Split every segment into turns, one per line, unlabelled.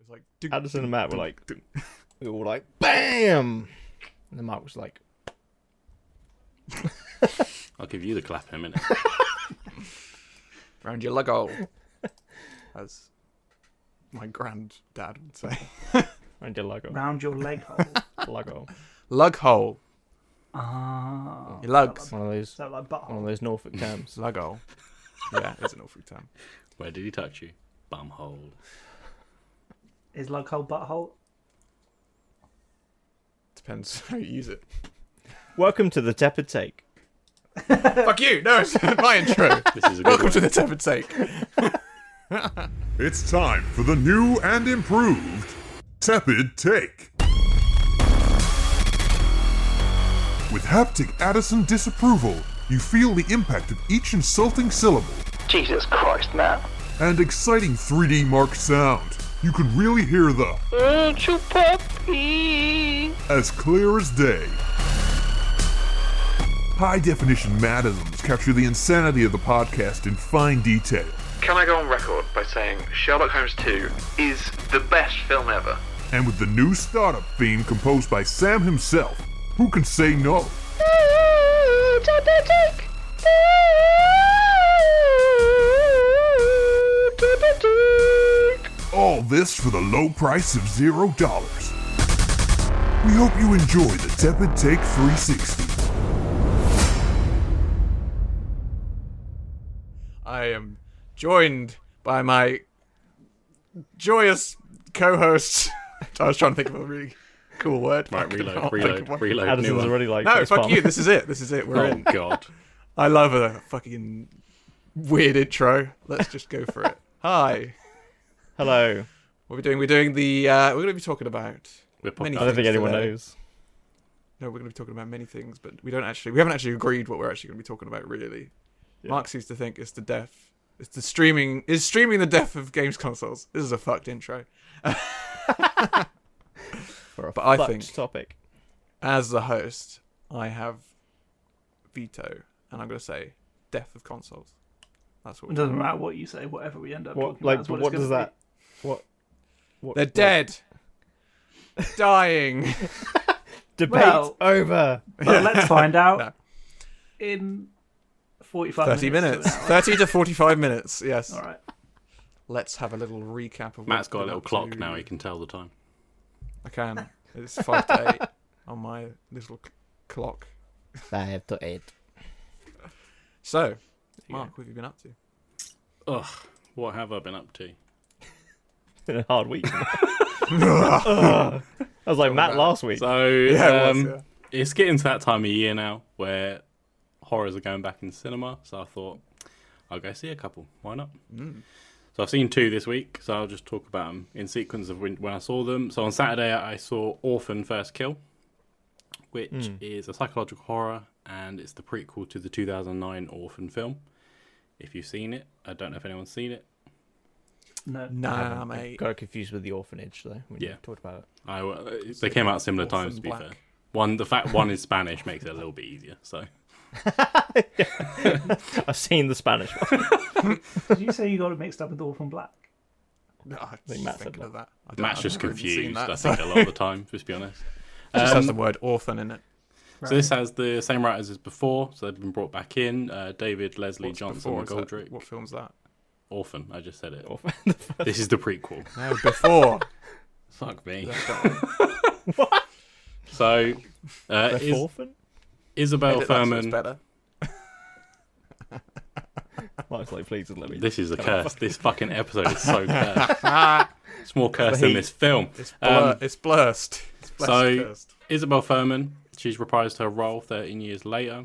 It's like ding,
Addison and
ding,
Matt were
ding,
like,
ding.
we were all like, bam! And then Matt was like,
I'll give you the clap in a minute.
round your leg hole, as my granddad would say.
I did Lego.
Round your leg hole.
Lego.
Lug hole,
Ah.
your lugs.
One of
Is
those
that like
one of
butthole?
those Norfolk terms.
Lug hole. Yeah, it's an awful term.
Where did he touch you? Bumhole.
Is leg hole butthole?
Depends how you use it.
Welcome to the Tepid Take.
Fuck you! No, it's my intro.
This is a good
Welcome
one.
to the Tepid Take.
It's time for the new and improved Tepid Take. With haptic Addison disapproval, you feel the impact of each insulting syllable
Jesus Christ, man.
and exciting 3D Mark sound. You can really hear the
Aren't you puppy?
as clear as day. High definition madisms capture the insanity of the podcast in fine detail.
Can I go on record by saying Sherlock Holmes 2 is the best film ever?
And with the new startup theme composed by Sam himself, who can say no? All this for the low price of zero dollars. We hope you enjoy the Tepid Take 360.
I am joined by my joyous co-host. I was trying to think of a really cool word.
Right,
Fucking
reload,
hell, think of
reload,
one.
reload. New
Addison's
one.
already like,
No,
it's
fuck
fun.
you. This is it. This is it. We're
Oh
in.
God!
I love a fucking weird intro. Let's just go for it. Hi.
Hello.
What are we doing? We're doing the. Uh, we're going to be talking about.
We're
Many
I don't
podcasting.
think anyone
Today.
knows.
No, we're going to be talking about many things, but we don't actually. We haven't actually agreed what we're actually going to be talking about. Really, Mark seems to think it's the death. It's the streaming. Is streaming the death of games consoles? This is a fucked intro.
For a
But I
fucked
think-
topic.
As the host, I have veto, and I'm going to say death of consoles. That's what.
It
We're
doesn't matter what you say, whatever we end up
What
talking
like
about. is
what,
it's
does
gonna
that what what
They're
what-
dead. Dying.
Debate
Well-
over.
be. Well, let's find out
No.
in 45
Thirty minutes.
minutes. to an hour.
Thirty to forty-five minutes. Yes.
All right.
Let's have a little recap of.
Matt's
what's
got a
been
little
up
clock
to.
now. He can tell the time.
I can. It's five to eight on my little c- clock.
Five to eight.
So, Mark, what have you been up to?
Ugh! What have I been up to?
It's been a hard week. Ugh. I was like Matt last week.
So
Yeah, it was,
um,
yeah.
it's getting to that time of year now where horrors are going back in cinema. So I thought I'll go see a couple. Why not?
Mm.
So I've seen two this week. So I'll just talk about them in sequence of when, when I saw them. So on Saturday I saw Orphan First Kill, which
Mm.
is a psychological horror and it's the prequel to the 2009 Orphan film. If you've seen it, I don't know if anyone's seen it.
No.
Nah,
I
mate.
Got it confused with the orphanage though. When
Yeah.
you talked about it.
I uh, they came out similar
Orphan
times. To be
Black.
fair, one the fact one is Spanish makes it a little bit easier. So
I've seen the Spanish one.
Did you say you got it mixed up with Orphan Black?
No, I
think
just
Matt said
thinking
that.
of that. I don't-
Matt's
I've
just
never even seen
confused.
that,
I
so-
think a lot of the time, just to be honest.
It just has
Um,
the word orphan in it.
So this has the same writers as before, so they've been brought back in. Uh, David Leslie
What's
Johnson
before, is that-
McGoldrick.
What film's that?
Orphan. I just said it.
Orphan- the first-
This is the prequel.
No, before.
Fuck me.
the
So uh,
the
is,
orphan.
Isabel Furman.
better.
Mark's like, please just let me.
This is a curse. This fucking episode is so cursed. it's more cursed than
heat.
this film.
It's, blur-
Um,
it's blurst. It's blessed
so-
cursed.
Isabel Furman, she's reprised her role 13 years later.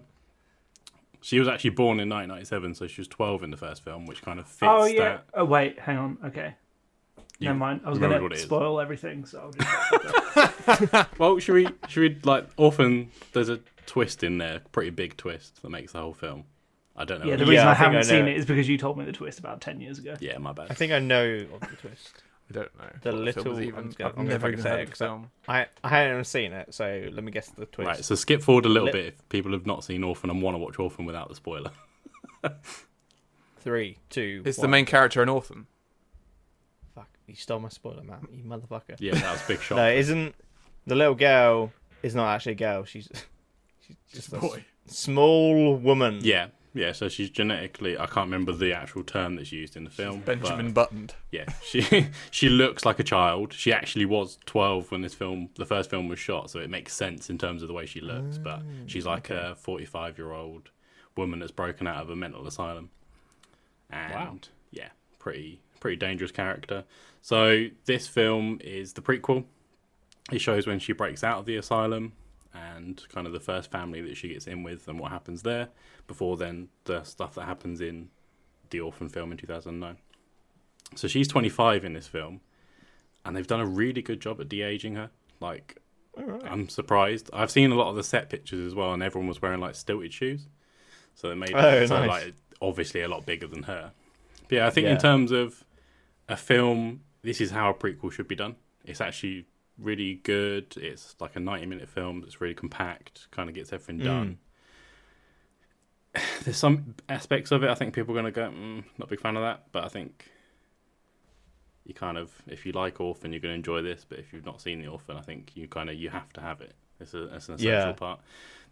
She was actually born in 1997, so she was 12 in the first film, which kind of fits
oh, yeah.
that.
Oh, wait. Hang on. Okay.
You
Never mind. I was
remembered
going
what it
to
is.
spoil everything, so I'll just.
Well, should we? Should we like? Often there's a twist in there, pretty big twist that makes the whole film. I don't know.
Yeah,
what
the
it
Yeah,
reason
I
I
think I
haven't
know
seen
it.
it is because you told me the twist about 10 years ago.
is. yeah, my
I
bad.
think I know of the twist.
I don't know.
The
what film
little.
is
I'm,
even.
just gonna,
I've
I'm
never
never
even
gonna
heard of
say it
the
'cause
film.
I I haven't seen it, so let me guess the twist.
Right, so skip forward a little
Lit-
bit if people have not seen Orphan and want to watch Orphan without the spoiler.
Three, two.
Is the
one.
main character an orphan?
Fuck, you stole my spoiler, man. You motherfucker.
Yeah, that was a big shot.
No, isn't the little girl is not actually a girl. She's she's just a
Boy.
small woman.
Yeah, yeah. So she's genetically. I can't remember the actual term that's used in the film. but-
Benjamin Buttoned.
yeah, she she looks like a child. She actually was twelve when this film, the first film, was shot, so it makes sense in terms of the way she looks. But she's like a forty-five-year-old woman that's broken out of a mental asylum, and yeah, pretty pretty dangerous character. So this film is the prequel. It shows when she breaks out of the asylum and kind of the first family that she gets in with and what happens there. Before then, the stuff that happens in the orphan film in two thousand nine. So she's 25 in this film, and they've done a really good job at de aging her. Like, I'm surprised. I've seen a lot of the set pictures as well, and everyone was wearing like stilted shoes, so they made
Oh,
it so,
nice.
like obviously a lot bigger than her. But yeah, I think
Yeah.
in terms of a film, this is how a prequel should be done. It's actually really good. It's like a 90 minute film. It's really compact. Kind of gets everything done. There's some aspects of it I think people are going to go, mm, not a big fan of that, but I think you kind of if you like Orphan, you're going to enjoy this. But if you've not seen the Orphan, I think you kind of you have to have it. It's, a, it's an essential
Yeah.
part.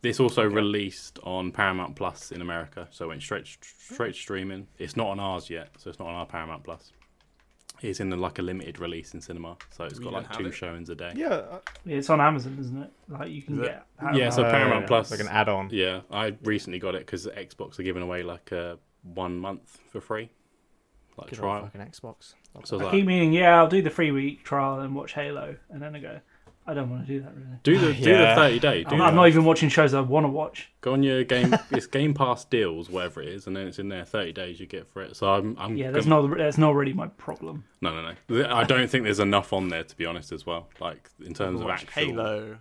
This also released on Paramount Plus in America, so it went straight straight to streaming. It's not on ours yet, so it's not on our Paramount Plus. It's in the, like a limited release in cinema, so it's
We
got
don't
like
have
two
it?
showings a day.
Yeah. uh,
It's on Amazon, isn't it? Like you can
Is it?
get. Paramount
Yeah, so
uh,
Paramount Plus-
like an add-on.
Yeah, I recently got it because Xbox are giving away like uh, one month for free, like a
Good old
trial.
fucking Xbox.
So I was
I
like,
keep meaning, yeah, I'll do the free week trial and watch Halo, and then I go, I don't want to do that really.
do the do the
Yeah.
thirty day. Do
I'm, I'm
that.
not even watching shows I want to watch.
Go on your game. it's Game Pass deals, whatever it is, and then it's in there. Thirty days you get for it. So I'm. I'm
Yeah, that's
gonna-
not that's not really my problem.
No, no, no. Th- I don't think there's enough on there to be honest, as well. Like in terms of
Watch
actual.
Halo.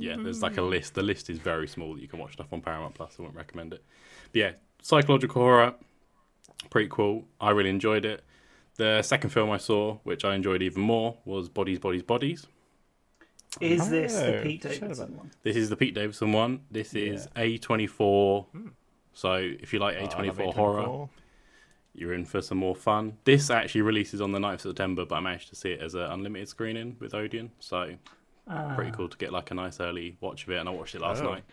Yeah, there's like a list. The list is very small that you can watch stuff on Paramount Plus. I wouldn't recommend it. But yeah, psychological horror, prequel. I really enjoyed it. The second film I saw, which I enjoyed even more, was Bodies, Bodies, Bodies.
Is this the
Oh,
Pete
shut
Davidson
up.
one?
This is the Pete Davidson one. This is A24. So if you
Oh,
Oh,
like A24 horror, you're in for some more fun. This actually releases on the 9th of September, but I managed to see it as an unlimited screening with Odeon, so pretty cool to get like a nice early watch of it. And I watched it last night.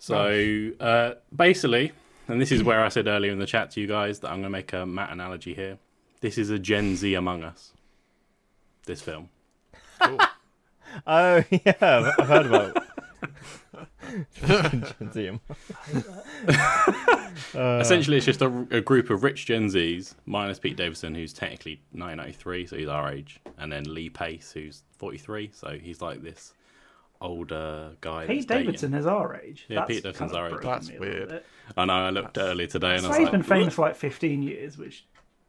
So uh, basically, and this is where I said earlier in the chat to you guys that I'm going to make a Matt analogy here. This is a Gen Z Among Us. This film.
Oh yeah, I've I've heard about. it. Gen Z.
Essentially, it's just a, a group of rich Gen Zs, minus Pete Davidson, who's technically 1993, so he's our age, and then Lee Pace, who's 43, so he's like this older guy. that's
Pete
dating.
Davidson is our age.
Yeah,
That's
Pete Davidson's
kind
our
of
age.
broken
That's
me a little
weird.
bit.
I know. I looked earlier today, and I
So
was
he's
like,
been famous for like 15 years, which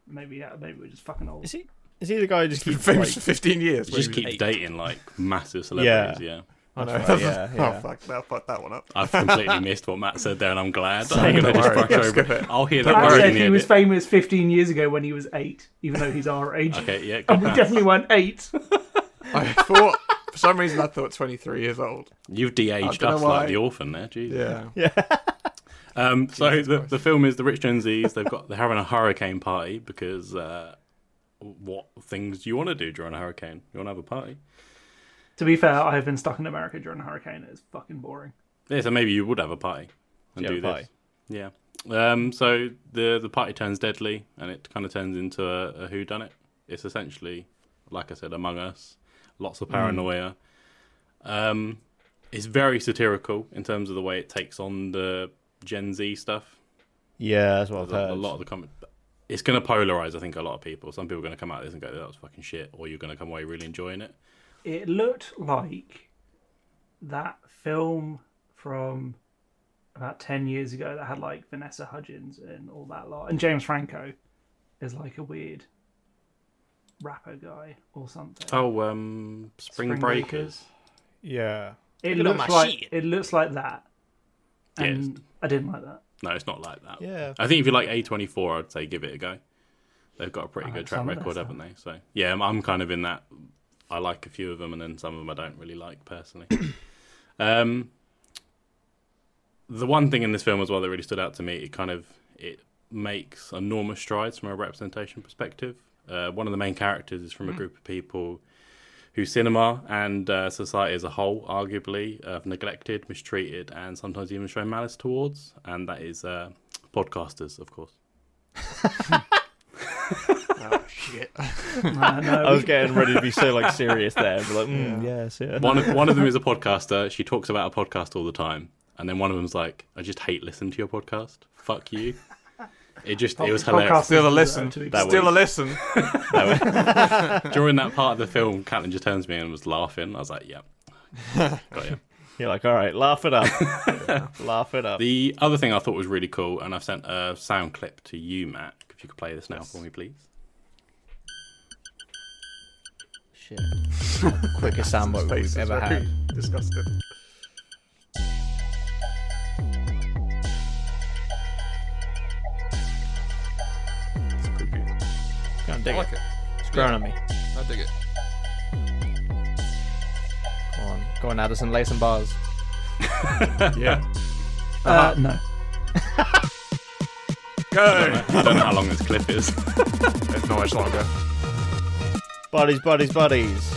maybe yeah, maybe we're just fucking old.
Is he? Is he the guy who just
Been
keeps
famous
like,
for 15 years.
You just
maybe.
keep dating like massive celebrities. Yeah.
I know.
right, yeah, yeah.
Oh, fuck. Now, fuck that one up.
I've completely missed what Matt said there, and I'm glad. I'm gonna
don't
just
worry.
brush
Just
over
skip
it.
it.
I'll hear that
I
word
said
in the
he was
edit.
famous 15 years ago when he was eight, even though he's our age.
Okay, yeah,
And
good
Oh, we
man.
definitely weren't eight.
I thought, for some reason, I thought 23 years old.
You've
I
de-aged
don't know
us
why.
like the orphan there, Jesus.
Yeah.
Um, so
Jesus
the,
Christ.
the film is the rich Gen Zs. They've got they're having a hurricane party because uh, what things do you want to do during a hurricane? You want to have a party?
to be fair, I have been stuck in America during a hurricane. It's fucking boring.
Yeah, so maybe you would have a party and
Yeah,
do
a
this.
party.
Yeah. Um, so the the party turns deadly, and it kind of turns into a, a whodunit. It's essentially, like I said, Among Us. Lots of paranoia. Um, it's very satirical in terms of the way it takes on the Gen Z stuff.
Yeah, that's what I've
a,
heard.
a lot of the comment. It's going to polarize, I think, a lot of people. Some people are going to come out of this and go, "That was fucking shit," or you're going to come away really enjoying it.
It looked like that film from about 10 years ago that had like Vanessa Hudgens and all that lot. And James Franco is like a weird rapper guy or something.
Oh, um, Spring,
Spring
Breakers.
Yeah.
it
Look at all
looks
my
like
shit.
it looks like that. And
Yes.
I didn't like that.
No, it's not like that.
Yeah.
I think if you like A24, I'd say give it a go. They've got a pretty
I
good
like
track
some of their
record, haven't they? So yeah, I'm, I'm kind of in that. I like a few of them, and then some of them I don't really like personally. um, the one thing in this film as well that really stood out to me, it kind of it makes enormous strides from a representation perspective. Uh, one of the main characters is from
Mm.
a group of people who cinema and uh, society as a whole, arguably, have neglected, mistreated, and sometimes even shown malice towards, and that is uh, podcasters, of course.
No, no,
Oh,
I was getting ready to be so like serious there, but like, mm, yes, yeah.
One of one of them is a podcaster. She talks about a podcast all the time, and then one of them's like, "I just hate listening to your podcast. Fuck you." It just it was hilarious.
Still a listen.
To
That
Still a
was-
listen.
During that part of the film, Catelyn just turns to me and was laughing. I was like, "Yep, got you."
You're like, all right, laugh it up, laugh it up.
The other thing I thought was really cool, and I've sent a sound clip to you, Mac. If you could play this now for me, please.
Shit. Quickest soundbite
Face
we've
is
ever
very
had.
Disgusted. It's creepy.
Can't dig
I like
it.
it.
It's growing on me.
I dig it.
Go on, go on, Addison, lay some bars.
Yeah.
Uh, no.
Go.
I don't know how long this clip is.
It's not much longer.
Buddies, buddies, buddies,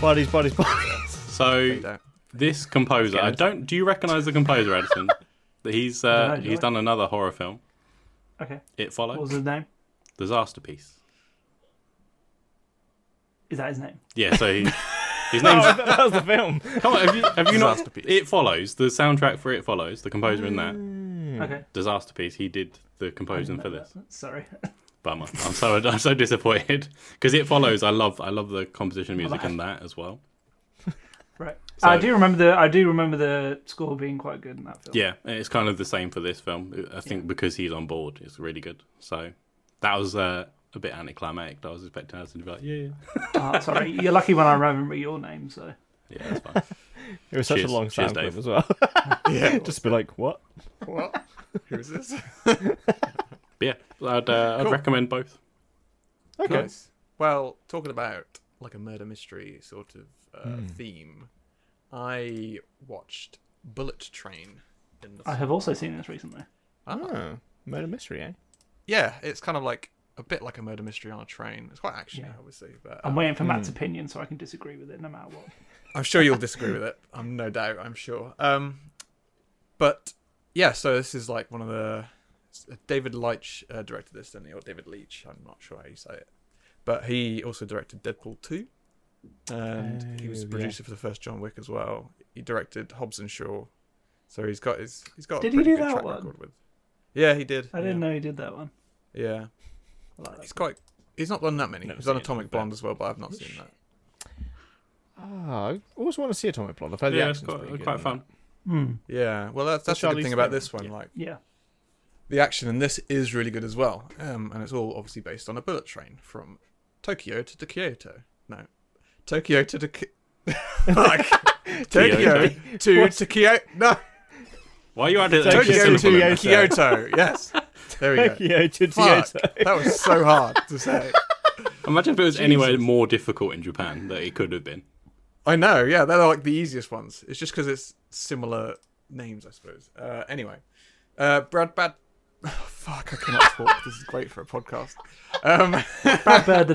buddies, buddies, buddies.
So this composer, I don't. Do you recognise the composer, Edison? he's uh,
Dunno, do
he's
I?
done another horror film.
Okay.
It
What was
follows
his name?
disaster piece.
Is that his name?
Yeah, so he, his name's.
That was the film.
Come on, have you, have you not? It follows the soundtrack for It Follows. The composer in that
Okay.
disaster piece, he did the composing for this.
Sorry.
Bummer. I'm so I'm so disappointed because It Follows. I love I love the composition music in that as well.
right.
So-
I do remember the I do remember the score being quite good in that film.
Yeah, it's kind of the same for this film. I think because he's on board, it's really good. So that was uh, a bit anticlimactic. I was expecting us to be like, yeah, yeah,
Ah, sorry. You're lucky when I remember your name, so
yeah, that's fine.
It was such
Cheers.
a long
Cheers,
sound clip
Dave.
as well.
Yeah.
Just be like, what?
What? Who is this?
But yeah, I'd uh, I'd recommend both.
Okay.
Nice. Well, talking about like a murder mystery sort of uh,
Hmm.
theme, I watched Bullet Train. In the
I have also seen this recently.
Oh, murder mystery, eh?
yeah, it's kind of like a bit like a murder mystery on a train. It's quite actiony,
Yeah.
obviously, but
I'm
um,
waiting for Matt's opinion so I can disagree with it no matter what.
I'm sure you'll disagree with it. I'm no doubt. I'm sure. Um, but yeah, so this is like one of the David Leitch uh, directed this, didn't he? Or David Leitch? I'm not sure how you say it, but he also directed Deadpool two, and he was
Oh, yeah.
producer for the first John Wick as well. He directed Hobbs and Shaw, so he's got his he's got
Did
a
he
pretty
do
good
that
track
one?
record with. Yeah, he did.
I didn't
yeah.
know he did that one.
Yeah,
I like that.
he's quite. He's not done that many.
Never
he's done
seen it,
Atomic
but-
Blonde as well, but I've not seen that.
Ah, I always want to see Atomic Blonde. I've heard
Yeah,
the
it's
action's pretty
quite,
good
quite
in
fun.
Hmm.
Yeah, well, that's that's the
Charlize
good thing about
Theron,
this one.
yeah.
Like
Yeah.
the action in this is really good as well, um, and it's all obviously based on a bullet train from Tokyo to to Kyoto. No, Tokyo to to Ki- fuck Tokyo to to Kyoto. No,
Why are you adding an extra
Tokyo
Kyoto.
syllable in
to
there?
Kyoto. Yes, there we
that.
go.
Tokyo to
Fuck,
Kyoto.
that was so hard to say.
Imagine if it was anywhere more difficult in Japan that it could have been.
I know. Yeah, they're like the easiest ones. It's just because it's similar names, I suppose. Uh, anyway, uh, Brad Bad. fuck, I cannot talk. This is great for a podcast. Um,
Brad Bird, the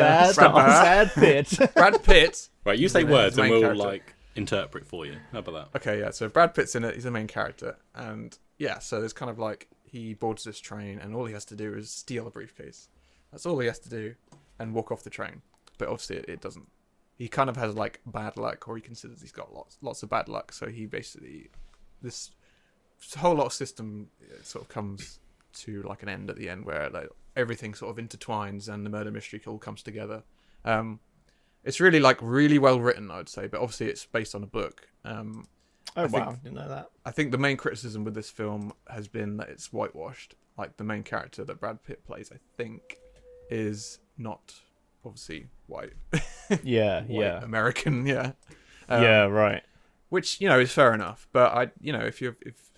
Bad,
Stop.
bad bit.
Brad Pitt.
Right, you say
Yeah,
words
his
and
main
we'll
character.
like interpret for you. How about that?
Okay, yeah. So Brad Pitt's in it. He's the main character, and yeah. So there's kind of like he boards this train, and all he has to do is steal a briefcase. That's all he has to do, and walk off the train. But obviously, it, it doesn't. He kind of has like bad luck, or he considers he's got lots lots of bad luck. So he basically this whole lot of system uh, sort of comes to like an end at the end, where like everything sort of intertwines and the murder mystery all comes together. Um, it's really like really well written, I'd say, but obviously it's based on a book. Um,
Oh,
think-
wow. Didn't know that.
I think the main criticism with this film has been that it's whitewashed. Like the main character that Brad Pitt plays, I think, is not obviously white,
Yeah,
white
yeah.
American, yeah. um,
yeah, right.
Which you know is fair enough, but I, you know, if you if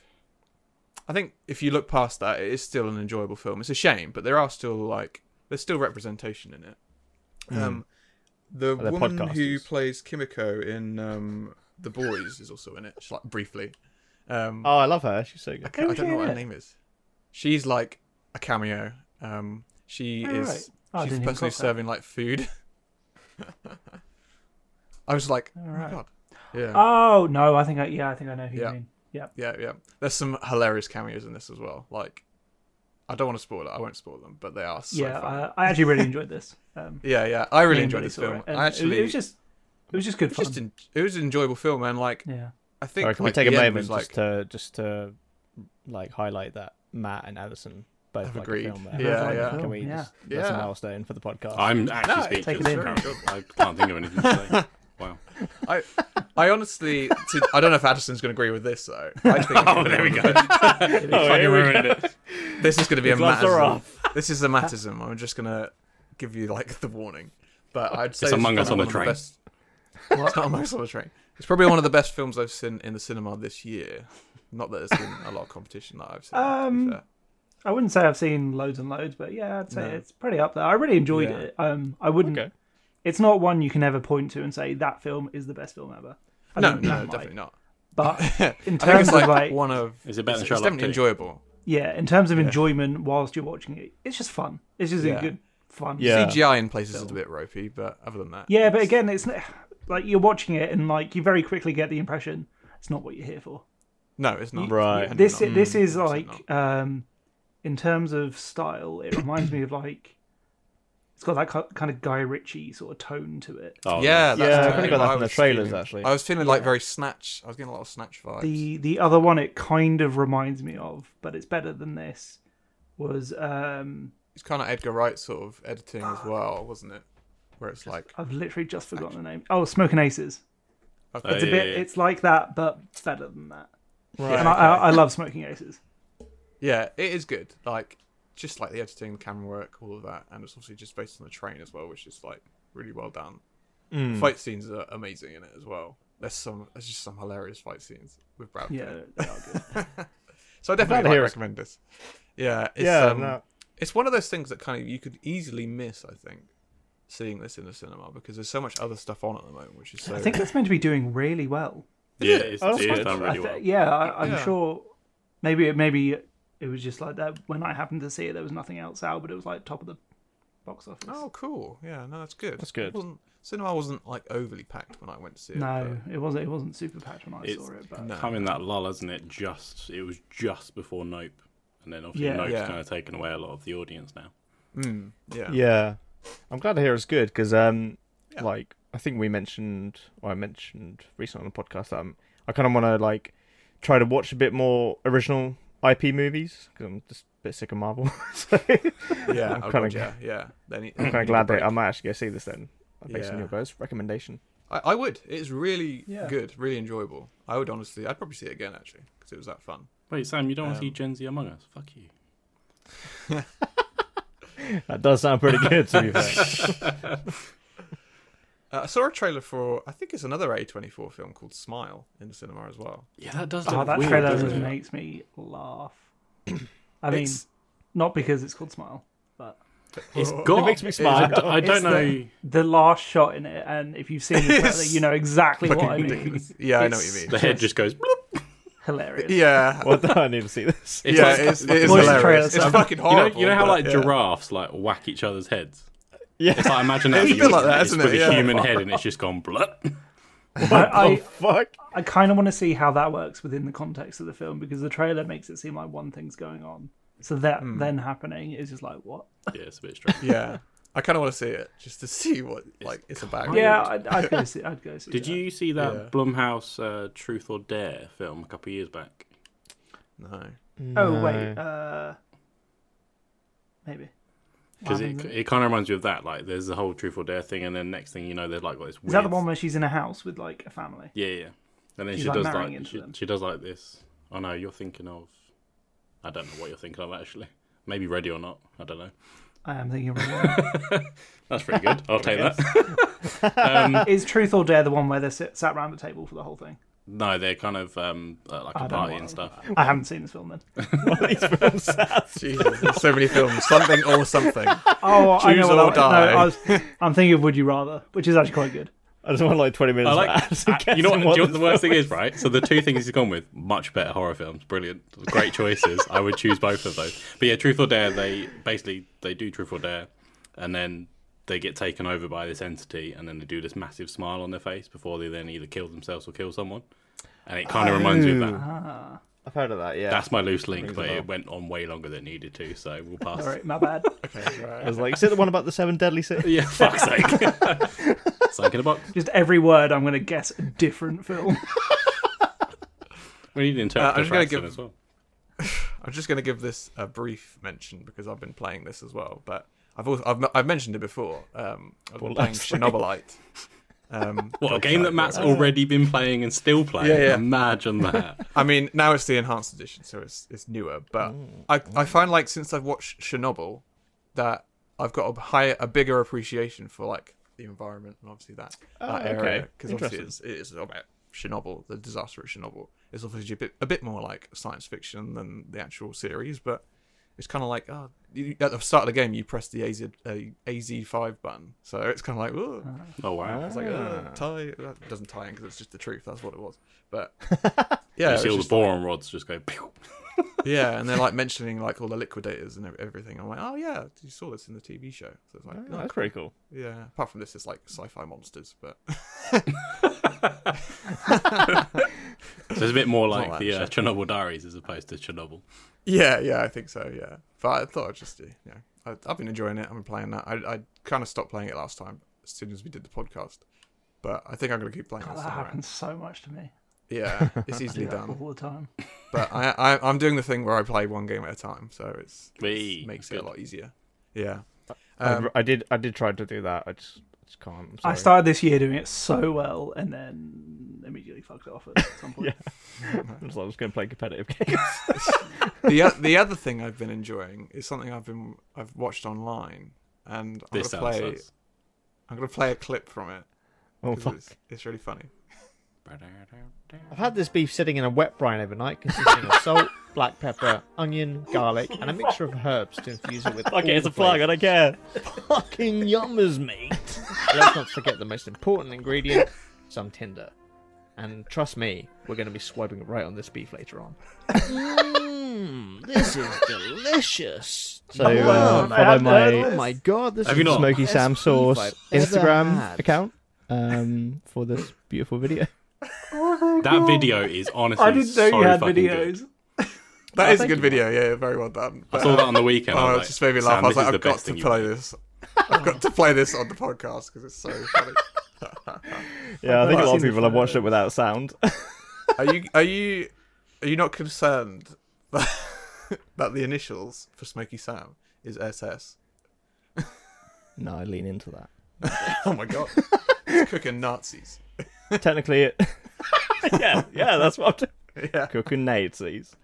I think if you look past that, it is still an enjoyable film. It's a shame, but there are still like there's still representation in it. Um, the
they're
woman who
Hmm. podcasters.
plays Kimiko in um, The Boys is also in it, just, like briefly. Um,
Oh, I love her. She's so good.
I, ca- I
Who's
don't know
in
what her
it?
name is. She's like a cameo. Um, she
Oh,
is
right. Oh, I
She's
didn't
the
even
person who's
clock that.
serving like food. I was like, oh my
Alright.
god. Yeah.
Oh no, I think I yeah, I think I know who
Yeah.
you mean. Yep.
yeah, yeah. There's some hilarious cameos in this as well. Like, I don't want to spoil it. I won't spoil them, but they are so
yeah, uh,
funny.
I, I actually really enjoyed this. Um,
yeah, yeah. I really
me and
enjoyed
Billy
this
saw
film.
it, and
I actually,
it, was just it was just good fun.
just en- it was an enjoyable film, and like,
yeah.
I think
Sorry, can we
like,
take
the
a
end
moment
was, like,
just to just to like highlight that Matt and Addison both
Have
like
agreed.
a film there.
Yeah,
Like a
yeah.
film,
Can we
yeah.
just that's a
Yeah.
milestone for the podcast?
I'm actually
No,
speechless.
take it in.
apparently. I can't think of anything to say. Wow.
I,
uh,
I honestly, to, I don't know if Addison's going to agree with this though. I think
Oh, there we go. oh, here we ruined it.
This is going to be a
gloves are
matism. This is a matism. I'm just going to give you like the warning. But I'd say
It's Among
probably
Us on the
one of
train.
best- It's not Among Us on the train. It's probably one of the best films I've seen in the cinema this year. Not that there's been a lot of competition that I've seen. to
Um,
be fair.
I wouldn't say I've seen loads and loads, but yeah, I'd say
No.
it's pretty up there. I really enjoyed
Yeah.
it. Um, I wouldn't.
Okay.
It's not one you can ever point to and say that film is the best film ever. I
No,
mean,
no,
that might,
definitely not.
But in
I think
terms
it's
of
like,
like,
one of.
Is it better than
it's
Sherlock?
definitely
too?
enjoyable.
yeah, in terms of enjoyment whilst you're watching it, it's just fun. It's just
Yeah.
a good fun.
Yeah.
CGI in places is a bit ropey, but other than that,
Yeah, but again, it's n- like you're watching it and like you very quickly get the impression it's not what you're here for.
no, it's not
Right.
Definitely
This
not.
this is
Mm,
like um, in terms of style, it reminds me of like it's got that ki- kind of Guy Ritchie sort of tone to it.
Oh,
Yeah, that's
yeah, I
totally
kind of got
what
that from the
was
trailers
feeling. Oh,
actually.
I was feeling like very snatch. I was getting a lot of snatch vibes.
The the other one it kind of reminds me of, but it's better than this. Was um,
It's kind of Edgar Wright sort of editing as well, wasn't it? Where it's like
I've literally just forgotten the name. Oh, Smoking Aces.
okay,
Oh,
It's a
yeah,
bit.
yeah, yeah.
It's like that, but better than that.
yeah,
And I, I, I love Smoking Aces.
yeah, it is good. Like just like the editing, the camera work, all of that, and it's obviously just based on the train as well, which is like really well done.
Mm.
Fight scenes are amazing in it as well. There's some, there's just some hilarious fight scenes with Brad Pitt.
Yeah, they are good.
So I
glad to
definitely like,
hear it.
recommend this. Yeah, it's,
Yeah,
um,
no.
it's one of those things that kind of you could easily miss. I think seeing this in the cinema because there's so much other stuff on at the moment, which is so.
I think that's meant to be doing really well.
yeah, it's,
Oh, that's
it's
good.
done
I
really
thi-
well.
yeah, I, I'm
Yeah.
sure. Maybe it maybe it was just like that when I happened to see it. There was nothing else out, but it was like top of the box office.
Oh, cool! Yeah, no, that's good. That's
good.
Wasn't, cinema wasn't like overly packed when I went to see it.
no, it wasn't. It wasn't super packed when I
It's-
saw it. But
No.
Come in that lull, isn't it? Just it was just before Nope, and then obviously
Yeah.
Nope's
Yeah.
kind of taken away a lot of the audience now.
but- Mm, yeah.
Yeah, I'm glad to hear it's good because, um, like I think we mentioned, or I mentioned recently on the podcast that um, I kind of want to like try to watch a bit more original IP movies because I'm just a bit sick of Marvel. so
yeah.
I'm
oh,
kinda-
God, yeah, yeah. They need-
I'm
they
kind
need
of
a
glad that
break.
I might actually go see this then, based on
Yeah.
your guys' recommendation.
I, I would. It's really
Yeah.
good, really enjoyable. I would honestly, I'd probably see it again actually because it was that fun.
Wait, Sam, you don't want to see Gen Z Among Us? Fuck you.
That does sound pretty good to be fair.
Uh, I saw a trailer for, I think it's another A24 film called Smile in the cinema as well.
Yeah, that does.
oh,
look
that
weird,
trailer
doesn't
just
it?
makes me laugh. I mean,
It's-
not because it's called Smile, but
It's got.
makes me
it's-
smile.
I don't
It's the-
know.
the last shot in it, and if you've seen the trailer, you know exactly what I mean.
ridiculous. Yeah, I know what you mean.
The head just goes. bloop.
Hilarious.
Yeah.
well, I need to see this.
It's
yeah,
like-
it's, it is
Voice
hilarious.
trailers.
It's fucking
you know,
horrible.
you know how
but,
like
yeah.
giraffes like whack each other's heads.
Yeah.
It's like imagine that.
It's a
but
bit
you-
like that,
it's
isn't
with
it?
a
Yeah.
human head, and it's just gone. Blup.
Oh
I,
fuck!
I kind of want to see how that works within the context of the film because the trailer makes it seem like one thing's going on. So that then happening is just like what?
Yeah, it's a bit strange.
Yeah. I kind of want to see it just to see what like it's about.
Yeah, I'd, I'd go see. I'd go see.
Did
that.
you see that
Yeah.
Blumhouse uh, Truth or Dare film a couple of years back?
No.
Oh wait, uh, maybe.
Because
Wow,
it,
isn't
it kind of reminds you of that. Like, there's the whole Truth or Dare thing, and then next thing you know, they've like got this. Weird...
Is that the one where she's in a house with like a family?
Yeah, yeah. And then
She's,
she
like,
does
marrying
like
into
she,
them.
she does like this. Oh no, you're thinking of. I don't know what you're thinking of actually. Maybe Ready or Not. I don't know.
I am thinking. of Right
That's pretty good. I'll take that. um,
now. Is Truth or Dare the one where they sit, sat around the table for the whole thing?
no, they're kind of um, uh, like
I
a
don't
party
know.
and stuff.
I haven't seen this film then.
Jesus. there's so many films. Something or something.
Oh, I
Choose
know. What
or
that, no,
die.
I was, I'm thinking of Would You Rather, which is actually quite good.
I just want like 20 minutes.
I
of
like.
ads
I- you know what?
guessing
do you know what
this
the worst
film
thing is, right? So the two things he's gone with, much better horror films, brilliant, great choices. I would choose both of those. But yeah, Truth or Dare, they basically they do Truth or Dare, and then they get taken over by this entity, and then they do this massive smile on their face before they then either kill themselves or kill someone. And it kind of reminds me of that.
Ah,
I've heard of that. Yeah,
That's my loose link,
Rings a
but
bell.
Oh. it went on way longer than it needed to, so we'll pass.
all right, my bad.
I was like, is it the one about the seven deadly sins?
Yeah, fuck's sake. Psych in a box.
Just every word, I'm going to guess a different film.
We need an
Uh, I'm
interpreter
just
for
gonna
Axton
give-
as well.
I'm just going to give this a brief mention because I've been playing this as well, but I've also I've, I've mentioned it before. Um, I've been playing
lads, right?
Chernobylite. Um,
What, a game that Matt's already been playing and still playing?
Yeah, yeah.
Imagine that.
I mean, now it's the enhanced edition, so it's it's newer. But I I find like since I've watched Chernobyl, that I've got a higher, a bigger appreciation for like the environment and obviously that that
okay.
area because obviously it's, it's about Chernobyl, the disaster at Chernobyl. It's obviously a bit a bit more like science fiction than the actual series, but it's kind of like oh, you, at the start of the game you press the AZ uh, AZ5 button, so it's kind of like oh,
Oh, wow.
it's like
Ah.
uh, tie that doesn't tie in because it's just the truth. That's what it was, but yeah,
you
it's
see all the
just-
boron rods just go pew.
yeah, and they're like mentioning like all the liquidators and ev- everything. I'm like, oh yeah, you saw this in the TV show. So it's like,
Oh,
oh,
that's pretty cool.
yeah. Apart from this, it's like sci-fi monsters, but
So it's a bit more like
that
the uh, Chernobyl Diaries as opposed to Chernobyl.
yeah, yeah, I think so. Yeah, but I thought I'd just, you know, I, I've been enjoying it. I've been playing that. I, I kind of stopped playing it last time as soon as we did the podcast, but I think I'm gonna keep playing
God,
this
that
time around.
happens so much to me.
Yeah, it's
I do
easily
that
done.
all the time.
But I, I, I'm doing the thing where I play one game at a time, so it's,
Wee,
it makes it
good.
a lot easier. Yeah.
I, I did. I did try to do that. I just, Um, I just can't. I'm sorry.
I started this year doing it so well, and then immediately fucked it off at some point.
I was like, I was going to play competitive games.
the o- the other thing I've been enjoying is something I've been I've watched online, and I'm
This
gonna play
sounds sus.
I'm gonna play a clip from it
oh
'cause
fuck!
it's, it's really funny.
I've had this beef sitting in a wet brine overnight, consisting of salt, black pepper, onion, garlic, and a mixture of herbs to infuse it with. all
Okay, it's
the
a plug.
flavours.
I don't care.
Fucking yummers, mate. Let's not forget the most important ingredient: some tinder. And trust me, we're going to be swiping right on this beef later on. Mmm, this is delicious.
So uh,
Wow, I
follow
had
my
Oh my god, this
Have
is
you not?
Smoky
Best
Sam
beef
Sauce
I've ever
Instagram
had.
account um, for this beautiful video.
That video is honestly.
I didn't know
so
you had
fucking
videos.
Good.
That
Oh,
is a good video. Yeah, very well done.
I
But,
saw that
uh,
on the weekend. I
oh,
was
it
like,
just made me laugh.
Sam,
I was
this
like,
is the
I've got
best
to
thing you've
play
made.
this. I've got to play this on the podcast because it's so funny.
Yeah, I think a lot of
seen
people
the
have watched it without sound.
Are you are you are you not concerned that, that the initials for Smoky Sam is SS?
no, I lean into that.
Oh my god, it's cooking Nazis.
technically it. yeah, yeah, that's what I'm doing.
Yeah.
Cooking Nazis.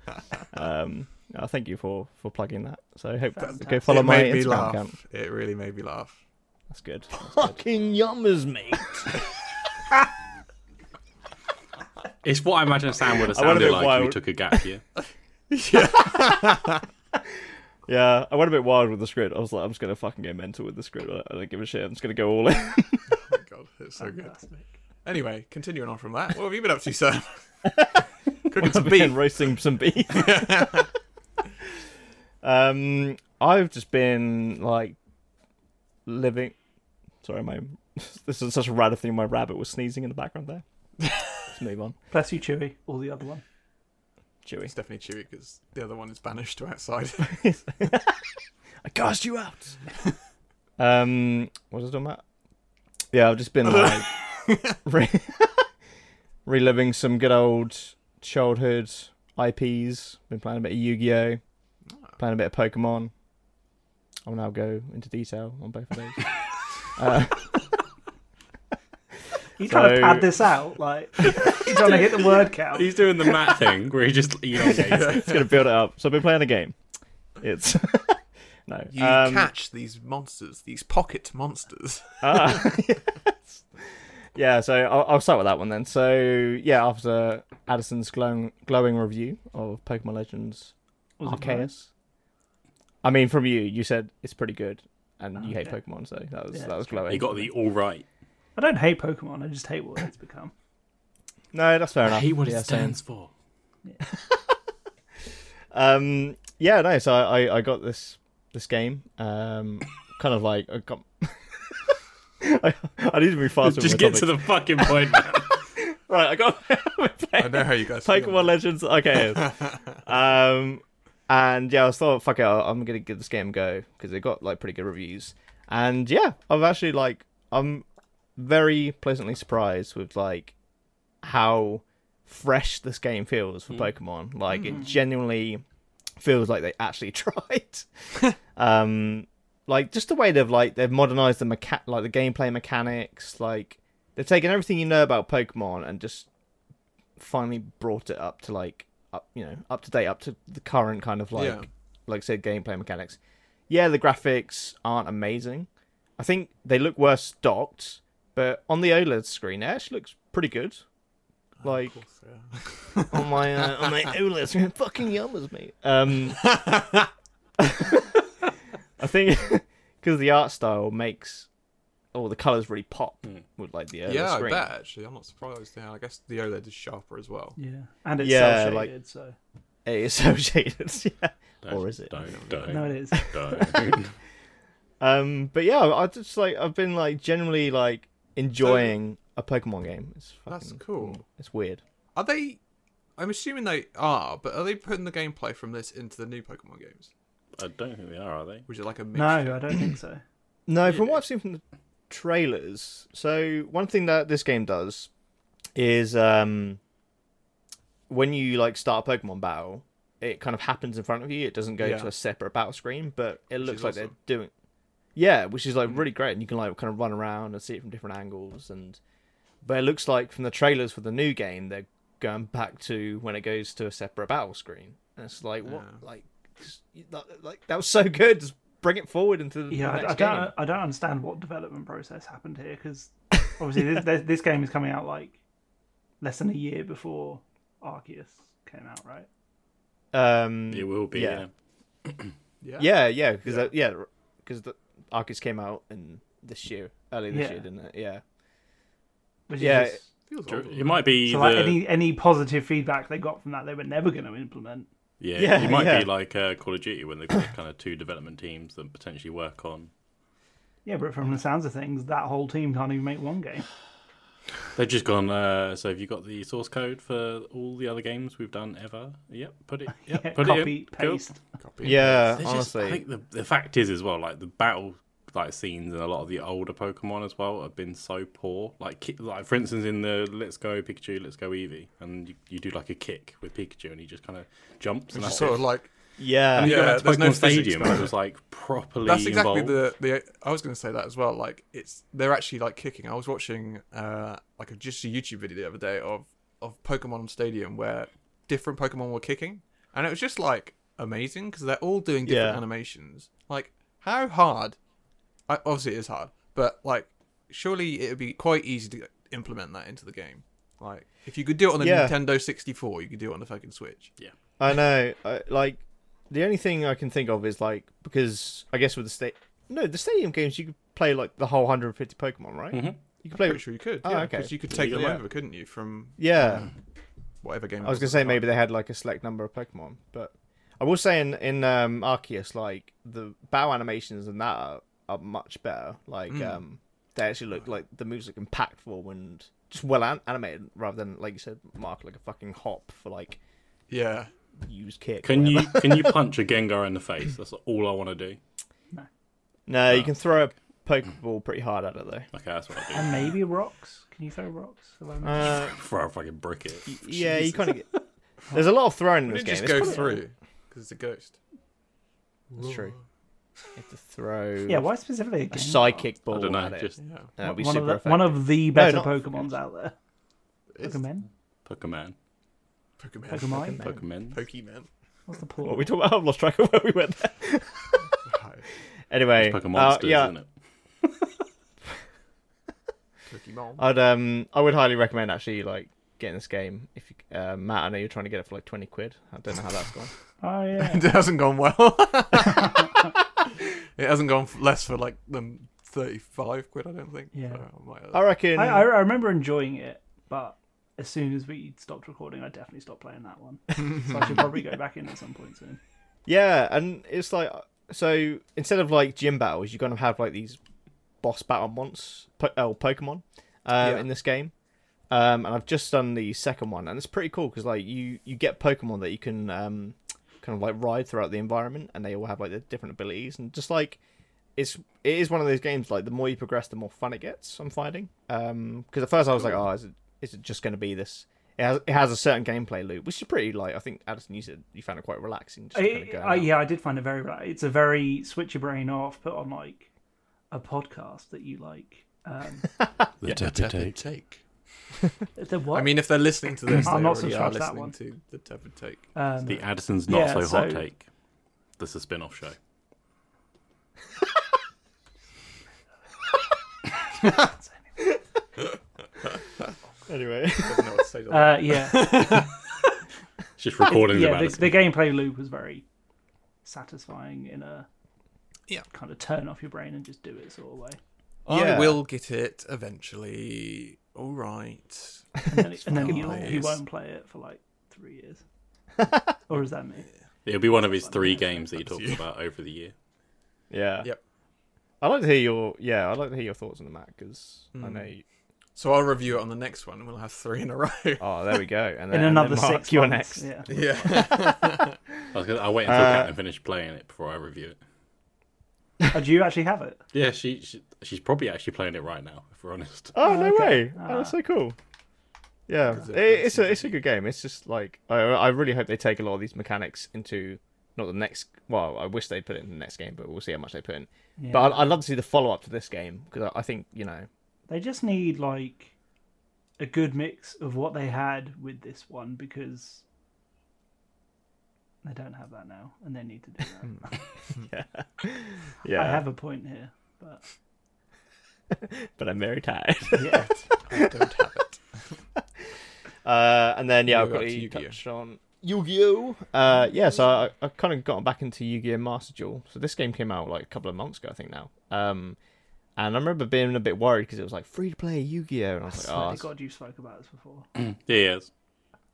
Um, uh, thank you for for plugging that. So hope go
Fantastic.
follow
it
my
made me
Instagram
laugh.
account.
It really made me laugh.
That's good.
fucking yummers, mate.
It's what I imagine Sam would have
I went a
sounded
bit
like if we
wild.
took a gap year.
Yeah, I went a bit wild with the script. I was like, I'm just gonna fucking go mental with the script. I- I don't give a shit. I'm just gonna go all in.
Oh my god, it's so good. Anyway, continuing on from that, what have you been up to, Sam? Cooking some
been
beef.
roasting some beef. um, I've just been like living. Sorry, my this is such a random thing. My rabbit was sneezing in the background there. Let's move on.
Bless you, Chewy, or the other one.
Chewy.
It's definitely chewy because the other one is banished to outside.
I cast you out. um, what was I talking about? Yeah, I've just been like re- reliving some good old childhood IPs. Been playing a bit of Yu-Gi-Oh, playing a bit of Pokemon. I'll now go into detail on both of those. uh,
You trying
So-
to pad this out, like you trying to hit the word count.
He's doing the Matt thing where he just elongates it.
just gonna build it up. So I've been playing a game. It's no.
You
um,
catch these monsters, these pocket monsters.
Ah, yes. Yeah, so I'll, I'll start with that one then. So, yeah, after Addison's glowing, glowing review of Pokemon Legends
Was it
Arceus, I mean, from you, you said it's pretty good, and
Oh,
you hate
Okay.
Pokemon, so that was
Yeah,
that was glowing.
He got the all right.
I don't hate Pokemon. I just hate what it's become.
no, that's fair
I
enough.
hate what it
Yeah, same.
stands for.
Um, yeah, no. So I, I, I got this this game. Um, kind of like I can't- I, I need to move faster.
Just get to the fucking point. man.
right. I got.
I know how you guys feel.
Pokemon Legends. Okay. um, and yeah, I was thought, fuck it, I- I'm gonna give this game a go because it got like pretty good reviews. And yeah, I've actually like I'm very pleasantly surprised with like how fresh this game feels for Pokemon. Like it genuinely feels like they actually tried. um, like just the way they've like they've modernized the mecha- like the gameplay mechanics. Like they've taken everything you know about Pokemon and just finally brought it up to like up you know up to date up to the current kind of like
Yeah.
like I said gameplay mechanics yeah the graphics aren't amazing i think they look worse stocked but on the oled screen it actually looks pretty good like on my uh, on my oled screen fucking yummers mate um i think because the art style makes all the colors really pop with like the OLED
Hmm. Yeah, I
screen
bet actually. I'm not surprised. Yeah, I guess the OLED is sharper as well.
Yeah, and it's
Yeah,
cel
like-
shaded. so
it is so shaded yeah or is it
Don't, don't,
no, it is.
don't.
Um, but yeah, I just like I've been like generally like enjoying a Pokemon game. It's fucking,
That's cool.
It's weird.
Are they? I'm assuming they are, but are they putting the gameplay from this into the new Pokemon games?
I don't think they are, are they?
Which is like a mix.
No, I don't think so.
No, from what I've seen from the trailers. So one thing that this game does is um, when you like start a Pokemon battle, it kind of happens in front of you. It doesn't go
Yeah.
to a separate battle screen, but it looks
is
like
awesome.
they're doing. Yeah, which is
Mm.
like really great, and you can like kind of run around and see it from different angles. And but it looks like from the trailers for the new game, they're going back to when it goes to a separate battle screen. And it's like what, like, just- that- like that was so good. Just bring it forward into the
Yeah, I,
next
I
game.
don't. I don't understand what development process happened here because obviously this, this, this game is coming out like less than a year before Arceus came out, right?
Um,
It will be.
Yeah,
Yeah.
yeah, yeah, because yeah, because the Arcus came out in this year, early this
Yeah.
year, didn't it? Yeah,
Which
Yeah,
Is just,
Feels
Sure,
old.
It might be
so
the,
like any any positive feedback they got from that, they were never going to implement.
yeah,
Yeah,
It might
yeah.
be like uh, Call of Duty when they've got kind of two development teams that potentially work on.
Yeah, but from the sounds of things, that whole team can't even make one game.
They've just gone. Uh, so have you got the source code for all the other games we've done ever? Yep. Put it. Yep.
Yeah,
put
copy,
it in. Cool.
paste.
yeah.
They're just-
honestly,
I think the, the fact is as well, like the battle like scenes in a lot of the older Pokemon as well have been so poor. Like, ki- like for instance, in the Let's Go Pikachu, Let's Go Eevee, and you, you do like a kick with Pikachu, and he just kind of jumps. And
Which is
that's
sort
it.
of like
yeah,
And you go
Yeah,
back to
there's no
Pokemon
physics
Stadium,
behind
and it
it.
was like properly
that's exactly
involved.
the the. I was going to say that as well. Like it's they're actually like kicking. I was watching uh like a, just a YouTube video the other day of of Pokemon Stadium where different Pokemon were kicking, and it was just like amazing because they're all doing different
Yeah.
animations. Like how hard? I, obviously, it is hard, but like surely it would be quite easy to implement that into the game. Like if you could do it on the
Yeah. Oh.
Nintendo 64, you could do it on the fucking Switch.
I know. I, like the only thing I can think of is like because I guess with the state, no, the stadium games you could play like the whole 150 Pokemon, right?
Mhm.
You could play.
Pretty sure you could.
Oh,
yeah,
okay.
Because you could take them
Yeah.
over, couldn't you? From
Yeah,
whatever game. it
I was gonna
at
say
the time.
maybe they had like a select number of Pokemon, but I will say in in um, Arceus like the bow animations and that are, are much better. Like
Hmm.
um, they actually look like the moves look impactful and just well an- animated rather than like you said, Mark, like a fucking hop for like
Yeah.
use kick.
Can
whatever.
you can you punch a Gengar in the face? That's all I want to do.
No,
Uh.
you can throw a Pokeball pretty hard at it though.
Okay, that's what I
And maybe rocks. Can you throw rocks? Have I missed-
Uh,
do. Throw a fucking brick it.
yeah, you kind of get. There's a lot of throwing in
It
this game.
just
It's
go
kinda-
through because it's a ghost.
That's true. You have to throw
yeah, why specifically a
a
Gengar?
Uh, psychic
I
ball
don't know.
at it.
Just
Yeah.
That'd be
one
super
of the, one of the better
not-
Pokemon's out there. Pokemon.
Pokemon.
Pokemon.
Pokemon.
Pokemon.
Pokemon.
What's the plural?
What we talking about? I've lost track of where we went. There. anyway,
Pokemon.
uh,
Oh,
yeah,
isn't it?
Uh,
Pokemon.
I'd um, I would highly recommend actually like getting this game. If you, uh, Matt, I know you're trying to get it for like twenty quid. I don't know how that's gone.
Oh yeah.
It hasn't gone well. it hasn't gone f- less for like than thirty-five quid. I don't think.
Yeah.
So I might-
I reckon.
I, I I remember enjoying it, but as soon as we stopped recording, I definitely stopped playing that one. so I should probably go back in at some point soon.
Yeah, and it's like so instead of like gym battles, you're gonna have like these boss battle monsters, po- oh, Pokemon, uh,
Yeah.
in this game. Um, and I've just done the second one, and it's pretty cool because like you you get Pokemon that you can um, kind of like ride throughout the environment, and they all have like their different abilities, and just like it's it is one of those games like the more you progress, the more fun it gets. I'm finding because at first I was like, oh, is it is it just going to be this? It has, it has a certain gameplay loop, which is pretty like I think Addison you said you found it quite relaxing. Just kind of
I,
going
I,
out.
yeah, I did find it very. rela- It's a very switch your brain off, put on like a podcast that you like. Um,
The tepid take.
Take.
the what?
I mean, if they're listening to this,
I'm
they
not
already are
subscribed to that
listening
one.
to the Tepid Take.
um,
The Addison's Not
Yeah,
So Hot
so-
Take. That's a spin off show.
Anyway,
I don't know what to say to that.
uh, yeah,
It's just recordings
yeah.
about
The,
Addison.
the gameplay loop was very satisfying in a
Yeah.
kind of turn off your brain and just do it sort of way.
yeah.
I will get it eventually. All right.
And then, and then
fucking
he, he
nice.
won't play it for like three years. or is that me?
It'll be one of his three games that he talks about over the year.
yeah,
Yep.
I'd like to hear your yeah. I'd like to hear your thoughts on the Mac because
Hmm.
I know. You,
So I'll review it on the next one, and we'll have three in a row.
oh, there we go. And then,
In another
and then Mark,
six
you're
months,
next.
Yeah.
Yeah.
I was gonna, I'll wait until
Uh,
Captain finished playing it before I review it.
Oh, do you actually have it?
Yeah, she, she she's probably actually playing it right now, if we're honest.
Oh no way!
Ah.
Oh, that's so cool. Yeah, it, it's a it's a good game. It's just like I I really hope they take a lot of these mechanics into not the next. Well, I wish they put it in the next game, but we'll see how much they put in. But I'd, I'd love to see the follow up to this game because I, I think you know.
They just need like a good mix of what they had with this one because they don't have that now, and they need to do that.
Yeah,
I have a point here, but
but I'm very tired.
yeah,
I don't have it.
Uh, and then yeah,
You
I've
go
got
back to
to
Yu-Gi-Oh.
touch on Yu-Gi-Oh. Uh, yeah, so I, I kind of got back into Yu-Gi-Oh Master Duel. So this game came out like a couple of months ago, I think now. Um, and I remember being a bit worried because it was like free to play Yu-Gi-Oh, and I was
swear
like, oh,
to
it's-
God, you spoke about this before.
Yeah, he is.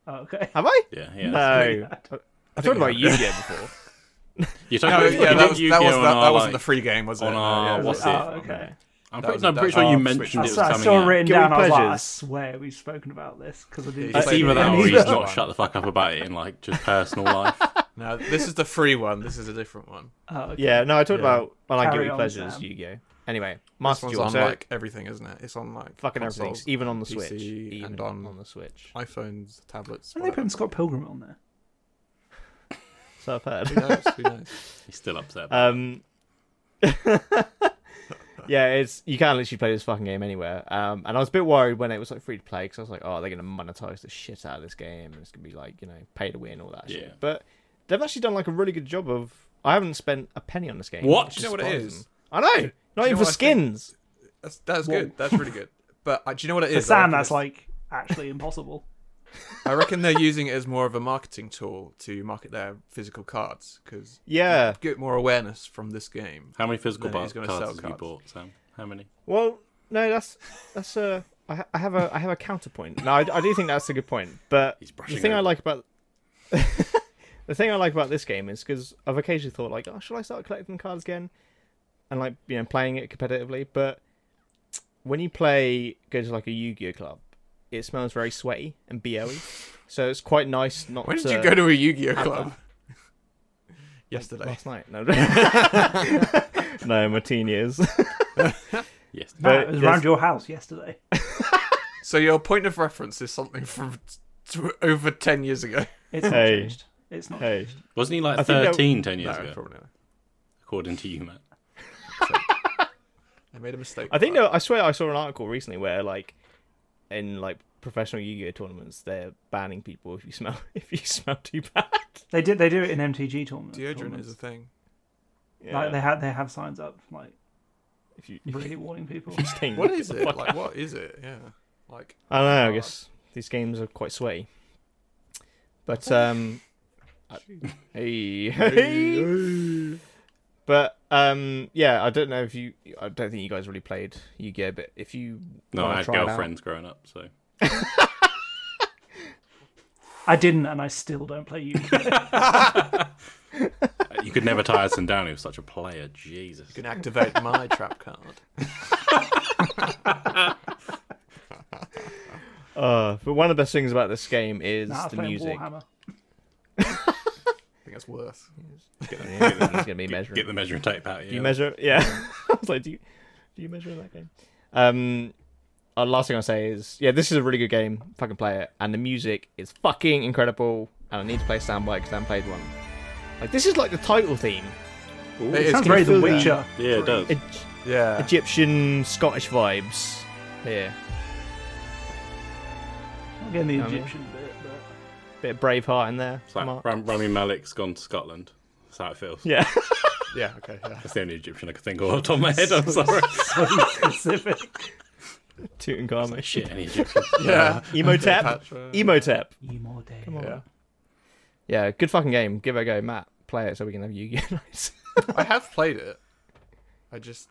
Oh, okay.
have I?
Yeah, he is.
No, I- I've talked
you
about Yu-Gi-Oh before.
You talked
No,
about
yeah, that was
you
that, was,
on
that,
our,
that wasn't
like-
the free game, was it?
on our-
Yeah,
what's
yeah.
Oh, okay.
I'm
that
pretty,
was
no, I'm
a-
pretty sure
oh,
you
Switch.
mentioned it
I
was
saw, I
coming
saw it
out.
written
Guilty
down. I was like, I
pleasures.
swear we've spoken about this because I didn't.
Yeah,
It's
It's like-
either that
yeah,
or
he's
he's
the
not
one.
shut the fuck up about it in like just personal life.
No, this is the free one. This is a different one.
Oh, okay.
Yeah, no, I talked
Yeah.
about well, I
Carry
guilty
on,
pleasures
Sam.
Yu-Gi-Oh. Anyway,
This
Master
one's
Duel,
on
so
like everything, isn't it? It's on like
fucking
consoles,
everything, even on the
PC,
Switch, even
and on,
the Switch.
iPhones, tablets.
Why are they putting
whatever.
Scott Pilgrim on there?
So I've heard.
Who knows? Who knows?
He's still upset.
Um, yeah, it's you can literally play this fucking game anywhere. Um, and I was a bit worried when it was like free to play because I was like, oh, they're gonna monetize the shit out of this game and it's gonna be like you know pay to win all that
Yeah.
shit. But they've actually done like a really good job of. I haven't spent a penny on this game.
What?
which
Do you know what it
surprising.
is?
I know.
know
Not
what
even for
I think?
skins.
That's that's good. That's really good. But uh, do you know what it
For
is? I
Sam,
reckon
that's
it's-
like actually impossible.
I reckon they're using it as more of a marketing tool to market their physical cards because
Yeah.
get more awareness from this game.
How many physical
No,
bar-
he's
cards
gonna sell
have you
cards.
bought, Sam? How many?
Well, no, that's that's uh, I, ha- I have a I have a counterpoint. No, I, I do think that's a good point, but
He's
the
brushing
thing I
over.
like about the thing I like about this game is because I've occasionally thought like, oh, should I start collecting cards again, and like you know playing it competitively. But when you play, go to like a Yu-Gi-Oh club, it smells very sweaty and boey, so it's quite nice not.
When did
to...
you go to a Yu-Gi-Oh club? Yesterday.
last night? No, no, my teen years.
Yes.
No,
But
it was
there's-
around your house yesterday.
So your point of reference is something from t- t- over ten years ago.
It's not
Hey.
changed. It's not.
hey,
Wasn't he like
think that-
13 10 years
No,
ago,
probably not.
according to you, Matt?
I made a mistake.
I think
But
no, I swear I saw an article recently where like in like professional Yu-Gi-Oh tournaments they're banning people if you smell if you smell too bad.
They did. They do it in MTG tournaments.
deodorant
tournaments.
is a thing.
Yeah.
Like they have. They have signs up like
if you, if
really warning people.
you stink.
What is
Get the
it?
fuck
Like
out.
what is it? Yeah. Like
I don't
Oh.
know. I guess these games are quite sweaty. But
Oh.
um, I- hey, But um, yeah, I don't know if you. I don't think you guys really played Yu-Gi-Oh. But if you
No,
wanna
I had
try it out-
girlfriends growing up, so.
I didn't, and I still don't play you.
Uh, You could never tie Hudson down. He was such a player. Jesus.
You can activate my trap card.
Uh, but one of the best things about this game is
Nah, I was
the
playing
music.
Warhammer.
I think that's worse.
Yeah, it's gonna be
Get,
measuring.
get the measuring tape out. Yeah.
Do you measure? Yeah. I was like, do you do you measure in that game? Um, uh, last thing I'll say is, yeah, this is a really good game. Fucking play it, and the music is fucking incredible. And I need to play soundbite because I haven't played one. Like this is like the title theme.
It is-
Sounds
can
very
you
The
feel that?
Witcher.
Yeah, it does.
E-
Yeah.
Egyptian Scottish vibes. Yeah,
I'm getting the Egyptian bit, but
bit of Braveheart in there.
It's like
Mark.
Ram- Rami Malek's gone to Scotland. That's how it feels.
Yeah.
Yeah. Okay. Yeah.
That's the only Egyptian I could think of off the top of my head. I'm sorry.
specific.
Tutankhamun.
Shit, uh, any Egyptian.
yeah.
Emotep.
Cleopatra.
Emotep.
Come
Yeah.
Yeah, good fucking game. Give it a go, Matt. Play it so we can have Yu-Gi-Oh. nights.
I have played it. I just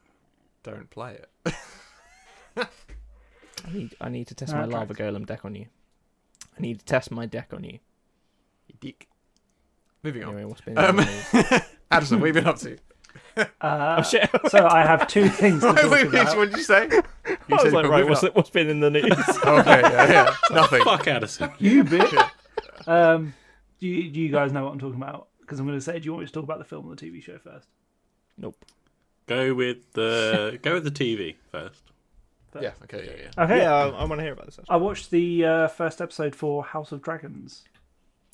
don't play it.
I need, I need to test my lava golem deck on you. I need to test my deck on you.
Dick. Moving on.
Anyway, what's been
Um,
on your-
Addison, what have you been up to?
Uh,
shit.
so I have two things to
Oh, Wait,
talk
wait,
about.
what did you say? You
I was
said
like,
we're
right,
moving
what's,
on.
what's been in the news?
Okay, yeah, yeah. Nothing.
Fuck Addison.
You bitch. um, do you, do you guys know what I'm talking about? Because I'm going to say, do you want me to talk about the film or the TV show first?
nope.
Go with the go with the TV first.
Yeah, okay, yeah, yeah.
Okay.
Yeah, I, I want to hear about this. actually.
I watched the uh, first episode for House of Dragons,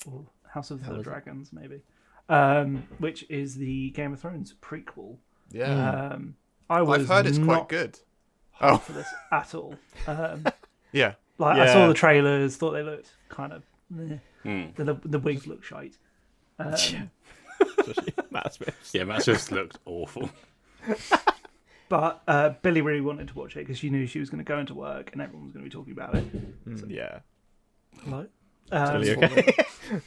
or House of the Dragons, maybe, um, which is the Game of Thrones prequel.
Yeah.
Um, I was
I've heard it's quite
not
good. Oh,
for this at all. Um,
yeah.
Like I
Yeah.
saw the trailers, thought they looked kind of. meh.
Hmm.
The, the, the wigs look shite. Um,
Matt Smith.
Yeah, Matt's just looked awful.
But uh, Billy really wanted to watch it because she knew she was going to go into work and everyone was going to be talking about it.
Yeah.
Hello.
Billy,
Um,
Hmm. okay?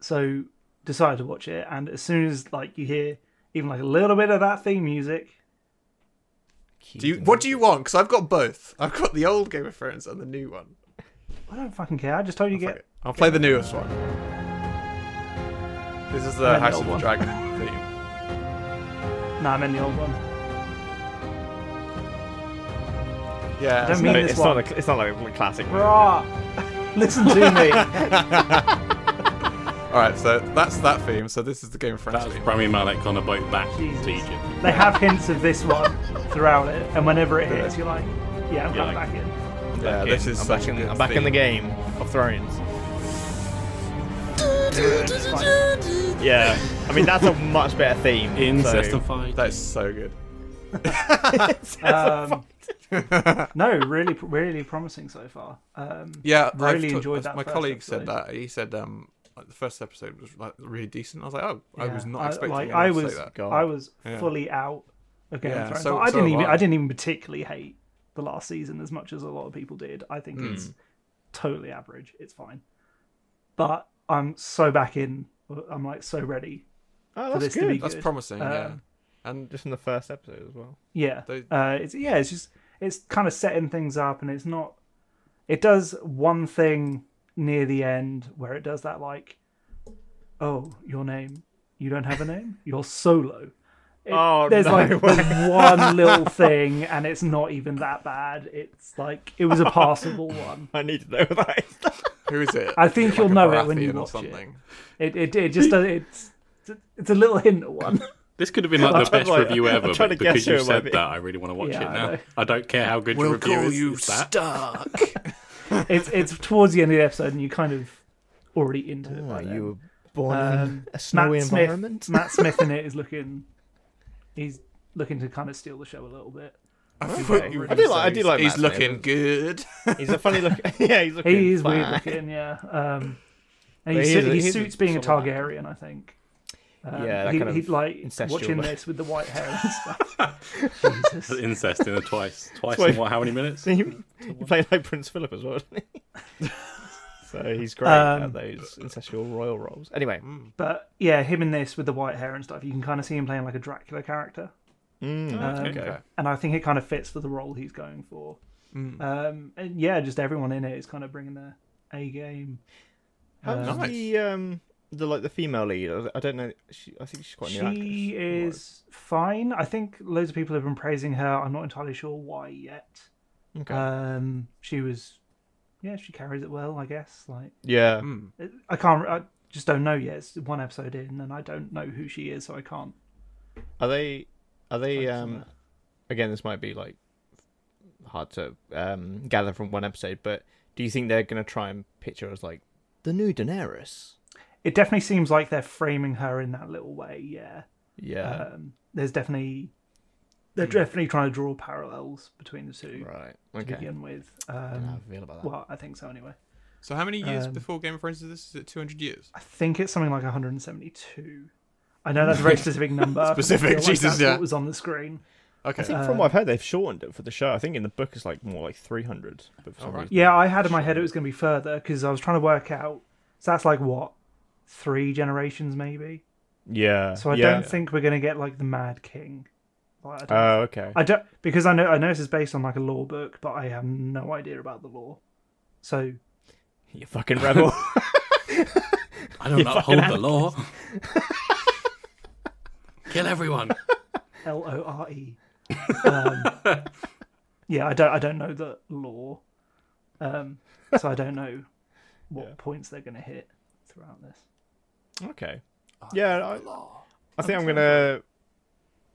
so decided to watch it, and as soon as like you hear even like a little bit of that theme music,
Do you, what do you want? Because I've got both. I've got the old Game of Thrones and the new one.
I don't fucking care. I just told you to
Fuck
get
it. I'll play the newest one. This is the
And the
House
old
of the
one.
Dragon theme.
no, I'm in the old one.
Yeah.
Don't
it's
mean
not-
this
it's,
one.
not a, it's not like a classic.
Bruh, listen to me.
All right, so that's that theme. So this is the Game of Thrones
That was
theme.
Rami Malek on a boat back
Jesus.
to Egypt.
They have hints of this one throughout it, and whenever it hits, you're like, yeah,
Yeah,
I'm coming
like-
back in.
Yeah, this is
I'm
such
back,
a
in,
good
I'm back in the
theme.
game of Thrones. Yeah. I mean, that's a much better theme.
Incest
so-
and fight.
That's so good.
Um, no, really, really promising so far. Um,
Yeah,
Really
took-
enjoyed that
My
first
colleague said
episode.
that. He said um, like the first episode was like really decent. I was like, oh, I was
yeah,
not expecting
like,
anyone
I
to
was,
say that.
God.
I was
Yeah.
fully out of Game
Yeah,
of Thrones.
so-
Like, I
so
didn't
am
even,
I.
I didn't even particularly hate the last season as much as a lot of people did. I think
Hmm.
it's totally average. It's fine, but I'm so back in. I'm like so ready.
Oh,
for
that's
this to be
good.
good.
That's promising. yeah,
Um,
and
Just in the first episode as well.
Yeah.
They-
Uh, it's yeah, it's just it's kind of setting things up, and it's not. It does one thing near the end where it does that like, oh, your name, you don't have a name, you're solo. It-
Oh,
there's
no
like the one little thing, and it's not even that bad. It's like it was a passable one.
I need to know that.
who is it?
I think
Is it
you'll
like a
know it when
Baratheon
you
or
watch it.
something.
It it, it just does, it's it's a little hint at one.
This could have been like the
trying
best
to, like,
review
I'm
ever,
trying
but
to guess
because
who
you
it might
said
be.
that, I really want to watch
Yeah,
it
I
now.
know.
I don't care how good your
We'll
review
call
is.
you
it's that.
Stark.
It's it's towards the end of the episode, and you're kind of already into it.
Oh,
by then.
were born
Um, Matt Smith, Matt Smith in it is looking. He's looking to kind of steal the show a little bit.
I, thought you were
I
gonna
do like- I
say
do like
He's he's
Matt Smith.
looking good.
He's a funny looking. yeah, he's looking.
He is weird
fine.
looking, yeah. Um,
But
and he,
he
su-
is a-
he
he's a
suits being a
sort of-
Targaryen, I think. Um,
Yeah, that
he,
kind of
he'd like
incestual
watching
look.
this with the white hair and stuff. Jesus.
Incest in a twice. Twice
Twice.
in what, how many minutes? Uh,
So you, you play like Prince Philip as well, doesn't he? so he's great
Um,
at those ancestral royal roles. Anyway, mm.
But yeah, him in this with the white hair and stuff, you can kind of see him playing like a Dracula character. Um,
Oh, okay.
And I think it kind of fits for the role he's going for.
Mm.
Um, and yeah, just everyone in it is kind of bringing their A game.
How's
nice.
the um the like the female lead? I- I don't know. She, I think she's quite a new
She
actress.
is fine. I think loads of people have been praising her. I'm not entirely sure why yet.
Okay.
Um, she was, yeah, she carries it well, I guess. Like
yeah.
I can't, I just don't know yet. It's one episode in, and I don't know who she is, so I can't.
Are they? Are they?
Focus on
Um,
that.
again, this might be like hard to um, gather from one episode, but do you think they're gonna try and picture her as like the new Daenerys?
It definitely seems like they're framing her in that little way. Yeah,
Yeah.
um, there's definitely they're definitely trying to draw parallels between the two
Hmm. right.
to
Okay.
begin with.
I don't know how
Um,
I feel about that.
well, I think so anyway.
So how many years
Um,
before Game of Thrones is this? Is it 200 years?
I think it's something like 172. I know that's a very specific number. but I
Specific,
feel like
Jesus,
that's
yeah.
What was on the screen?
Okay.
I think
uh,
from what I've heard, they've shortened it for the show. I think in the book it's like more like three hundred. But for some
Alright.
reason,
Yeah, I had in my head it was going to be further because I was trying to work out. So that's like what three generations maybe.
yeah.
So I
yeah.
don't think we're going to get like the Mad King. Like, I,
Oh,
don't,
Uh,
okay.
I don't because I know I know this is based on like a law book, but I have no idea about the law. So
You fucking rebel.
I don't uphold the law. Kill everyone.
L O R E. Um, yeah, I don't. I don't know the law, um, so I don't know what points they're going to hit throughout this.
Okay. Yeah, I, I think I'm gonna.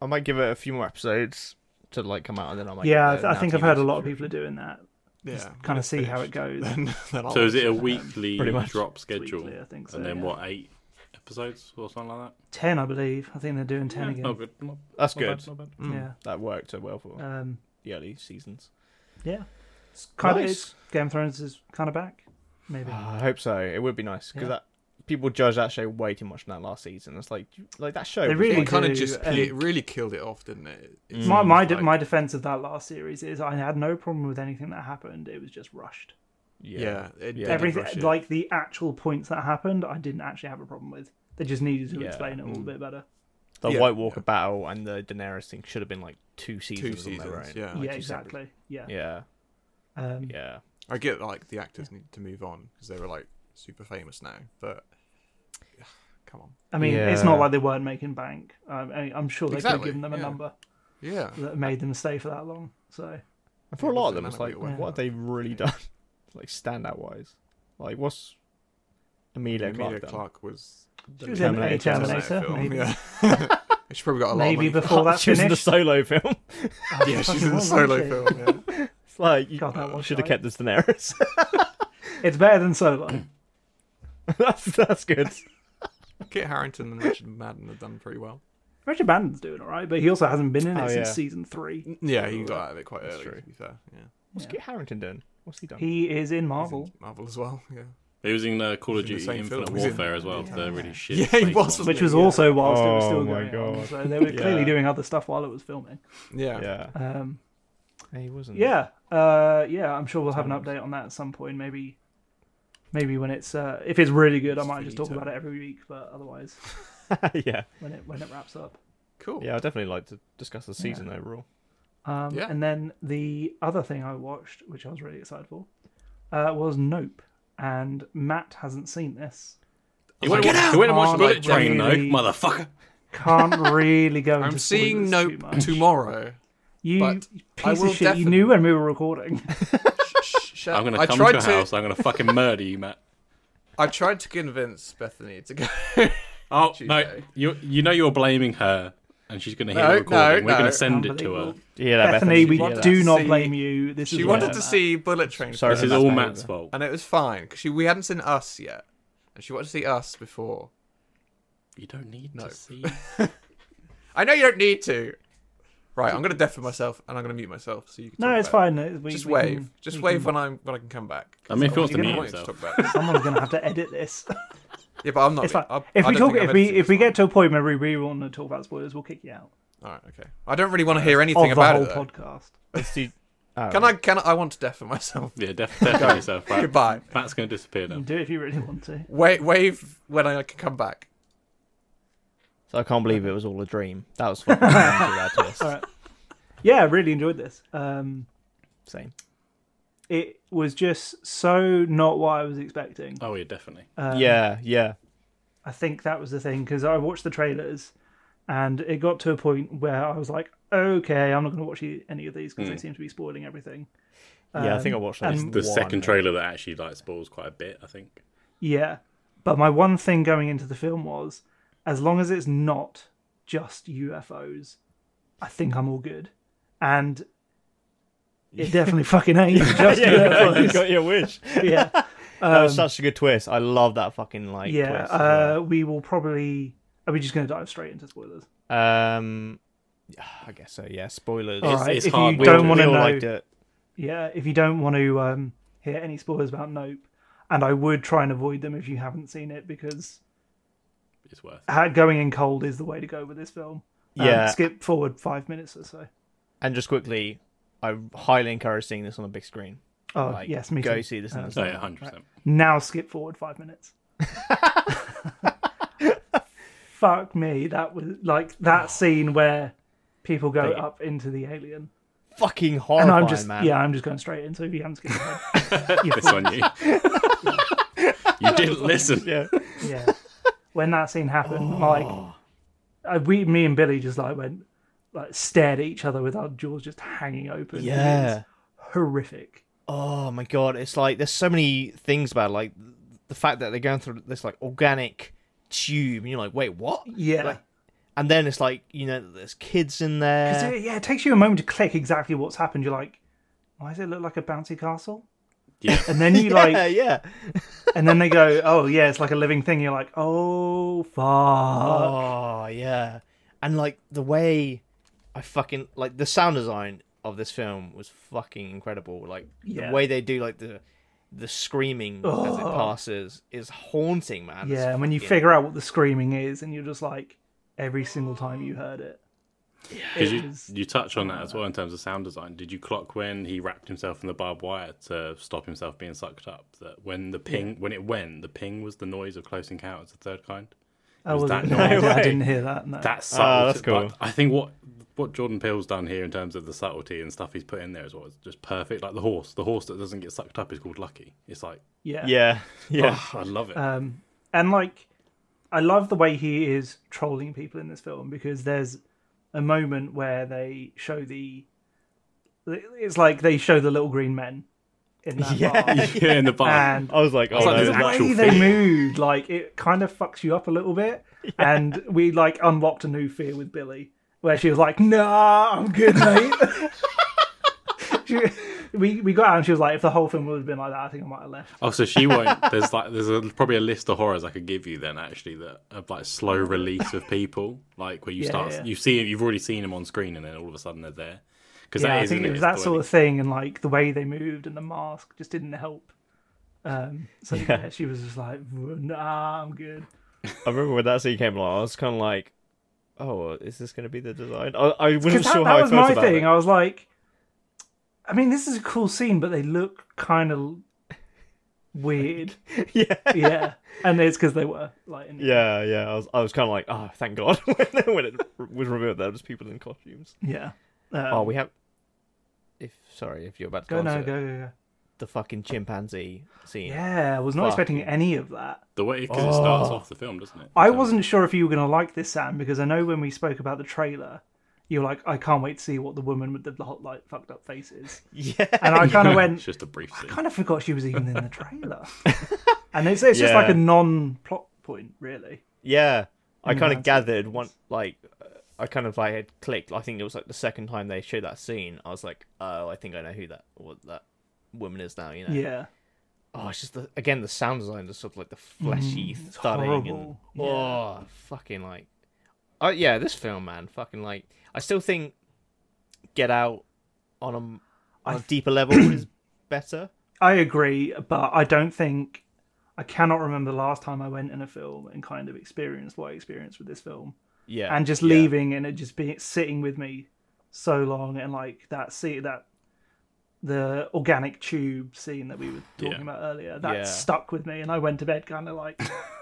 I might give it a few more episodes to like uh, come out, and then I might. get
yeah, I,
the
th- I
Now
think I've
TV
heard a lot of people are
subscription.
doing that.
yeah.
Kind of see how it goes.
So is it a weekly
pretty much.
drop schedule?
weekly, I think so,
and then
yeah.
what, eight episodes or something like
Ten, I believe. I think they're doing ten
that?
again.
Not good. Not,
That's
not bad,
good.
not bad.
That worked so well for
Yeah. Um,
the early seasons.
yeah. It's kind
Nice.
of it's, Game of Thrones is kind of back. Maybe.
Ah, I hope so. It would be nice because
Yeah.
that people judge that show way too much from that last season. It's like you- like that show.
They
was
really
It kind
do,
of just
um,
it really killed it off, didn't it? It seems
my my, de-
hmm. like-
my defense of that last series is I had no problem with anything that happened. It was just rushed.
yeah, it did
everything
rush it.
like the actual points that happened i didn't actually have a problem with they just needed to
Yeah.
explain it all a bit better
the
Yeah.
White Walker battle and the Daenerys thing should have been like two
two
seasons. on their
seasons.
own.
Yeah,
yeah
two
exactly yeah
Yeah,
um
yeah.
I get like the actors need to move on because they were like super famous now, but come on,
i mean it's not
Yeah.
like they weren't making bank um, I mean, i'm sure they could have
Exactly,
given them a
yeah.
number
yeah.
that made them stay for that long so
And for a
It
lot
wasn't
of them, it's like,
Manor Wheel
what have they really done? like standout wise, like what's Amelia,
Emilia
Clarke done?
Clark was
she was in a
Terminator, wasn't
that
terminator
film,
maybe
Yeah, she probably got a lot.
maybe
of money.
before that
she was in the
finished
solo film.
Oh,
yeah,
fucking
she's in the
was, wasn't
solo
she?
film. Yeah.
it's like you
God, that was
should have
right.
kept this Daenerys.
it's better than solo
that's that's good.
Kit Harrington and Richard Madden have done pretty well.
richard bandon's doing all right but he also hasn't been in it
Oh,
since
yeah.
season three
Yeah, he got out of it quite early.
true.
To be fair, yeah,
What's Kit Harrington doing? What's he done?
he is in marvel
Marvel as well. Yeah,
He was in uh, Call of
He's in the
Duty
same
Infinite
film. He's in-
Warfare as well. The really shit.
Yeah, he
space
was,
one.
wasn't
which was
yeah.
also whilst it was
Oh,
still
my
going on
God.
so they were clearly
Yeah.
doing other stuff while it was filming
yeah,
yeah,
um
Hey, he wasn't.
yeah uh yeah i'm sure we'll have an update on that at some point maybe maybe when it's uh if it's really good i might just talk about it every week but otherwise
yeah,
when it when it wraps up
Cool.
yeah. I definitely like to discuss the season overall.
um
Yeah.
and then the other thing i watched which i was really excited for uh was nope and matt hasn't seen this
He went, and watched- he went and watched Bullet Train, though,
Really?
motherfucker.
can't really go into
I'm seeing
spoilers too
Nope
much.
tomorrow.
you
but I
piece
will
of shit you
definitely-
knew when we were recording
I'm gonna
I
come to
tried
your house. I'm gonna fucking murder you, Matt.
I tried to convince Bethany to go.
Oh no,
Tuesday.
you you know you're blaming her, and she's gonna hear
No,
the recording.
no,
We're
no.
gonna send it to her.
Unbelievable.
Yeah, that
Bethany, we
wanted
do
to
not
see-
blame you. This
She
is
wanted
all
to
Matt.
see Bullet Train,
Sorry.
first,
This is all Matt's fault.
and it was fine because we hadn't seen Us yet, and she wanted to see Us before.
You don't need
No.
to see.
I know you don't need to. Right, I'm gonna deafen myself and I'm gonna mute myself so you can.
No,
talk
it's
about it.
fine. We,
Just
we
wave.
can-
Just
we
wave
can-
when I'm when I can come back.
I mean, if he wants to
Otherwise,
mute
you're gonna
himself.
want to talk about
Someone's gonna have to edit this.
it. yeah, but I'm not.
It's fine.
I,
if
I
we
don't
talk,
think I've
if we
edited
if we
this
get to a point where we really want to talk about spoilers, we'll kick you out
one. All right, okay. I don't really want to hear
of
anything
the
about
whole
it. though.
podcast.
Let's do- oh,
Can I? Can I? I want to deafen myself.
Yeah, def- definitely yourself. Right.
Goodbye.
Matt's gonna disappear now.
You can do it if you really want to.
Wave, wave when I can come back.
So I can't believe it was all a dream. That was fucking that to us.
Yeah, I really enjoyed this. Um,
Same.
it was just so not what I was expecting. Um,
Oh yeah, definitely.
yeah, yeah.
I think that was the thing because I watched the trailers, and it got to a point where I was like, okay, I'm not going to watch e- any of these because they
Hmm.
seem to be spoiling everything.
yeah, I think I watched that.
and-
one.
The second trailer that actually like spoils quite a bit, I think.
Yeah. But my one thing going into the film was as long as it's not just UFOs, I think I'm all good. And it definitely fucking ain't just
yeah, you
UFOs.
got your wish.
Yeah.
that was such a good twist. I love that fucking like.
Um, Yeah.
twist.
Uh, We will probably. Are we just going to dive straight into spoilers?
Yeah. Um, I guess so. Yeah, spoilers.
All
It's-
right.
it's
if
hard.
you
We
don't
all-
want to
we all
know,
liked it.
yeah. If you don't want to um, hear any spoilers about Nope, and I would try and avoid them if you haven't seen it because
It's worth. It.
how- going in cold is the way to go with this film. Um,
Yeah.
skip forward five minutes or so.
And just quickly, I highly encourage seeing this on a big screen.
Oh
Like,
yes, me
go
too. Uh,
see this. in the
No,
cinema.
Oh, yeah, hundred percent.
Now skip forward five minutes. Fuck me, that was like
Oh.
that scene where people go up into the alien,
Fucking
and
horrifying,
I'm just
man.
yeah, I'm just going straight into it if you haven't skipped ahead.
It's on you. you didn't listen.
yeah.
yeah, when that scene
Oh.
happened, like I, we, me and Billy just like went like stared at each other with our jaws just hanging open. It
Yeah.
was horrific.
Oh my god, it's like there's so many things about it, like the fact that they're going through this like organic tube, and you're like, wait, what?
Yeah.
Like, and then it's like you know there's kids in
Because
there.
it, yeah, it takes you a moment to click exactly what's happened. You're like, why does it look like a bouncy castle?
Yeah.
And then you
yeah,
like,
yeah.
and then they go, oh yeah, it's like a living thing. You're like, oh fuck. Uh,
Oh yeah, and like the way I fucking like the sound design of this film was fucking incredible. Like
Yeah. Oh.
the way they do like the the screaming as it passes is haunting, man. It's
yeah, and when you
fucking-
figure out what the screaming is, and you're just like, every single time you heard it,
Because you,
is-
you touch on that as well in terms of sound design. Did you clock when he wrapped himself in the barbed wire to stop himself being sucked up? That when the ping, when it went, the ping was the noise of Close Encounters of the Third Kind.
I
Was
wasn't.
that
no, I
noise?
didn't- I didn't hear that. No.
That subtle.
that's cool.
but I think what what Jordan Peele's done here in terms of the subtlety and stuff he's put in there is what is just perfect. Like the horse, the horse that doesn't get sucked up is called Lucky. It's like,
yeah.
Yeah, yeah.
oh, I love it.
Um, and like, I love the way he is trolling people in this film because there's a moment where they show the. It's like they show the little green men in that bar.
yeah, in the bar.
And
I was like, oh
like,
no,
there's
the
an actual
way they
fear.
moved, like it kind of fucks you up a little bit. And we like unlocked a new fear with Billy, where she was like, "Nah, I'm good, mate." She- we we got out and she was like, "If the whole film would have been like that, I think I might have left."
Oh, so she won't. There's like there's a, probably a list of horrors I could give you then actually that of like slow release of people like where you
Oh. Yeah,
start
yeah.
you see you've already seen them on screen and then all of a sudden they're there because
yeah,
that
I
is
think
isn't
it
it
was that sort of thing, and like the way they moved and the mask just didn't help. Um, so yeah. she was just like, "Nah, I'm good."
I remember when that scene came along, I was kind of like, "Oh, is this going to be the design?" I, I wasn't
Because that,
sure
that
how
was
I felt
my
about
thing.
it.
I was like, I mean, this is a cool scene, but they look kind of weird.
yeah,
yeah, and it's because they were like, in-
yeah, yeah. I was, I was kind of like, "Oh, thank God!" when, when it was revealed that it was people in costumes.
yeah. Um,
oh, we have. If sorry, if you're about to
go
go,
no
onto
go go go.
the fucking chimpanzee scene.
Yeah, I was not expecting any of that.
the way because it starts off the film doesn't it?
Oh.
Um,
I
So-
wasn't sure if you were going to like this, Sam, because I know when we spoke about the trailer, you were like, "I can't wait to see what the woman with the hot, like fucked up face is,"
yeah.
and I kind of
It's
went,
just a brief scene.
kind of forgot she was even in the trailer, and it's it's just
Yeah.
like a non-plot point, really.
Yeah. I kind of gathered one like uh, I kind of like had clicked. I think it was like the second time they showed that scene. I was like, oh, I think I know who that what that woman is now. You know.
Yeah.
Oh, it's just the, again the sound design, just sort of like the fleshy thudding and
Mm, horrible. Yeah.
oh, fucking like, oh yeah, this film, man, fucking like. I still think Get Out on a, on a deeper level is better.
I agree, but I don't think I cannot remember the last time I went in a film and kind of experienced what I experienced with this film,
Yeah,
and just leaving and it just being sitting with me so long, and like that see that the organic tube scene that we were talking
Yeah.
about earlier that
Yeah.
stuck with me, and I went to bed kind of like,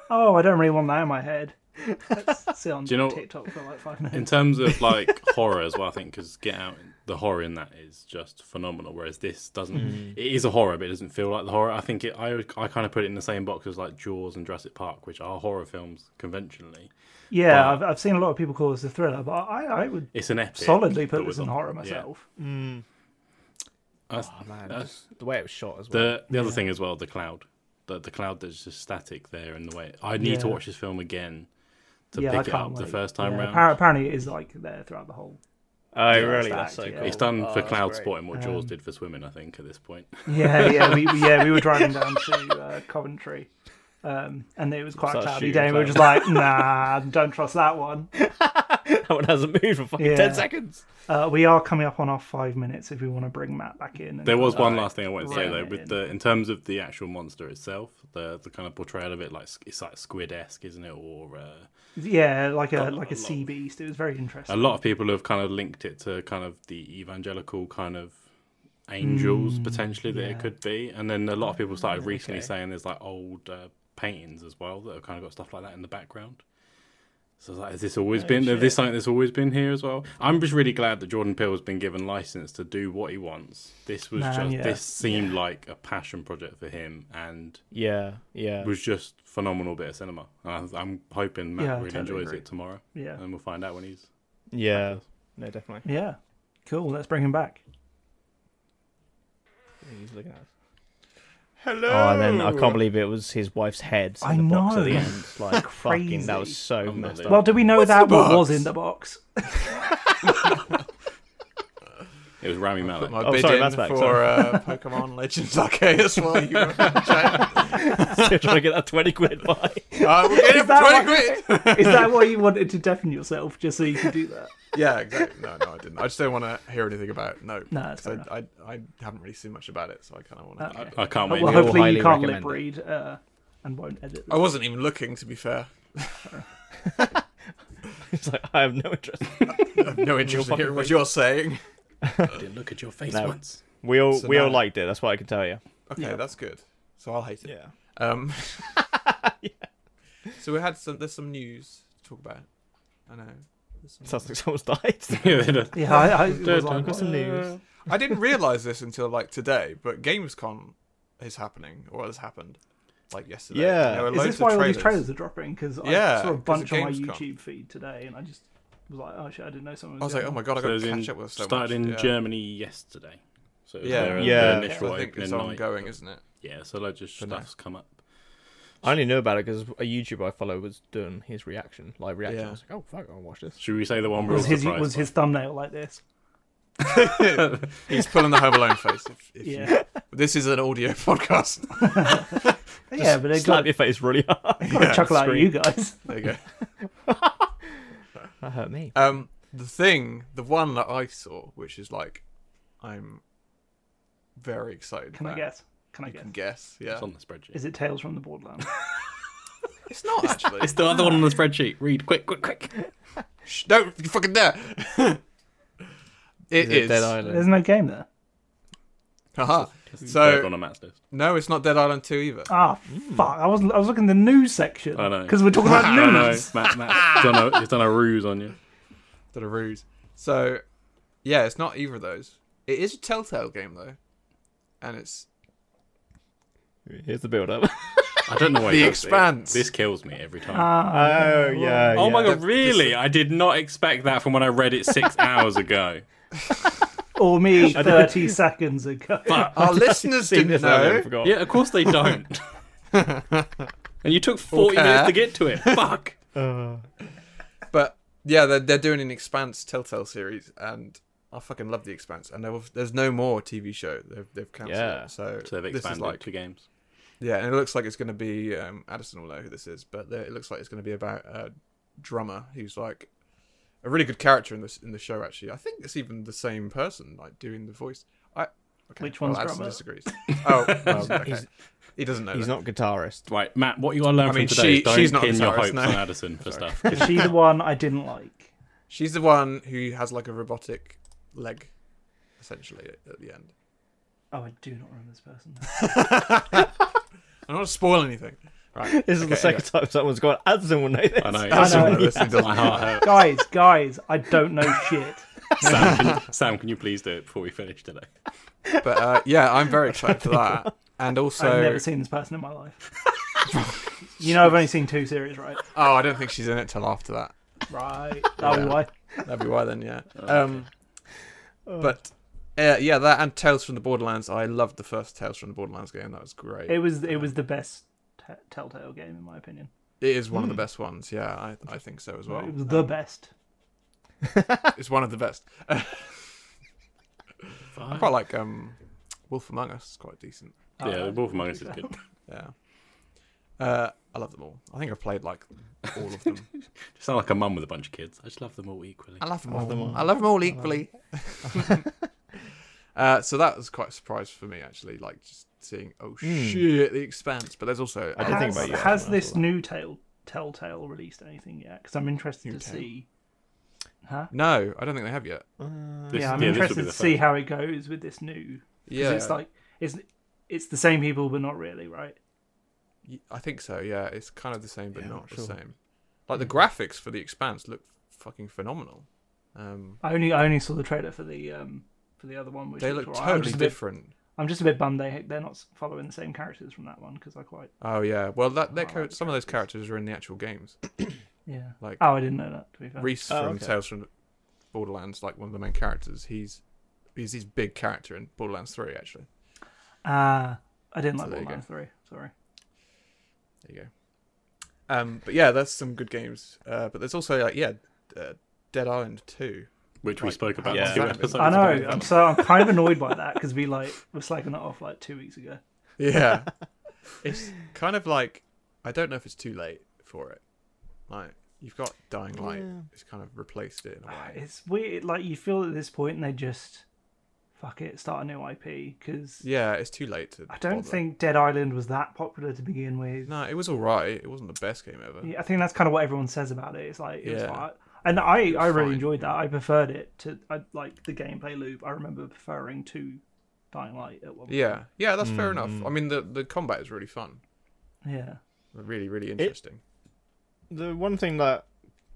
oh, I don't really want that in my head. Let's sit on
Do you know-
TikTok for like five minutes.
In terms of like horror as well, I think because Get Out, the horror in that is just phenomenal. Whereas this doesn't.
Hmm.
It is a horror, but it doesn't feel like the horror. I think it. I I kind of put it in the same box as like Jaws and Jurassic Park, which are horror films conventionally.
Yeah,
Wow.
I've, I've seen a lot of people call this a thriller, but I, I would
It's an epic.
solidly
that
put
was
this in
on-
horror
yeah.
myself.
Mm.
That's-
Man,
Oh, that's-
just the way it was shot as well.
The the other thing as well, the cloud, the the cloud that's just static there in the way. I need to
Yeah.
watch this film again to
Yeah, I
pick it
can't
up the
wait.
first time
Yeah,
round.
appar- Apparently, it is like there throughout the whole.
Oh,
really?
really?
That's
Oh, That's
so
so
cool.
cool.
It's done for
Oh, that's
cloud
great.
spotting what
Um,
Jaws did for swimming, I think, at this point.
Yeah, yeah, we, we- yeah. We were driving down to uh, Coventry, um, and it was quite a
Started
cloudy
shooting
day. And we were just like, nah, don't trust that one.
That one hasn't moved for fucking
Yeah.
10 seconds.
Uh, we are coming up on our five minutes if we want to bring Matt back in. and-
There was one last thing I wanted to say though,
Right.
with the in terms of the actual monster itself, the the kind of portrayal of it, like it's like squid esque, isn't it? Or uh,
yeah, like a like
a
a sea beast. It was very interesting.
a lot of people have kind of linked it to kind of the evangelical kind of
Mm,
angels potentially that it could be and then a lot of people started recently saying there's like old uh, paintings as well that have kind of got stuff like that in the background so it's like has this
Oh,
always been is this something that's always been here as well i'm just really glad that jordan peele has been given license to do what he wants this was
Man,
just
yeah.
this seemed like a passion project for him and
Yeah, yeah.
was just phenomenal bit of cinema and I- i'm hoping matt
Yeah, I
really
totally
enjoys
agree.
it tomorrow
Yeah.
and we'll find out when he's
Yeah. No, definitely.
Yeah, cool. Let's bring him back.
He's looking at us. Hello. Oh, and then I can't believe it was his wife's head.
I
in the Box at the
know.
end. Like, fucking,
Crazy.
that was so messed up.
Well, do we know that what was in the box?
it was rami malek
My
Oh,
bid
sorry,
in
that's back,
for
sorry.
uh, Pokemon Legends Arceus while you were chatting.
Still trying to get that 20 quid by.
Uh, we'll get it
that
for 20
what-
quid.
Is that why you wanted to deafen yourself just so you could do that?
yeah, exactly. No, no, I didn't. I just don't want to hear anything about it. No,
No, that's
'cause
fair Oh,
I, I, I haven't really seen much about it, so I kind of want to.
Okay.
I can't wait.
well,
all
hopefully
highly
you can't lip
recommend
read uh, and won't edit.
I wasn't even looking, to be fair.
It's like, I have no interest.
I have no interest in hearing what you're saying.
didn't look at your face
No.
once.
We all,
So
we all
now-
liked it. That's what I can tell you.
Okay, that's good. So I'll hate it.
Yeah.
Um, So we had some. There's some news to talk about. I know. There's some-
Sounds like someone's died.
Yeah, I, I was
Don't
like,
talk
what?
Some news.
I didn't realize this until like today, but Gamescom is happening or has happened like yesterday.
Yeah.
There were
Is
loads
this
of
why all these trailers are dropping? Because I
Yeah,
saw a
'cause
bunch
of
on my
Gamescom.
YouTube feed today, and I just was like, oh shit, I didn't know someone.
I was like, oh my god, I
So
got
it was
to
in,
catch up with so
started
much.
in
yeah.
Germany yesterday. So it was
Yeah.
their,
Yeah.
their
Yeah.
initial
So I think
opening
it's
night.
ongoing, isn't it?
Yeah, so loads of stuff's come up.
I only knew about it because a YouTuber I follow was doing his reaction, live reaction.
Yeah.
I was like, oh, fuck, I'll watch this.
Should we say the one we're all
Was his
surprised
was his thumbnail like this?
He's pulling the Home Alone face. If, if you-
Yeah,
This is an audio podcast.
yeah, but they
Slap
got
your face really hard.
to chuckle out at you guys.
There you go.
that hurt me.
Um, the thing, the one that I saw, which is like, I'm very excited.
Can I
about.
guess? Can I
You
guess?
can guess. Yeah.
It's on the spreadsheet.
Is it Tales from the Borderlands?
It's not actually.
It's the other one on the spreadsheet. Read quick, quick, quick.
Shh, don't you fucking dare. it
Is it
is.
Dead Island?
There's no game there.
Haha.
Third one
So
on Matt's list.
no, it's not Dead Island Two either.
Ah,
Hmm.
fuck! I was I was looking in the news section
I know.
because we're talking about
I know,
news.
Matt, Matt's done a, he's done a ruse on you.
That are rude. So yeah, it's not either of those. It is a Telltale game though, and it's
Here's the build up.
I don't know why
The
he does this.
Expanse.
This kills me every time.
Uh,
Oh, yeah.
oh my
yeah.
god, really? I did not expect that from when I read it six hours ago.
or me thirty seconds ago.
our listeners
Seen
didn't
this earlier, I
know.
forgot.
Yeah, of course they don't. and you took 40 minutes to get to it. Fuck.
But yeah, they're, they're doing an Expanse Telltale series, and I fucking love the Expanse. And there- there's no more TV show. They've they've cancelled.
Yeah.
It. So,
So they've
this is
expanded
like
to games.
yeah, and it looks like it's going to be um, Addison will know who this is, but there- it looks like it's going to be about a drummer who's like a really good character in this in the show. Actually, I think it's even the same person like doing the voice. I okay,
Which one's
well, Addison
drummer?
disagrees. Oh, well, okay. he doesn't know.
He's
that.
not guitarist.
Right, Matt, what you got to learn
I mean,
from
she-
today is don't
she's not
pin your
guitarist,
hopes
no.
on Addison for stuff. 'cause
She the one I didn't like.
She's the one who has like a robotic leg, essentially at- at the end.
Oh, I do not remember this person.
I'm not spoiling anything.
Right.
This is the second time someone's gone. Anderson will know this.
I know.
I know.
Listen, listen, doesn't
My
matter.
heart hurt.
guys, guys, I don't know shit.
Sam, can, Sam, can you please do it before we finish today?
But uh, yeah, I'm very excited for that. And
I've
also,
never seen this person in my life. you know, I've only seen two series, right?
oh, I don't think she's in it till after that.
Right. That
Yeah.
why.
That'd be why then, yeah. Um,
Oh.
but uh, yeah, that and Tales from the Borderlands. I loved the first Tales from the Borderlands game. That was great.
It was it was the best t- Telltale game in my opinion.
it is
Hmm.
one of the best ones. Yeah, I, I think so as well.
It was the best.
It's one of the best. I quite like um, Wolf Among Us. It's quite decent.
yeah, the Wolf Among Us is good.
Yeah. Uh, I love them all. I think I've played like all of them.
You sound like a mum with a bunch of kids. I just love them all equally.
I love them all. I love them all equally. uh, so that was quite a surprise for me, actually. Like just seeing, oh shit, the expanse. But there's also
I did
Has,
think about you.
has this new tale, Telltale released anything yet? Because I'm interested to see.
no. I don't think they have yet.
This-
Yeah, I'm
this would
interested
be
to
the
see
first.
how it goes with this new. 'cause
Yeah,
it's like it's it's the same people, but not really, right?
y- I think so. Yeah, it's kind of the same, but not the same. Like the graphics for the expanse look fucking phenomenal. Um,
I only I only saw the trailer for the um for the other one, which
they
looked
look
alright. I'm
totally
just a bit-
different.
I'm just a bit bummed they they're not following the same characters from that one because I quite
Oh yeah, well that their
I
co-
like the
some of those characters are in the actual games.
Oh, yeah.
Like-
oh, I didn't know that. To be fair,
Reese from
okay.
Tales from Borderlands, like one of the main characters, he's he's his big character in Borderlands Three. Actually,
uh, I didn't like
there you go.
Borderlands Three. Sorry.
there you go. Um, but yeah, that's some good games. Uh, but there's also like yeah, uh, Dead Island Two.
Which we spoke about
Yeah.
two episodes
I
ago.
know. I'm so I'm kind of annoyed by that because we like we're slacking that off like two weeks ago.
Yeah, it's kind of like I don't know if it's too late for it. Like you've got Dying Light, it's kind of replaced it in a way.
It's weird. Like you feel at this point, and they just fuck it, start a new IP because
Yeah, it's too late to.
I don't
bother.
think Dead Island was that popular to begin with.
No, it was alright. It wasn't the best game ever.
Yeah, I think that's kind of what everyone says about it. It's like, it was
Yeah.
fine. and I, I really
fine.
enjoyed that. I preferred it to I, like the gameplay loop. I remember preferring to Dying Light at one.
Yeah, yeah, that's fair enough.
Mm.
I mean, the the combat is really fun,
Yeah.
really, really interesting.
the one thing that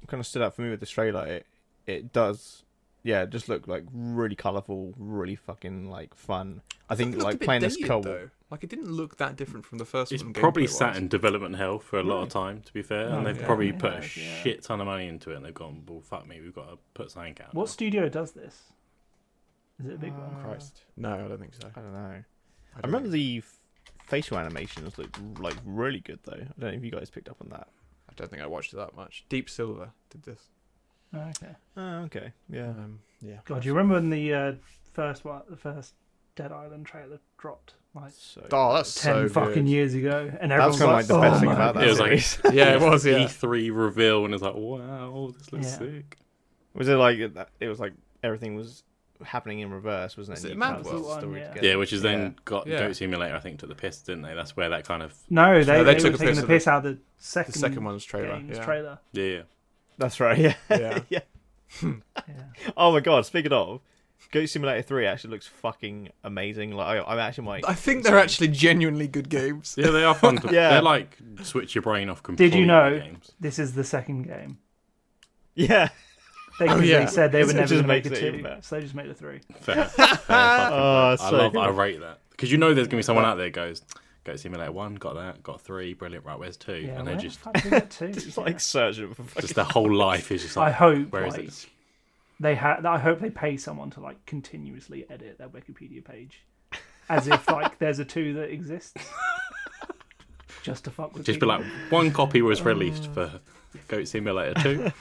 kind of stood out for me with this trailer, it it does, yeah, it just look like really colourful, really fucking like fun. I think
It looked a
like
bit
playing this
dated,
co-op.
though. Like it didn't look that different from the first
It's
one.
probably
gameplay-wise.
sat in development hell for a lot of time, to be fair, and they've probably
Yeah,
put a
yeah.
shit ton of money into it, and they've gone, "Well, fuck me, we've got to put something out."
What studio does this? Is it a big one?
Uh,
Christ. No, I don't think so.
I don't know. I, remember the f- facial animations looked like really good though. I don't know if you guys picked up on that.
I don't think I watched it that much. Deep Silver did this.
Okay.
Oh, okay, yeah.
Um, yeah.
God, do you remember when the uh, first one, the first Dead Island trailer dropped like
So
Oh, that's
ten
so
fucking
good.
years ago, and
that's
everyone's
kind of like the
"Oh
best thing
my
about that.
It was like-
series.
Yeah, it was. Yeah.
E3 reveal, and it's like, "Wow, this looks
Yeah.
sick."
Was it like that- it was like everything was happening in reverse, wasn't it?
it
And you
Mad
can't put
World?
the
That's the
story
one, yeah.
together.
Yeah, which is then got
Yeah.
Goat Simulator. I think took the piss, didn't they? That's where that kind of
No, they,
No,
they,
they took
were
a
taking
piss
the
of the-
piss out of the second,
second one's trailer,
game's
yeah.
trailer.
yeah, yeah.
That's right. Yeah.
Yeah.
yeah.
Yeah.
Oh my god! Speaking of, Goat Simulator Three actually looks fucking amazing. Like I, I'm actually might.
I think they're actually genuinely good games.
Yeah, they are fun. To,
Yeah.
They're like switch your brain off completely.
Did you know
Games.
this is the second game?
Yeah.
They, 'cause
yeah.
they said they
Oh, It
were never
just
going to make a
makes it even
two,
better.
so they just made a three.
Fair. Fair fucking
Oh,
play. I
so
love. I
good.
rate that because you know there's gonna be someone out there goes, "Goat Simulator one, got that, got three, brilliant. Right, where's two?
Yeah,
and they're
where the
just
fuck did that two?
It's like searching for fucking.
just their whole life is just
I
like,
hope
where is
like,
it?
they ha- I hope they pay someone to like continuously edit their Wikipedia page, as if like there's a two that exists, just to fuck with.
Just be
people.
like, one copy was released for Goat Simulator 2.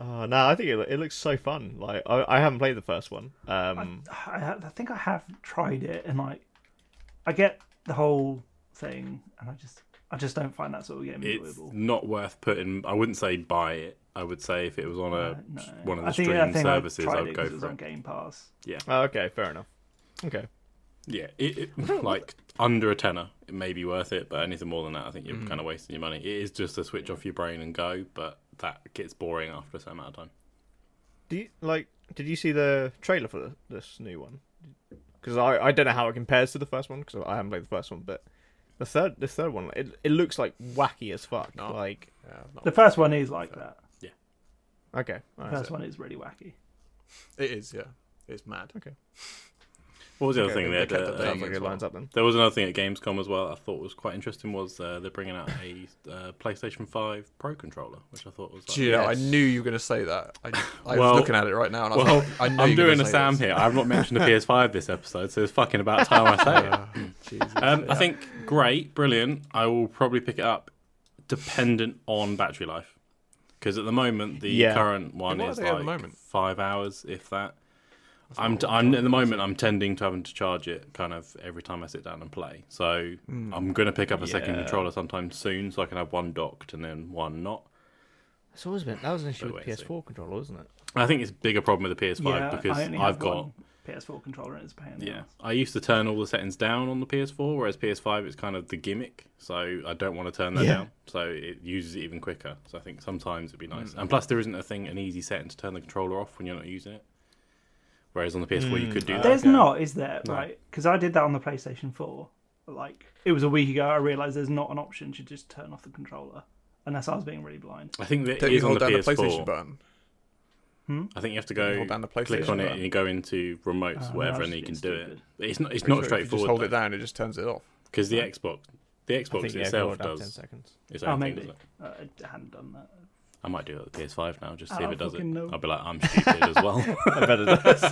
Oh, no, I think it, it looks so fun. Like I, I haven't played the first one. Um,
I, ha- I think I have tried it, and like, I get the whole thing, and I just, I just don't find that sort of game
It's
enjoyable.
not worth putting. I wouldn't say buy it. I would say if it was on a
Uh, No.
one of the
I think, I
streaming
think I
services,
tried
I'd
it
go
'cause it was
for
on
it.
Game Pass.
oh, okay, fair enough. Okay.
Yeah, it, it, like under a tenner, it may be worth it, but anything more than that, I think you're
Mm.
kind of wasting your money. It is just a switch off your brain and go, but that gets boring after a certain amount of time.
Do you like? Did you see the trailer for the, this new one? Because I, I don't know how it compares to the first one because I haven't played the first one, but The third, the third one, it, it looks like wacky as fuck.
Oh.
Like,
Yeah, not-
The first one is like that.
okay,
The
alright,
first
so-
one is really wacky.
it is. Yeah, it's mad.
okay,
What was the other
Okay,
thing
they
they had?
kept
uh,
that
uh,
thing
sounds like it lines up then.
There was another thing at Gamescom as well. I thought was quite interesting. Was uh, they're bringing out a uh, PlayStation Five Pro controller, which I thought was like,
Do you know? I
Yes.
knew you were going to say that. I, I
Well-
was looking at it right now, and I was
Well,
like, I know
I'm
you're gonna
doing a
say
Sam
this.
here. I've not mentioned the PS5 this episode, so it's fucking about time I say it.
Jesus.
Um, I think great, brilliant. I will probably pick it up, dependent on battery life, because at the moment the
Yeah.
current one
what
is
are they at the
like
moment?
five hours, if that. I'm, t- I'm at the moment. I'm tending to having to charge it kind of every time I sit down and play. So
Hmm.
I'm gonna pick up a second
Yeah.
controller sometime soon, so I can have one docked and then one not.
That's always been that was an issue with
wait and see.
PS4 controller, wasn't it?
I think it's a bigger problem with the PS5
yeah,
because
I only
I've
have
got
one PS4 controller and it's a pain. in the
Yeah,
ass.
I used to turn all the settings down on the PS4, whereas PS5 is kind of the gimmick, so I don't want to turn that
Yeah.
down. So it uses it even quicker. So I think sometimes it'd be nice. And plus, there isn't a thing an easy setting to turn the controller off when you're not using it. Whereas on the PS4, you could do that.
There's
Yeah.
not, is there? Right? Because I did that on the PlayStation 4. Like it was a week ago. I realized there's not an option to just turn off the controller, unless I was being really blind.
I think that
Don't
is
you
on
hold
the
down the
PS4.
PlayStation button?
I think you have to go
hold down the
click
PlayStation
on it and
button?
you go into remotes,
no,
whatever,
that's
and then you can
just
do it.
stupid.
It's not. It's
Pretty
not
sure if you just hold it
straightforward
down; it just turns it off.
because the Xbox, the
I think
Xbox
yeah, if you
itself
hold up 10
does
seconds.
its
Oh,
own thing.
maybe
doesn't it?
uh, I hadn't done that.
I might do it with the PS5 now, just
I
see if
don't
it does it.
fucking know.
I'll be like, I'm stupid as well.
I bet it does.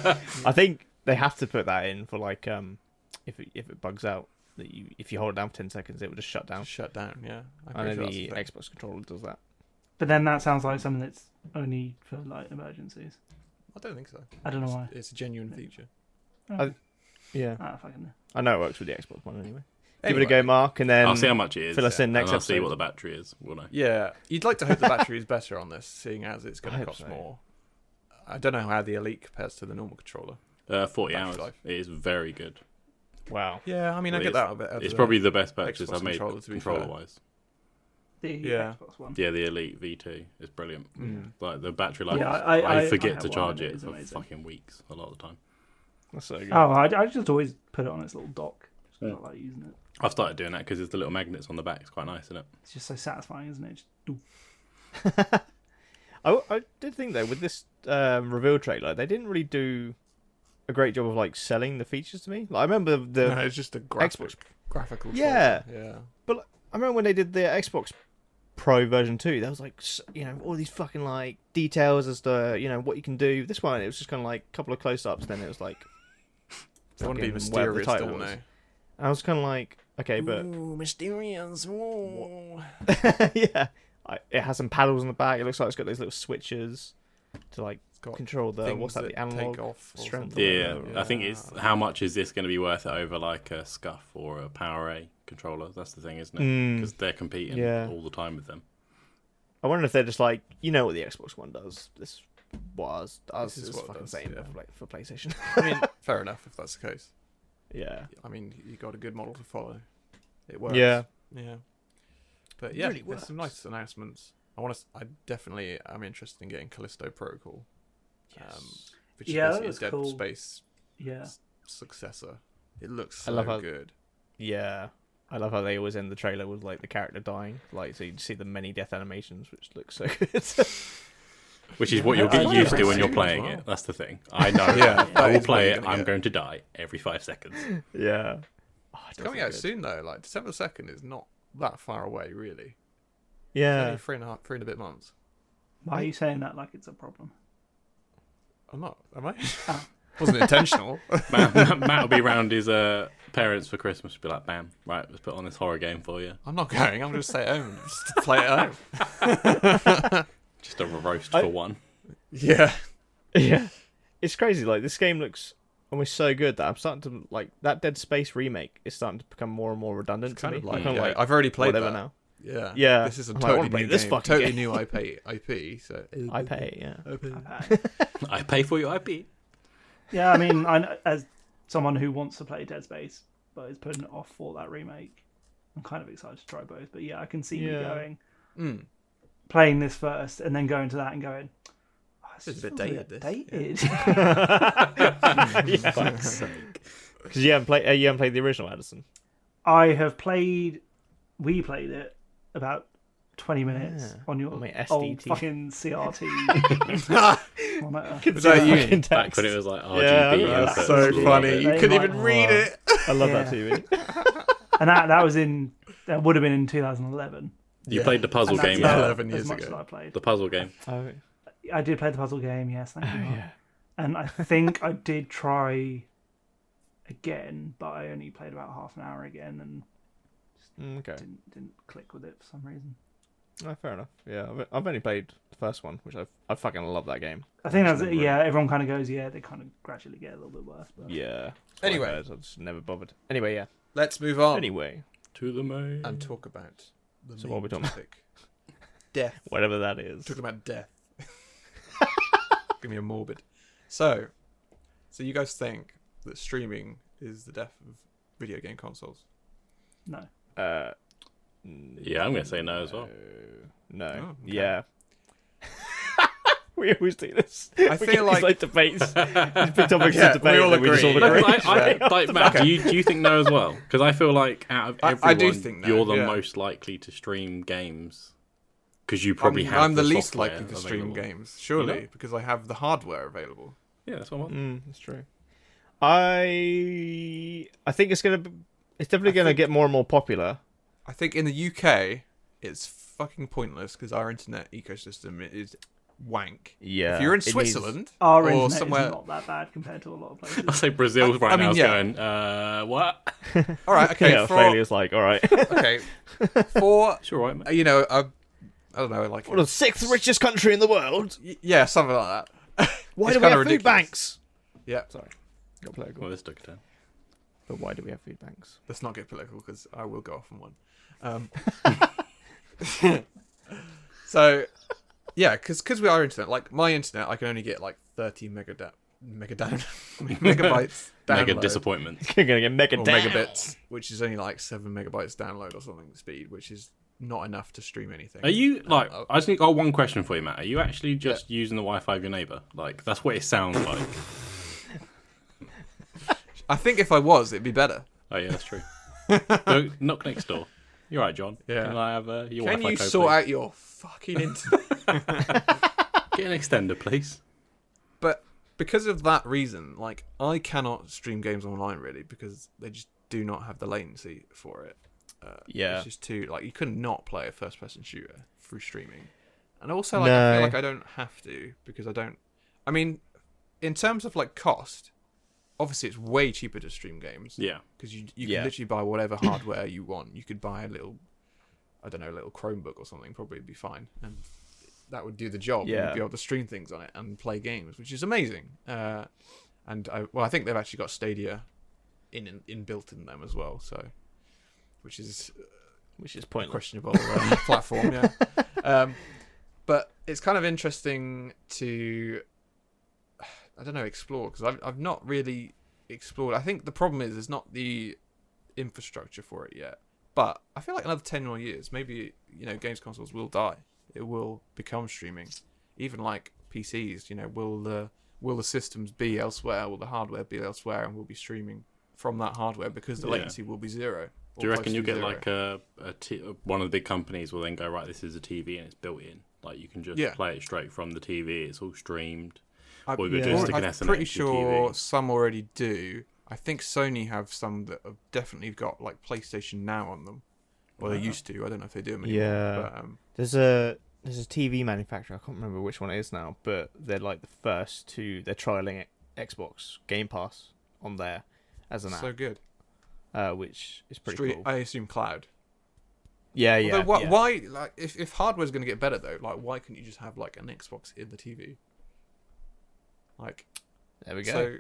I think they have to put that in for like, um, if it, if it bugs out that you if you hold it down for ten seconds, it will just shut down.
Shut down. Yeah, I'm
I
pretty
know
sure that's
the
the thing.
Xbox controller does that.
But then that sounds like something that's only for like emergencies.
I don't think so.
I don't know why. Oh,
It's a genuine feature.
Yeah,
Ah, fucking.
I know it works with the Xbox one anyway. Give it a
Anyway.
go, Mark, and then
I'll see how much it is.
fill us
yeah,
in next
and I'll see
episode.
what the battery is. We'll know.
Yeah, you'd like to hope the battery is better on this, seeing as it's
I
going to
hope
cost
so.
more. I don't know how the Elite compares to the normal controller.
Uh, 40
Battery
hours.
life.
It is very good.
wow.
Yeah, I mean, I
Well,
get
it's-
that a bit. out of
It's
the-
probably the best purchase
Xbox
I've made
controller, to be
controller
fair.
wise.
The
Yeah.
Xbox one.
Yeah, the Elite V2 is brilliant. Like the battery life,
Mm. Yeah,
is-
I-
I,
I- I
forget
have
to
one
charge
and it
it
is
for
amazing.
fucking weeks a lot of the time.
That's so good.
Oh, I, I just always put it on its little dock. Just not like using it.
I've started doing that because there's the little magnets on the back. It's quite nice, isn't it?
It's just so satisfying, isn't it? Just, doof.
I, I did think though with this um, reveal trailer, they didn't really do a great job of like selling the features to me. Like I remember the,
No, it's just a graphic,
Xbox.
graphical.
Yeah.
trailer. yeah.
but I remember when they did the Xbox Pro version too. There was like s- you know all these fucking like details as to you know what you can do. This one it was just kind of like a couple of close-ups. Then it was like
They want to be
fucking whatever the
mysterious,
title
don't
was.
they?
And I was kind of like okay, but
Ooh, mysterious. Ooh.
yeah, I, it has some paddles on the back. It looks like it's got those little switches to like
got
control the
things
Uh, what's that the
that take
analog
off or
strength.
something.
or
Yeah,
whatever.
I think it's how much is this going to be worth it over like a scuff or a Power A controller? That's the thing, isn't it?
Mm.
Because they're competing
Yeah.
all the time with them.
I wonder if they're just like, you know what the Xbox One does. This what ours, ours
This is
is,
what it
fucking
does,
same
yeah.
for, like, for PlayStation.
I mean, fair enough if that's the case.
yeah.
I mean, you got a good model to follow. It works.
Yeah.
Yeah. But yeah,
really
there's some nice announcements. I want to. I definitely am interested in getting Callisto Protocol, um, which
Yeah, that
is basically a
looks
Dead
cool.
Space
yeah.
successor. It looks so
I love how-
good.
Yeah. I love how they always end the trailer with like the character dying. Like so you see the many death animations which look so good.
Which is what you'll
I
get
like
used to
it
when you're
as
playing
well.
it. That's the thing. I know.
Yeah,
I
that
will
is what
play
you're
it.
gonna
I'm
get.
going to die every five seconds.
yeah. Oh, it
It's
does
coming
look
out
good.
soon though. Like December second is not that far away, really. Only
Yeah.
three and a half, three and a bit months.
Why are you saying that like it's a problem?
I'm not. Am I? Wasn't intentional.
Matt, Matt, Matt will be round his uh, parents for Christmas. Be like, bam, right, let's put on this horror game for you.
I'm not going. I'm going to stay at home. and Just play at home.
Just a roast
I-
for one.
Yeah.
Yeah. It's crazy, like this game looks almost so good that I'm starting to like that Dead Space remake is starting to become more and more redundant
Kind
to
of
me.
like,
I'm kinda
yeah, I've already played
whatever
that.
now.
Yeah.
Yeah.
This is a
I'm like, I wanna
totally new
play this
game,
fucking
totally
game.
new IP. IP. So
I pay it, yeah.
I pay for your IP.
Yeah, I mean, I, know- as someone who wants to play Dead Space but is putting it off for that remake, I'm kind of excited to try both. But yeah, I can see me
Yeah.
going
Mm.
playing this first and then going to that and going. Oh, this
It's a
just
bit
feels
dated,
bit dated.
Because you haven't played, uh, you haven't played the original Addison.
I have played. We played it about twenty minutes on your
my
old
SDT.
fucking CRT monitor.
Was that you?
Fucking
Back
text.
when it was like RGB.
Yeah, I
and
remember
That's
stuff.
so
Yeah.
funny. You
They
couldn't
might-
even read it.
I love
Yeah.
that TV.
and that that was in that would have been in 2011.
You played the puzzle
And that's
game.
about
yeah.
11
as
years
much
ago.
As I played.
The puzzle game.
oh,
I did play the puzzle game. Yes, thank you. Mark. And I think I did try again, but I only played about half an hour again and
Mm, okay.
didn't didn't click with it for some reason.
Oh, fair enough. Yeah, I've, I've only played the first one, which I I fucking love that game.
I think that's
remember it.
yeah. Everyone kind of goes yeah. They kind of gradually get a little bit worse. But
Yeah.
Anyway.
I've just never bothered. Anyway, yeah.
Let's move on
Anyway,
To the moon.
and talk about the
So
main
what are we talking about?
topic. death.
whatever that is.
Talking about death. Give me a morbid. So, so you guys think that streaming is the death of video game consoles?
no,
Uh,
Yeah, I'm going to say no as well.
no.
Oh, okay.
Yeah. we always do this.
I
we
feel
get these,
like-
debates, these big topics
Yeah,
of debate.
we all
that We just all
agree.
agree.
I, I, like, Matt, do, you, do you think no as well? Because I feel like out of
I-
everyone,
I do think no,
you're the
yeah.
most likely to stream games. Because you probably
I'm,
have
I'm the, least
software
likely to stream
available.
games, surely,
You're not?
because I have the hardware available.
Yeah, that's what I want.
Mm, that's true. I I think it's gonna be, it's definitely gonna get more and more popular.
I think in the UK, it's fucking pointless because our internet ecosystem is wank.
Yeah,
If you're in
it needs-
Switzerland
our
or
internet
somewhere,
is not that bad compared to a lot of
I
places.
say Brazil right
I mean,
now is
yeah.
going, uh, what?
all right, okay,
yeah,
for,
Australia's like, all right,
okay, for
It's all right, mate.
you know, I, I don't know, like
We're the sixth richest country in the world.
y- yeah, something like that. It's
Why do we have
kinda
food
ridiculous.
banks?
Yeah,
Sorry, got
Well,
political.
this took a turn.
But why do we have food banks?
let's not get political because I will go off on one. Um, so, yeah, because we are internet, like my internet, I can only get like 30 mega da- mega down megabytes.
Mega
download.
disappointment.
You're gonna get mega
or
down.
megabits, which is only like seven megabytes download or something speed, which is not enough to stream anything.
Are you, like, I just need got one question for you, Matt. Are you actually just using the Wi Fi of your neighbour? Like, that's what it sounds like.
I think if I was, it'd be better.
Oh yeah, that's true. Go- knock next door. You're right, John.
Yeah.
Can I have uh, your
Can
Wi-Fi
you
code,
sort
please?
out your fucking internet?
Get an extender, please.
but because of that reason, like I cannot stream games online really because they just do not have the latency for it.
Yeah,
It's just too like you could not play a first-person shooter through streaming, and also like I
No.
feel like I don't have to because I don't. I mean, in terms of like cost, obviously it's way cheaper to stream games.
Yeah.
because you you
Yeah.
can literally buy whatever hardware you want. You could buy a little, I don't know, a little Chromebook or something. Probably be fine, and that would do the job.
Yeah.
you'd be able to stream things on it and play games, which is amazing. Uh, and I, well, I think they've actually got Stadia in, in inbuilt in them as well, so which is
which is pointless.
questionable uh, platform. Yeah, um, but it's kind of interesting to I don't know explore because I've I've not really explored. I think the problem is there's not the infrastructure for it yet. But I feel like another ten more years, maybe you know, games consoles will die. It will become streaming, even like PCs. You know, will the will the systems be elsewhere? Will the hardware be elsewhere? And we'll be streaming from that hardware because the
Yeah.
latency will be zero. or
Do you reckon
close
you'll
to
get
zero.
like a, a t- one of the big companies will then go right? This is a TV and it's built in. Like you can just
Yeah.
play it straight from the TV. It's all streamed.
I-
Or you could
Yeah.
just stick an
I'm
Ethernet
pretty
to your
sure
TV.
some already do. I think Sony have some that have definitely got like PlayStation Now on them. Well,
Uh,
they used to. I don't know if they do them anymore.
Yeah.
But, um,
There's a there's a TV manufacturer. I can't remember which one it is now, but they're like the first to they're trialing Xbox Game Pass on there as an
so
app,
good.
uh, which is pretty
Stre-
cool.
I assume cloud.
yeah, yeah,
Although, why,
yeah.
why? Like, if if hardware's going to get better though, like, why couldn't you just have like an Xbox in the TV? Like,
There we go.
so,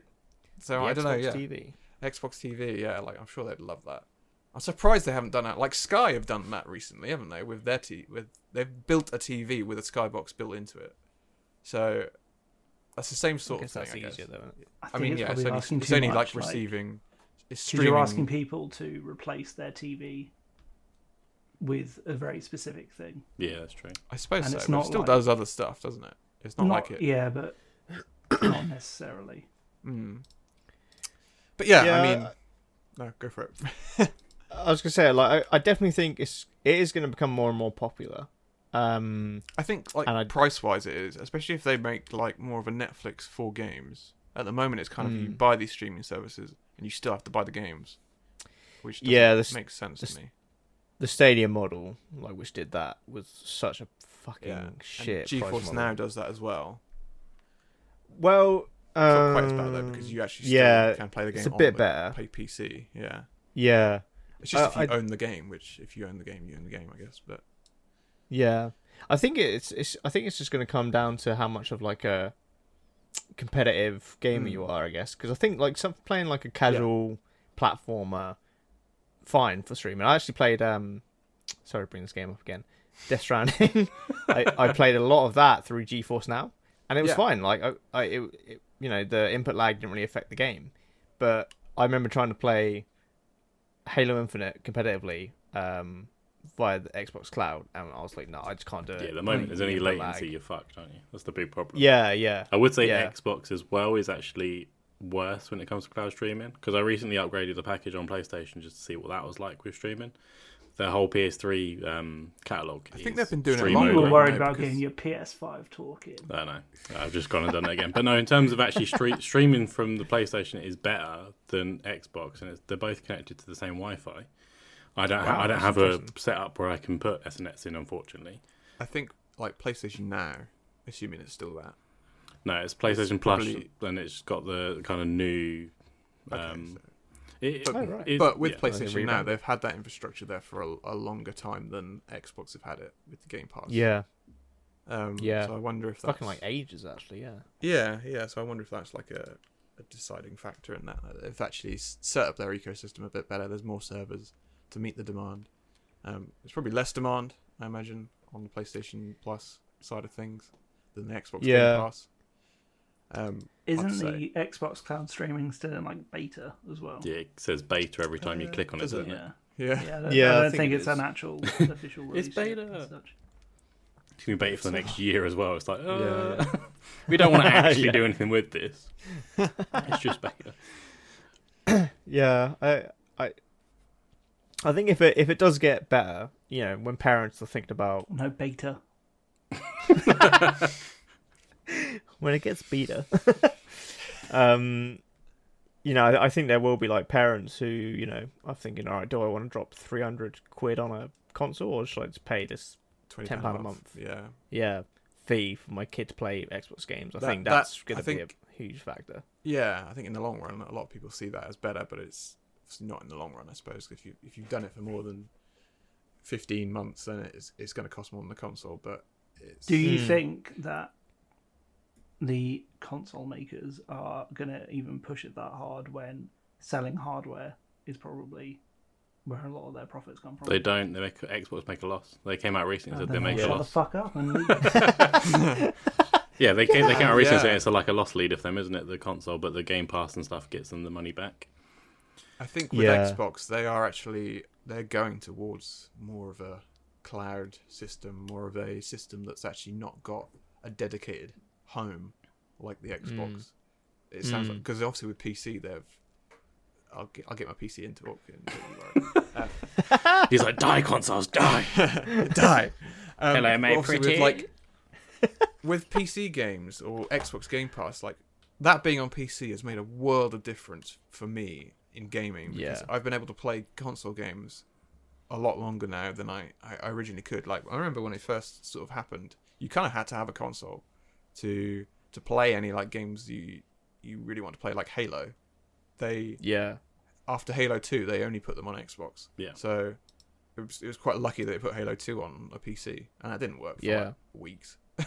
so
The
I don't know.
Xbox
Yeah,
TV.
Xbox TV. Yeah, like I'm sure they'd love that. I'm surprised they haven't done that. Like Sky have done that recently, haven't they? With their t- with they've built a TV with a Skybox built into it. So that's the same
I
sort of
guess
thing.
that's
I guess.
easier though. isn't it?
I mean, yeah, it's only, it's only like receiving. It's
Because
streaming.
you're asking people to replace their TV with a very specific thing.
Yeah, that's true.
I suppose
and
so.
it's
but it
not
still
like-
does other stuff, doesn't it? It's not, like it.
Yeah, but not necessarily.
hmm. But yeah, I
Yeah.
mean, no, go for it.
I was gonna say, like, I, I definitely think it's it is gonna become more and more popular. Um,
I think like
And I-
price wise it is, especially if they make like more of a Netflix for games. At the moment, it's kind of
Hmm.
you buy these streaming services and you still have to buy the games, which doesn't
Yeah, this-
makes sense
this-
to me.
the Stadia model, like, which did that, was such a fucking
Yeah,
shit.
and
price
GeForce
model.
Now does that as well.
Well,
It's
um,
not quite as bad though because you actually still
yeah,
can play the game.
it's a
on
bit
the
better.
Pay PC, yeah.
yeah,
It's just
Uh,
if you
I-
own the game, which if you own the game, you own the game, I guess. But
yeah. I think it's it's I think it's just gonna come down to how much of like a competitive
Hmm.
gamer you are, I guess. Because I think like some playing like a casual platformer, fine for streaming. I actually played um, sorry, to bring this game up again. Death Stranding. I, I played a lot of that through GeForce Now, and it was
Yeah.
fine. Like I, I it, it, you know, the input lag didn't really affect the game, but I remember trying to play Halo Infinite competitively um, via the Xbox Cloud, and I was like, no, I just can't do it.
Yeah, the moment there's any
Input
latency,
lag.
you're fucked, aren't you? Oh, That's the big problem.
Yeah, yeah.
I would say
Yeah.
Xbox as well is actually worse when it comes to cloud streaming because I recently upgraded the package on PlayStation just to see what that was like with streaming. Their whole PS3 um, catalog.
I think they've been doing it
You were
longer.
worried
Yeah,
about
because-
getting your PS5 talking.
I know. I've just gone and done that again. But no, in terms of actually stre- streaming from the PlayStation is better than Xbox, and it's, they're both connected to the same Wi-Fi. I don't. ha- I don't have a setup where I can put Ethernet in, unfortunately.
I think like PlayStation Now, assuming it's still that.
No, it's PlayStation Plus,
probably-
and it's got the kind of new.
Okay,
Um,
so-
It,
But-
right. it-
But with
yeah.
PlayStation Now,
revamped
they've had that infrastructure there for a, a longer time than Xbox have had it with the Game Pass.
Yeah,
Um,
Yeah.
So I wonder if that's
fucking like ages actually. Yeah.
yeah, yeah. So I wonder if that's like a, a deciding factor in that. If actually s- set up their ecosystem a bit better, there's more servers to meet the demand. Um, there's probably less demand, I imagine, on the PlayStation Plus side of things than the Xbox
Yeah.
Game Pass. Um,
Isn't
say.
the Xbox Cloud streaming still in like beta as well?
Yeah, it says beta every time you click on it,
does it?
doesn't it?
yeah.
yeah. Yeah, I don't,
Yeah,
I
I
don't
think
think,
it
it's an
is.
actual official release.
It's
yet
beta.
as such.
It's gonna be beta for the next year as well. It's like, uh, we don't want to actually do anything with this. It's just beta.
Yeah, I, I, I think if it if it does get better, you know, when parents are thinking about
No beta.
when it gets beta, um, you know, I, I think there will be like parents who, you know, are thinking, all right, do I want to drop three hundred quid on a console, or should I just pay this,
£20
£10 a month.
Yeah.
yeah, fee for my kid to play Xbox games? I
That-
think
that-
that's
I
going to be
think-
a huge factor.
Yeah, I think in the long run, a lot of people see that as better, but it's, it's not in the long run, I suppose. If you if you've done it for more than fifteen months, then it's it's going to cost more than the console. But it's
Do
Hmm.
you think that the console makers are going to even push it that hard when selling hardware is probably where a lot of their profits come from?
They don't. They make Xbox make a loss. They came out recently and said they
Then
make a
shut the
loss.
fuck up and leave.
Yeah, they came, they came out recently
Yeah.
saying it's like a loss leader for them, isn't it? The console, but the Game Pass and stuff gets them the money back.
I think with
Yeah.
Xbox, they are actually they're going towards more of a cloud system, more of a system that's actually not got a dedicated home like the Xbox. It sounds like because obviously with PC they've. I'll get, I'll get my PC into it. don't you worry. Uh,
He's like, die consoles, die.
die. Um,
Hello, my
but obviously
pretty.
With, like, with PC games or Xbox Game Pass, like that being on PC has made a world of difference for me in gaming because
Yeah.
I've been able to play console games a lot longer now than I, I I originally could. Like I remember when it first sort of happened, you kind of had to have a console to to play any like games you you really want to play, like Halo. They
Yeah,
after Halo 2, they only put them on Xbox.
Yeah.
So it was, it was quite lucky that they put Halo 2 on a PC, and that didn't work for
Yeah.
like, weeks.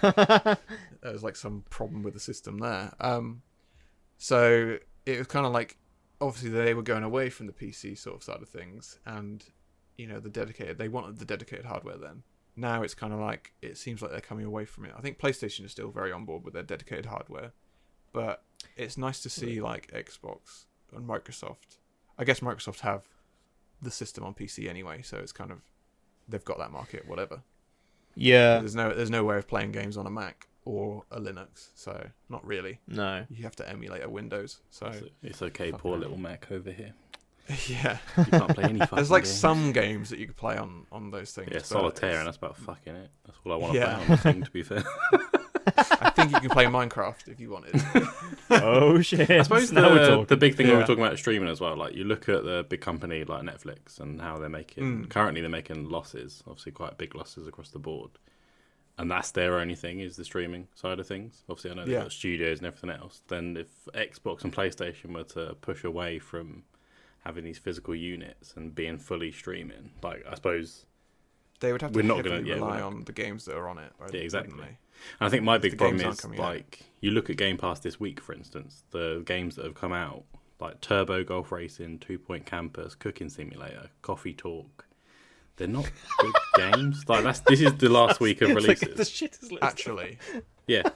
there was like some problem with the system there. Um, so it was kind of like obviously they were going away from the PC sort of side of things, and you know the dedicated they wanted the dedicated hardware then. Now it's kind of like it seems like they're coming away from it. I think PlayStation is still very on board with their dedicated hardware, but it's nice to see like Xbox and Microsoft. I guess Microsoft have the system on PC anyway, so it's kind of they've got that market, whatever.
yeah,
There's no there's no way of playing games on a Mac or a Linux, so not really.
no,
You have to emulate a Windows. So
It's okay, poor little Mac over here.
Yeah.
You can't play any fucking
There's like
games.
some games that you could play on on those things.
Yeah,
but
solitaire, and
it's-
that's about fucking it. That's all I want to
Yeah.
play on the thing, to be fair.
I think you can play Minecraft if you wanted.
oh shit!
I suppose
now we're
the,
talking.
the big thing we
Yeah.
were talking about is streaming as well. Like you look at the big company like Netflix and how they're
Hmm.
making currently they're making losses, obviously quite big losses across the board, and that's their only thing is the streaming side of things. Obviously, I know they've
Yeah.
got studios and everything else. Then if Xbox and PlayStation were to push away from having these physical units and being fully streaming, like I suppose
They would have to
We're not
heavily
gonna- yeah, we're
rely
not-
on the games that are on it. right,
Yeah, exactly.
wouldn't
And I think my
the
big
games
problem
aren't
is
coming out.
like you look at Game Pass this week, for instance, the games that have come out like Turbo Golf Racing, Two Point Campus, Cooking Simulator, Coffee Talk. They're not good games. Like that's this is the last week of
It's like,
releases.
the shit is
they? Actually,
Yeah.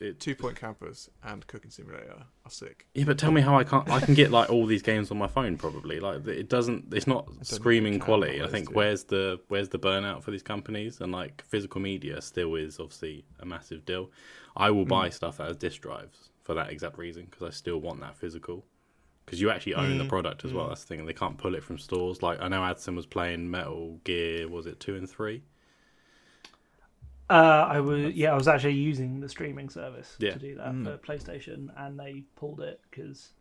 It,
Two Point Campus and Cooking Simulator are sick.
yeah, but tell me how I can't. I can get like all these games on my phone probably. Like it doesn't. It's not screaming
count
quality. I
those
think
two.
where's the where's the burnout for these companies and like physical media still is obviously a massive deal. I will buy
Hmm.
stuff that has disk drives for that exact reason because I still want that physical. Because you actually own
Hmm.
the product as well. That's the thing. They can't pull it from stores. Like I know Adson was playing Metal Gear. Was it two and three?
Uh, I was yeah, I was actually using the streaming service
Yeah.
to do that
Mm.
for PlayStation, and they pulled it because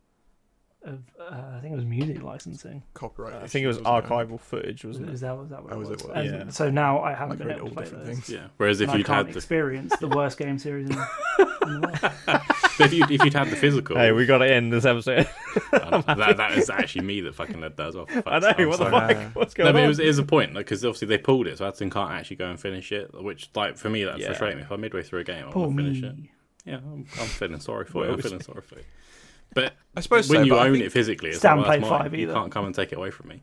of uh, I think it was music licensing.
Copyright.
I think it was archival footage, wasn't it?
Is that was that what
That
it
was
was?
Oh, it, what-
And
yeah.
So now I haven't
Like
been
read
able
all
to play
different
those.
things.
Yeah. Whereas if
and I
you'd
can't
had the
experience the worst game series in, in the world.
if you if you'd had the physical,
Hey, we gotta end this episode.
that, that is actually me that fucking led that as well. for
I
fuck's sake.
know
I'm
what the
sorry.
fuck.
Yeah.
What's
No,
going
but
on?
it was, it was a point because obviously they pulled it, so Adson can't actually go and finish it. Which, like, for me, that
Yeah.
frustrates me. If I'm midway through a game, I
Poor
want to finish it.
me.
Yeah, I'm, I'm feeling sorry for you. I'm feeling sorry for you. But
I suppose
when
so,
you
but I
own
think-
it physically, it's
Stand
like, well, that's
Play
mine.
5
You
either.
can't come and take it away from me.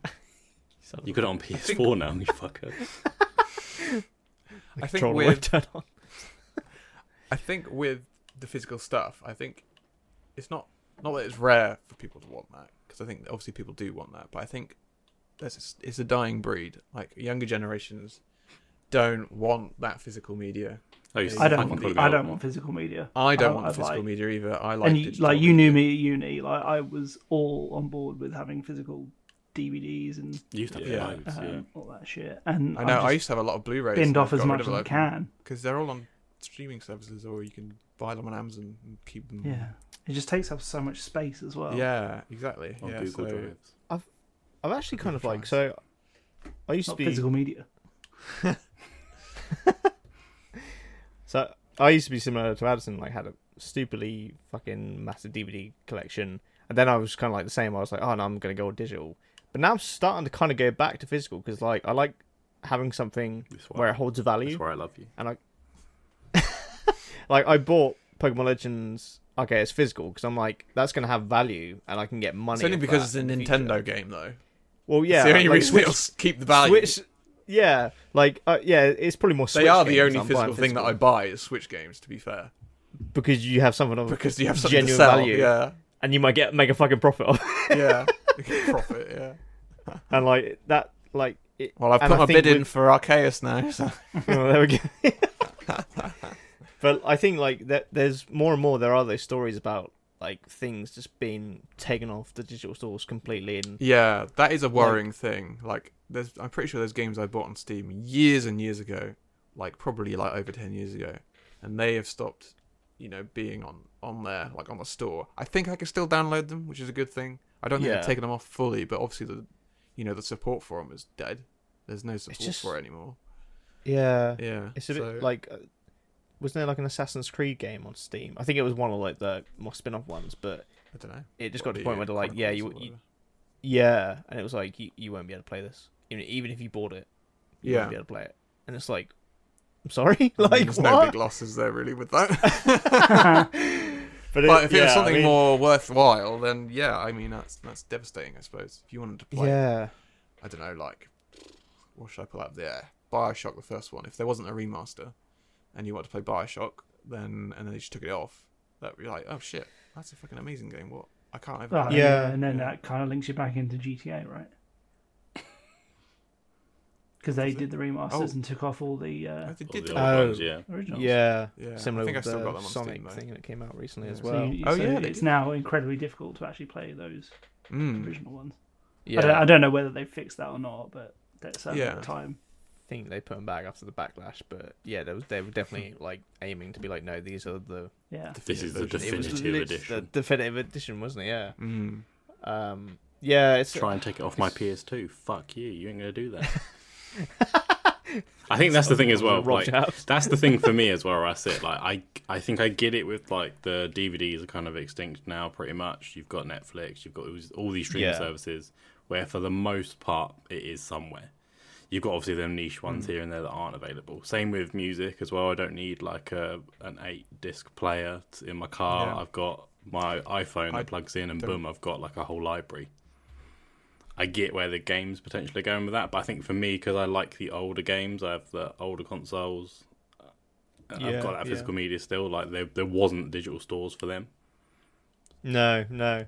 You got it on PS4 now, you fucker.
I think
Troll
with
turn on.
I think with the physical stuff, I think it's not not that it's rare for people to want that because I think obviously people do want that, but I think that's it's a dying breed. Like younger generations don't want that physical media.
Oh, you
I
fucking
don't
call
want,
me
I
old
don't
man.
want physical media.
I don't
I-
want the
Oh, I'd
physical
like-
media either. I like
and you,
digital
like you knew
media.
me at uni, like I was all on board with having physical DVDs and
You used to have
Yeah.
loads,
um,
yeah.
all that shit. And
I know. I
I
used to have a lot of Blu-rays.
binned off as much as I can.
because they're all on streaming services, or you can buy them on Amazon and keep them.
Yeah, it just takes up so much space as well.
Mm. Yeah, exactly.
On
yeah,
Google
so-
Drives.
I've actually kind of like so. I used
not
to be
physical media.
so. I used to be similar to Addison. Like had a stupidly fucking massive DVD collection, and then I was kind of like the same. I was like, oh no, I'm gonna go all digital. But now I'm starting to kind of go back to physical because like I like having something
That's why-
where it holds a value.
That's where I love you.
and I like I bought Pokemon Legends. Okay, it's physical because I'm like that's gonna have value and I can get money.
It's only
off
because
that
it's a
in the
Nintendo
future.
game, though.
Well, yeah,
Yeah, the only
like,
reason it'll s- keep the value.
Switch, yeah, like uh, yeah, it's probably more. Switch
they are the
games
only
I'm
physical
buying
thing that I buy is Switch games. To be fair,
because you have something of
because you have something
genuine
to sell.
value,
Yeah,
and you might get make a fucking profit off. it.
yeah, profit. Yeah.
and like that, like it,
Well, I've
and
put
I
my
think
bid in
with-
for Arceus now. So.
oh, there we go. but I think like that there's more and more there are those stories about like things just being taken off the digital stores completely and
Yeah, that is a worrying thing. Like, there's, I'm pretty sure there's games I bought on Steam years and years ago, like probably like over ten years ago, and they have stopped, you know, being on on there, like on the store. I think I can still download them, which is a good thing. I don't think
Yeah.
they've taken them off fully, but obviously the, you know, the support for them is dead. There's no support
just-
for it anymore.
yeah,
Yeah,
it's a
so-
bit like uh, wasn't there like an Assassin's Creed game on Steam? I think it was one of like the more spin-off ones, but
I don't know.
it just got to the point where they're like, yeah, you, you
Chronicles
yeah, and it was like you, you won't be able to play this even even if you bought it, you
Yeah.
won't be able to play it, and it's like. I'm sorry,
or whatever. I mean,
like
there's
what?
no big losses there really with that.
but, it-
but if it
yeah,
was
I
something
mean-
more worthwhile, then yeah, I mean that's that's devastating, I suppose. If you wanted to play
yeah,
I don't know, like, what should I pull out of the air? Bioshock, the first one. If there wasn't a remaster and you wanted to play Bioshock, then and then they just took it off, that would be like, oh shit, that's a fucking amazing game. What? I can't ever.
Well,
play
Yeah.
it."
Oh, and then that kind of links you back into GTA, right? Because they did the remasters
Oh.
and took off all the
Oh,
uh,
they
All the
did that.
old
Oh.
ones, yeah.
originals.
Yeah,
Yeah, I
similar
think I
with
still
the
got them on
Sonic
Steam, though.
thing that came out recently as
So
well.
you-
Oh,
so
yeah, they
it's
did.
now incredibly difficult to actually play those
Mm.
original ones.
Yeah,
I, don't, I don't know whether they fixed that or not, but that's certainly
Yeah.
at the time.
think they put them back after the backlash, but yeah, they, was, they were definitely like aiming to be like, no, these are the
Yeah.
This is the
It was
definitive
lit- The
edition.
definitive edition, wasn't it? Yeah.
Mm.
Um, yeah, it's
Try and take it off my PS2. Fuck you. You ain't gonna do that. I think that's the thing as well.
Robbed
Like,
out.
that's the thing for me as well. I sit like I I think I get it with like the DVDs are kind of extinct now, pretty much. You've got Netflix, you've got all these- all these streaming
Yeah.
services where for the most part it is somewhere. You've got obviously them niche ones
Mm.
here and there that aren't available. Same with music as well. I don't need like a an eight disc player t- in my car.
Yeah.
I've got my iPhone
I
that plugs in, and
don't-
boom, I've got like a whole library. I get where the game's potentially going with that, but I think for me, because I like the older games, I have the older consoles, and
Yeah,
I've got that
yeah.
physical media still. Like there, there wasn't digital stores for them.
No, no.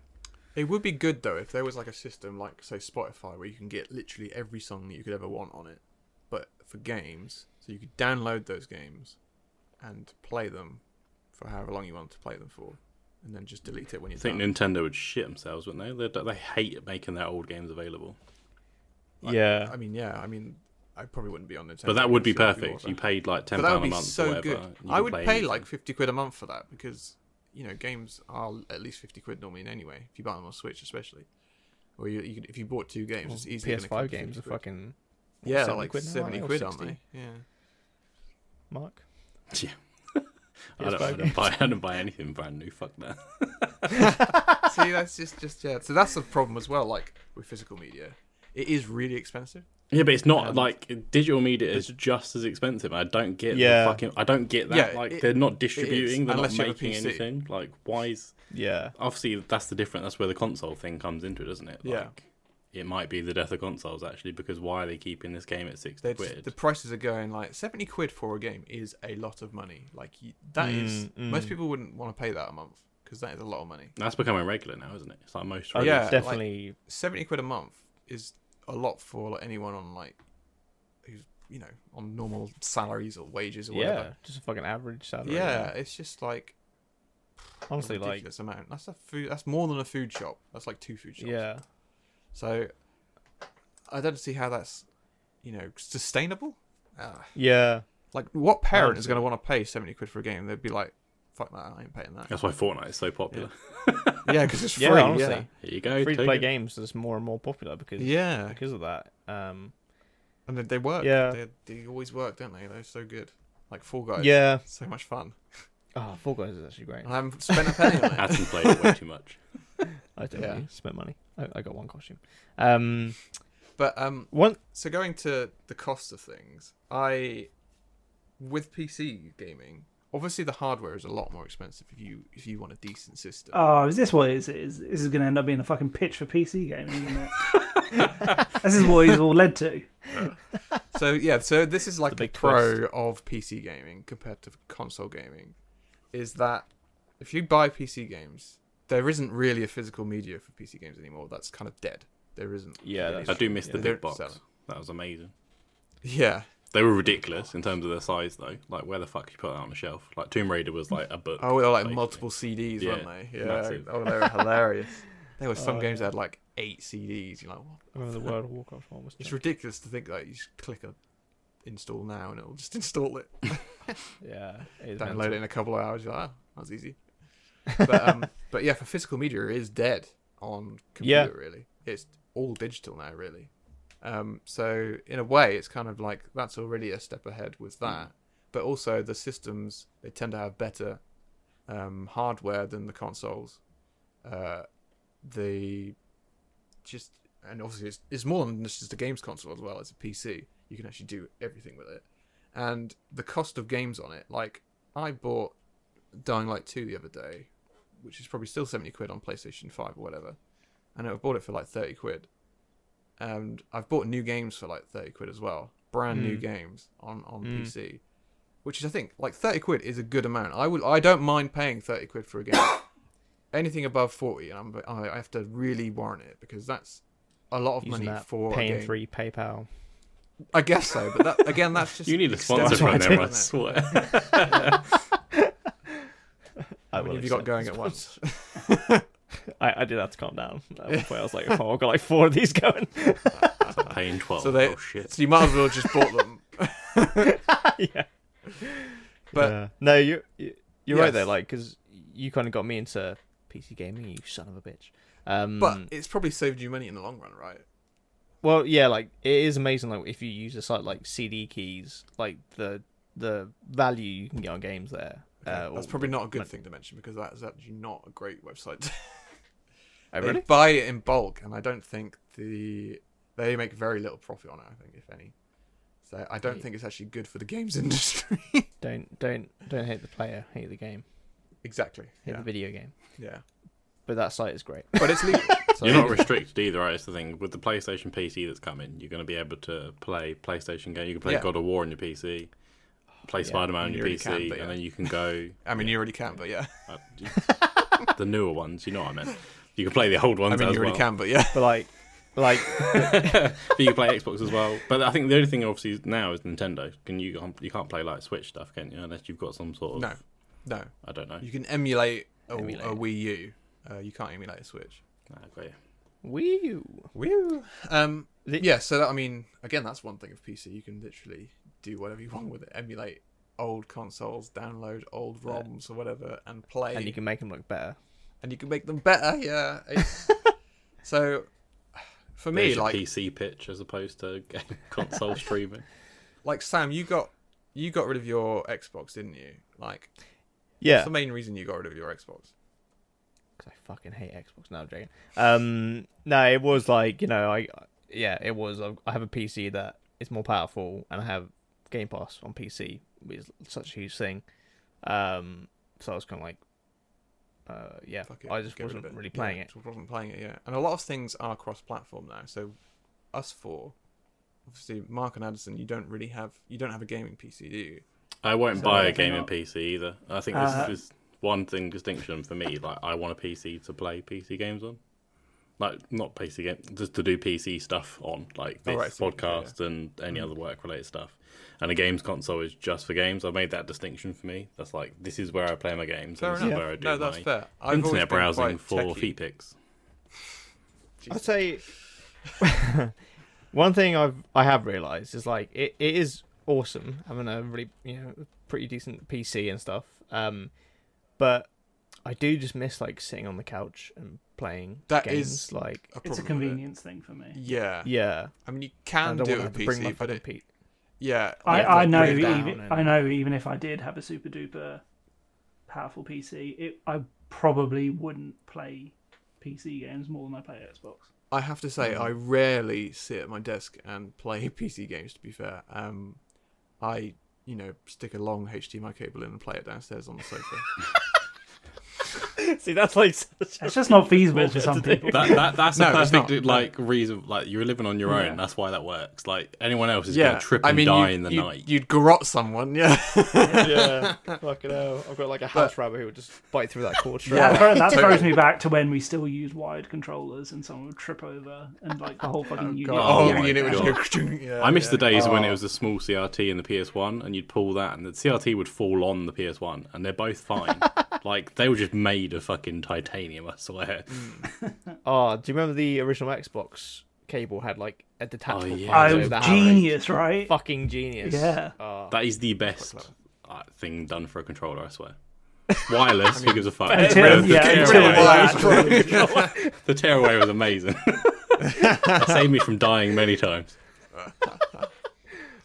It would be good though if there was like a system like say Spotify where you can get literally every song that you could ever want on it, but for games, so you could download those games and play them for however long you want to play them for, and then just delete it when
I
you're
think
done.
Nintendo would shit themselves, wouldn't they? They, they hate making their old games available,
yeah.
I mean, yeah, I mean, I probably wouldn't be on Nintendo.
but that would be
sure it'd
perfect.
awesome.
You paid like ten
but that
pound
would be
a month or
so
whatever.
good.
and you
I
could
would
play
pay
anything.
like fifty quid a month for that because you know games are at least fifty quid normally anyway. If you buy them on Switch, especially, or you, you could, if you bought two games, it's easily gonna come
PS5
to
games are
50 quid.
fucking
yeah,
70
like
quid now, aren't
seventy
they, or
quid, aren't
60?
they? Yeah.
Mark.
Yeah. I don't, I
PS5
don't buy. I don't buy anything brand new. Fuck that.
See, that's just just yeah. So that's the problem as well. Like with physical media, it is really expensive.
Yeah, but it's not like digital media is just as expensive. I don't get
Yeah.
the fucking. I don't get that.
Yeah,
like
it-
they're not
it
distributing.
is,
They're not
unless you have a
making
PC.
anything. Like why is
Yeah.
obviously that's the different. That's where the console thing comes into it, doesn't it?
Yeah.
Like, It might be the death of consoles actually, because why are they keeping this game at sixty
They're just-
quid?
the prices are going like seventy quid for a game is a lot of money. Like you, that
Mm,
is most people wouldn't want to pay that a month because that is a lot of money.
That's becoming regular now, isn't it? It's like most.
Oh,
releases.
yeah,
Definitely.
Seventy quid a month is a lot for like, anyone on like who's you know on normal salaries or wages or
Yeah,
whatever.
just a fucking average salary.
Yeah, it's just like
honestly,
a
like
ridiculous amount. That's a food. That's more than a food shop. That's like two food shops.
yeah,
So I don't see how that's, you know, sustainable.
Ah. yeah.
Like, what parent is going to want to pay seventy quid for a game? They'd be like, "Fuck that! I ain't paying that."
That's why Fortnite is so popular.
yeah, because it's free.
Yeah,
Yeah,
honestly.
Here you go.
Free to
take
play
it.
games is more and more popular because
yeah,
because of that. Um,
and they, they work.
Yeah.
they, they always work, don't they? They're so good. Like Fall Guys.
yeah. Ah,
so much fun.
oh, Fall Guys is actually great.
And I haven't spent a penny on it.
Adam played it way too much.
I don't
Yeah.
really spend money. I, I got one costume. Um,
But um,
One.
so going to the cost of things, I with PC gaming, obviously the hardware is a lot more expensive if you if you want a decent system.
Oh, is this what it is? It is this is going to end up being a fucking pitch for PC gaming, isn't it? this is what he's all led to.
So yeah, so this is like the,
big
pro of PC gaming compared to console gaming, is that if you buy PC games, there isn't really a physical media for PC games anymore. That's kind of dead. There isn't.
Yeah.
I do miss the
They're
big box.
selling.
That was amazing.
Yeah.
They were ridiculous in terms of their size, though. Like, where the fuck you put that on a shelf? Like, Tomb Raider was like a book.
Oh, they were like
basically.
multiple CDs, weren't
Yeah,
they? Yeah.
massive.
Oh, they were hilarious. There were
Oh,
some games that had like eight CDs. You're like, what?
I remember the World of Warcraft one was
It's
junk.
ridiculous to think that you just click a install now and it'll just install it.
yeah, it is
download
mental.
it in a couple of hours. You're like, oh, that was easy. But, um, but yeah, for physical media, it is dead on
Yeah.
computer. Really, it's all digital now. Really, um, so in a way, it's kind of like that's already a step ahead with
Mm.
that. But also, the systems they tend to have better um, hardware than the consoles. Uh, the just and obviously it's, it's more than just a games console as well. It's a PC. You can actually do everything with it, and the cost of games on it. Like I bought Dying Light two the other day, which is probably still seventy quid on PlayStation five or whatever, and I bought it for like thirty quid. And I've bought new games for like thirty quid as well, brand new games on on PC, which is I think like thirty quid is a good amount. I will I don't mind paying thirty quid for a game. Anything above forty, and I'm, I I have to really warrant it because that's a lot of
Using
money
that
for a
paying
game.
free PayPal.
I guess so, but that, again, that's just
You need a sponsor
extensive,
from
isn't
there, I
it?
swear.
I
How many
will
have you got
accept
going
this
at once?
I, I did have to calm down. At one point, I was like, oh, I've got like four of these going.
Paying twelve.
So they,
oh shit.
so you might as well just bought them.
yeah.
But-
Yeah. no, you you- you're right
Yes.
there, like because you kind of got me into PC gaming, you son of a bitch.
Mm.
Um,
But it's probably saved you money in the long run, right?
well, yeah, like it is amazing. Like if you use a site like CD Keys, like the the value you can get on games there. Uh,
That's
or-
probably not a good thing to mention because that is actually not a great website.
Oh,
they
really?
buy it in bulk, and I don't think the they make very little profit on it. I think, if any. So I don't think it's actually good for the games industry.
Don't don't don't hate the player, hate the game,
exactly.
Yeah.
hate the video game.
Yeah,
But that site is great.
but it's legal.
You're not restricted either, right? It's the thing with the PlayStation PC that's coming. You're going to be able to play PlayStation game. You can play
Yeah.
God of War on your PC, play Spider Man on
You
your
already
PC,
can, but yeah.
and then you can go
I mean, you already can, but yeah.
uh, the newer ones. You know what I meant. You can play the old ones.
I mean,
as
you already
well.
can, but yeah.
But like like
But you can play Xbox as well. But I think the only thing obviously now is Nintendo. Can you can't- you can't play like Switch stuff, can you? Unless you've got some sort of
No, no.
I don't know.
You can emulate a,
Emulate.
a Wii U. Uh, you can't emulate a Switch.
Ah, great.
Wii U.
Woo. Um.
The-
yeah. So that, I mean, again, that's one thing of PC. You can literally do whatever you want with it. Emulate old consoles, download old ROMs or whatever, and play.
and you can make them look better.
make them better. Yeah. It's- so, for me,
There's your
like
PC pitch as opposed to game console streaming.
like Sam, you got you got rid of your Xbox, didn't you? Like,
Yeah,
what's the main reason you got rid of your Xbox?
'Cause I fucking hate Xbox now, Dragon. Um, no, it was like you know, I yeah, it was. uh, I I have a PC that is more powerful, and I have Game Pass on PC, which is such a huge thing. Um, so I was kind of like, uh, yeah,
Fuck it,
I just
get rid of
wasn't
it.
really
Yeah,
playing it.
just wasn't playing it, yeah. And a lot of things are cross-platform now. So, us four, obviously, Mark and Addison, you don't really have you don't have a gaming PC, do you?
I won't buy a
if you're
gaming
not-
PC either. I think this
Uh,
is just one thing distinction for me. Like, I want a PC to play PC games on. Like, not PC game, just to do PC stuff on, like
Oh,
this
right, I see what you mean,
podcast and any
Mm.
other work related stuff. And a games console is just for games. I made that distinction for me. That's like, this is where I play my games.
Fair
and this
enough.
is where I do
no, that's
my
fair. I've always been
internet browsing
quite
for
techie.
feet pics.
I'd say one thing I've I have realized is like it, it is awesome having a really you know pretty decent PC and stuff. Um, but I do just miss like sitting on the couch and playing
That
games.
is-
like
It's a
problem with it.
convenience thing for me.
Yeah.
yeah,
I mean, you
I
can
don't
do
want
it
to
with
have to bring my
PC, but
fucking
it,
Pete.
yeah,
I,
like,
I know,
bring it down
even,
and-
I know, even if I did have a super duper powerful PC, it, I probably wouldn't play PC games more than I play Xbox.
I have to say, I rarely sit at my desk and play PC games. To be fair, um, I you know stick a long HDMI cable in and play it downstairs on the sofa.
See, that's like such
It's just not feasible for some people.
That, that, that's the
No, it's not.
perfect like reason. Like you're living on your own.
Yeah.
That's why that works. Like anyone else is
yeah,
gonna trip
I
and
mean,
die
you,
in the
you,
night.
You'd garrot someone, yeah.
yeah, fucking hell. I've got like a house rabbit who would just bite through that cord straight.
That, throw- that throws me back to when we still used wired controllers and someone would trip over and like the whole fucking unit.
The whole
Oh my
unit would
God.
just go. yeah,
I miss
yeah.
the days when
Oh.
it was a small CRT and the PS1, and you'd pull that, and the CRT would fall on the PS1, and they're both fine. like they were just made of fucking titanium, I swear.
Mm.
Oh, do you remember the original Xbox cable had like a detachable?
Oh, yeah.
part, so
Oh,
that had, like,
genius, right?
Fucking genius.
Yeah.
Oh,
That is the best uh, thing done for a controller, I swear. Wireless, who gives a fuck?
Until,
the,
yeah, until
tearaway,
Wireless.
that.
the tearaway was amazing. that saved me from dying many times.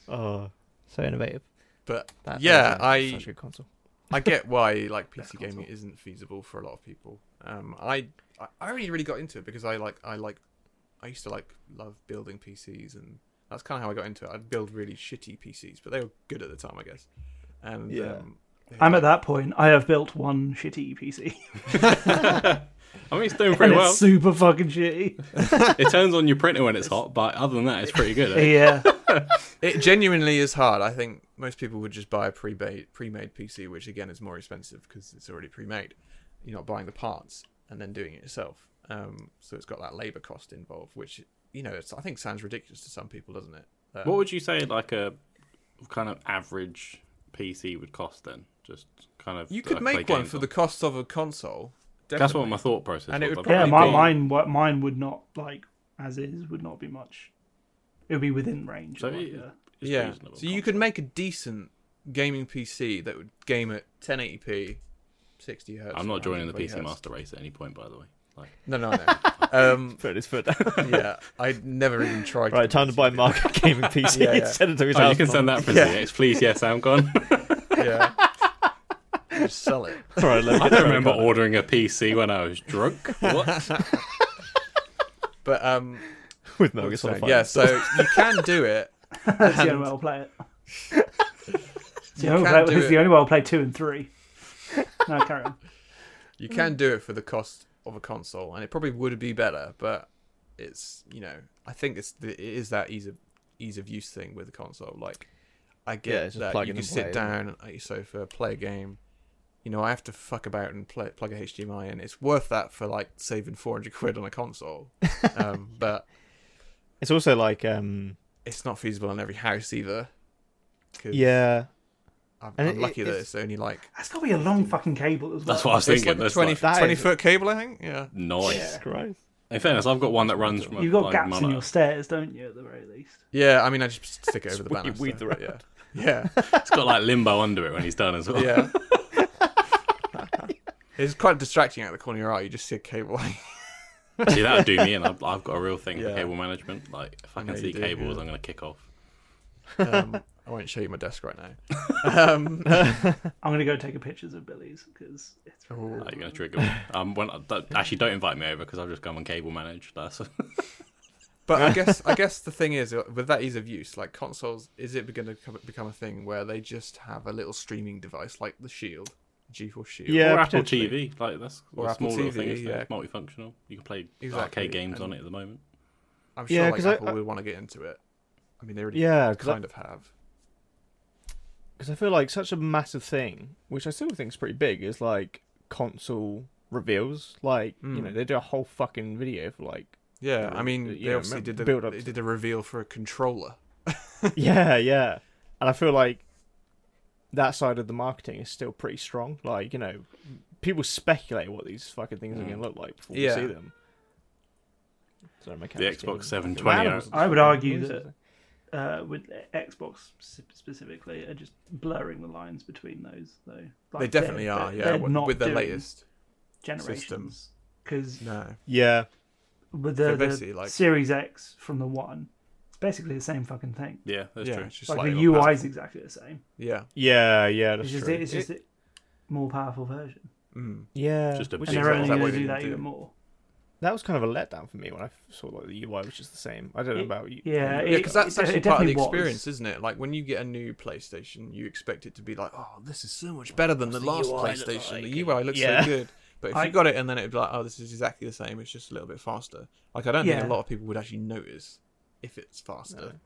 Oh, so innovative.
But
That,
yeah,
that's a-
I
such a good console.
I get why like PC gaming isn't feasible for a lot of people. Um, I I- I only really got into it because I like I like I used to like love building PCs and that's kind of how I got into it. I'd build really shitty PCs, but they were good at the time, I guess. And
Yeah.
um,
I'm at that point. I have built one shitty PC,
I mean, it's doing
and
pretty well.
it's super fucking shitty.
It turns on your printer when it's hot, but other than that, it's pretty good. eh?
Yeah,
it genuinely is hard. I think most people would just buy a pre-made pre-made PC, which again is more expensive because it's already pre-made. You're not buying the parts and then doing it yourself. Um, so it's got that labor cost involved, which you know it's, I think sounds ridiculous to some people, doesn't it? Um,
What would you say like a kind of average PC would cost then? Just kind of
You
I
could
play
make one
games
for
on.
the cost of a console
That's what my thought process
And it
was.
would
I've
Yeah,
Probably
my,
be-
mine wa- mine would not like as is would not be much. It would be within range.
So
of, like,
it-
the-
it's
yeah.
reasonable
So you could make a decent gaming PC that would game at 1080p, 60 hertz.
I'm not joining the
120
PC
hertz.
Master Race at any point, by the way. Like,
No, no, no. um,
Put his foot down.
yeah, I never even tried.
right, time to buy Mark a gaming PC.
Yeah, yeah.
and Send it to his
oh,
house.
you can send that for
Yeah.
CX, please. Yes, I'm gone.
Yeah. Just sell it.
All right, let me
I
get that
don't remember
card.
ordering a PC when I was drunk. What?
But um,
with Marcus on the
so-
phone.
yeah, so you can do it.
That's the only way I'll play it. It's the only way
can
I'll play-
do
it's
it.
the only way I'll play two and three. No, carry on.
You can do it for the cost of a console, and it probably would be better. But it's you know, I think it's the, it is that ease of ease of use thing with the console. Like, I
Yeah,
get
it's just
that
plug
you
in
can
and play,
sit
isn't it?
down at your sofa, play a game. You know, I have to fuck about and play, plug a HDMI in. It's worth that for like saving four hundred quid on a console, um, but
It's also like, um,
it's not feasible in every house either. 'Cause
yeah,
I'm,
And
I'm
it-
lucky
it-
that
it's-
it's only like
That's got to be a long fucking cable as well.
That's what I was
it's
thinking.
like a
That's
20,
like,
That
20
is-
foot cable, I think. Yeah.
nice.
Christ.
In fairness, I've got one that runs from a
You've got
blind
gaps in your
monitor.
stairs, don't you? At the very least.
Yeah, I mean, I just stick it over the
Weed-
banner.
weed
so,
the
yeah. Yeah,
It's got like limbo under it when he's done as well.
yeah. it's quite distracting out the corner of your eye. You just see a cable.
See, that would do me, and I've, I've got a real thing for
Yeah.
cable management. Like, if I
know
can
you
see
do,
cables,
yeah.
I'm going to kick off.
um, I won't show you my desk right now. Um,
I'm gonna go take a pictures of Billy's because it's.
ooh,
Are you going to trigger me? Um, when I, don't- actually, don't invite me over because I've just gone and cable managed. That's
but I guess I guess the thing is uh, with that ease of use, like consoles, is it going to become a thing where they just have a little streaming device like the Shield, G4 Shield?
Yeah,
or Apple
potentially.
TV. Like that's
Or
a
Apple
small little
TV,
thing. Isn't
yeah.
it? It's multifunctional. You can play
Exactly,
arcade games on
and-
it at the moment.
I'm sure
Yeah,
like
'cause I-
Apple
I-
would want to get into it. I mean, they already
Yeah, 'cause I-
kind of have.
because I feel like such a massive thing, which I still think is pretty big, is like console reveals. Like you know, they do a whole fucking video for like,
Yeah, I mean,
uh,
they
yeah,
obviously
remember-
did the,
build up
they
to-
did a reveal for a controller.
yeah, yeah, and I feel like that side of the marketing is still pretty strong. Like you know, people speculate what these fucking things are
Mm.
going to look like before
Yeah.
we see them. Sorry, my
The
cat's getting-
Xbox 720.
Animals.
out.
I would argue
Noises.
that uh, with Xbox s- specifically are just blurring the lines between those though. Like,
They
they're-
definitely are,
they're-
yeah,
they're
with,
not
with their
doing
latest.
generations because
No.
Yeah,
with
They're
the,
basically
the
like-
Series X from the one, it's basically the same fucking thing.
Yeah, that's
yeah,
true.
it's just
Like
slightly
the
more
UI
powerful.
is exactly the same.
Yeah,
yeah, yeah. That's
It's just
true.
it's just a more powerful version,
mm.
yeah,
Just a
which
bit
and
is
they're
exactly that
only going
way
to
they
do
did
that
it.
even more.
That was kind of a letdown for me when I saw like the UI was just the same. I don't know
It-
about you.
yeah,
Yeah,
it-
because that's
it-
actually
it
part of the
definitely was.
experience, isn't it? Like when you get a new PlayStation, you expect it to be like, "Oh, this is so much better than the last PlayStation. The UI looks
Yeah.
so good." But if
I-
you got it and then it'd be like, "Oh, this is exactly the same. It's just a little bit faster." Like I don't
Yeah.
think a lot of people would actually notice if it's faster.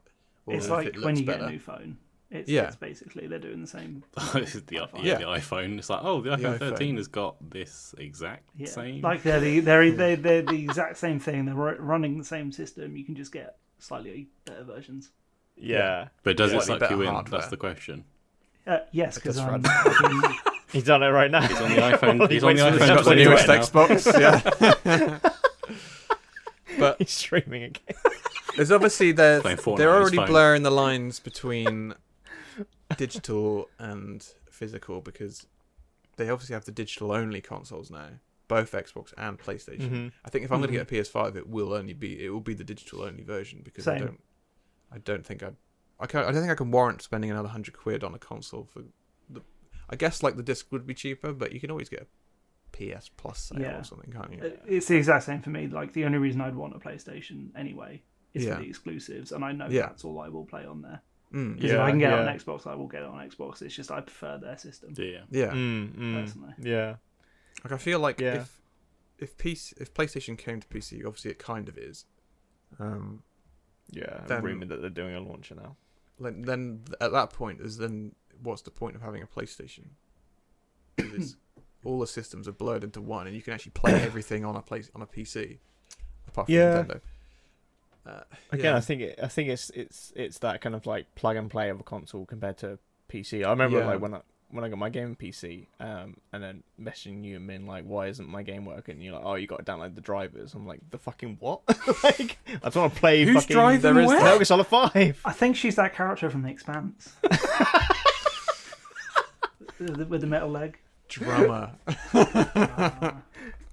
Or
It's
if
like
it
when
looks
you get
better.
a new phone. It's,
Yeah.
it's basically they're doing the same.
This is the, yeah,
Yeah.
the iPhone. It's like, oh, the iPhone 13
iPhone.
has got this exact
Yeah.
same.
Like they're the they're, they're they're the exact same thing. They're ru- running the same system. You can just get slightly better versions.
yeah.
but does it
Slightly
suck you
better
in?
hardware.
That's the question.
Uh, yes, because
does run.
I'm. fucking- uh,
He's done it right now.
On the iPhone, he's on the
waits
Got
for the
iPhone.
the
Absolutely
newest
right now.
Xbox. Yeah, but
He's streaming again.
There's obviously they're
Playing Fortnite
they're
on his
already
phone.
blurring the lines between digital and physical because they obviously have the digital only consoles now, both Xbox and PlayStation.
Mm-hmm.
I think if I'm going to get a PS5, it will only be it will be the digital only version because I
Same.
don't I don't think I I can I don't think I can warrant spending another hundred quid on a console for the I guess like the disc would be cheaper, but you can always get a PS Plus sale
Yeah. Uh,
or something, can't you?
It- It's the exact same for me. Like the only reason I'd want a PlayStation anyway is
Yeah.
for the exclusives, and I know
Yeah.
that's all I will play on there.
Mm.
'Cause if
Yeah,
I can get it
yeah.
on Xbox, I will get it on Xbox. It's just I prefer their system
Yeah.
Yeah.
Mm, mm,
personally.
yeah.
Like I feel like
Yeah.
if if PC, if PlayStation came to PC, obviously it kind of is. Um,
Yeah.
Then-
Rumor that they're doing a launcher now.
then, then at that point is then what's the point of having a PlayStation? 'Cause it's- all the systems are blurred into one, and you can actually play everything on a place on a PC, apart from
Yeah.
Nintendo. Uh,
Again,
yeah.
I think it, I think it's it's it's that kind of like plug and play of a console compared to PC. I remember
Yeah.
like when I, when I got my game PC, um, and then messaging you and being like, "Why isn't my game working?" And you're like, "Oh, you got to download the drivers." I'm like, "The fucking what?" like, I just want to play.
Who's
fucking
driving There is where? that.
Metal Gear Solid Five.
I think she's that character from The Expanse. with, the, with the metal leg. Oh,
Drummer.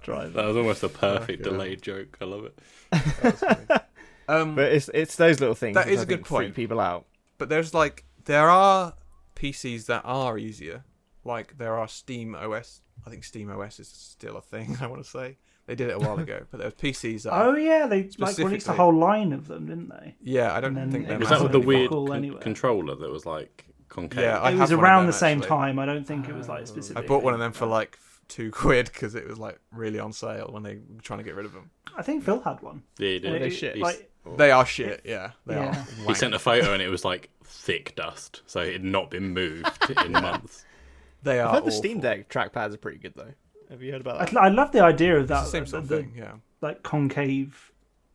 Driver.
That was almost
Oh,
a perfect delayed joke. I love it.
um,
But it's it's those little things
That
which
is
I
a good
think freak
point.
People out.
but there's like there are PCs that are easier. Like there are Steam OS. I think Steam OS is still a thing. I want to say they did it a while ago, but there's PCs that.
Oh yeah, they like released a
Specifically.
whole line of them, didn't they?
yeah, I don't
and then
think
it
they're
Was
massive
that with the
anymore.
weird
Cool
con-
anyway.
controller that was like concave?
Yeah, I
it
have
was
one of
around
them,
the same
actually.
time. I don't think it was like specific.
I bought one of them for like f- two quid because it was like really on sale when they were trying to get rid of them.
I think Phil had one.
yeah, he did.
Like,
they
it-
shit?
He-
like,
They are shit. Yeah, they
yeah.
are.
He sent a photo and it was like thick dust, so it had not been moved in months.
They are.
I've heard the
awful.
Steam Deck trackpads are pretty good though. Have you heard about
I,
that?
I love the idea of that
It's the same sort of
the-
thing. Hmm. Yeah.
like concave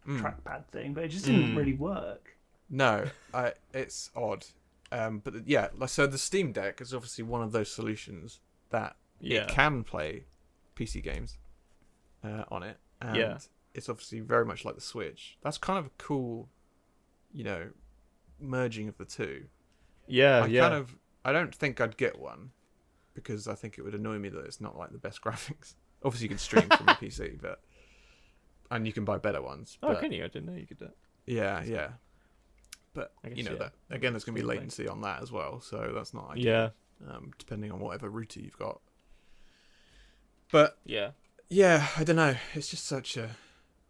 trackpad thing, but it just
Hmm.
didn't really work.
No, I, it's odd. Um, but th- yeah, like, so the Steam Deck is obviously one of those solutions that
Yeah.
it can play PC games uh, on it, and
Yeah.
it's obviously very much like the Switch. That's kind of a cool, you know, merging of the two.
yeah,
I
Oh, yeah.
kind of, I don't think I'd get one because I think it would annoy me that it's not like the best graphics. Obviously, you can stream from your PC, but and you can buy better ones.
oh,
but-
can you? I didn't know you could do that.
yeah, yeah. But
I
you
guess,
know
yeah.
that again, there's going to be
Still late.
latency on that as well, so that's not ideal.
Yeah,
Um, depending on whatever router you've got. But
yeah.
yeah, I don't know. It's just such a.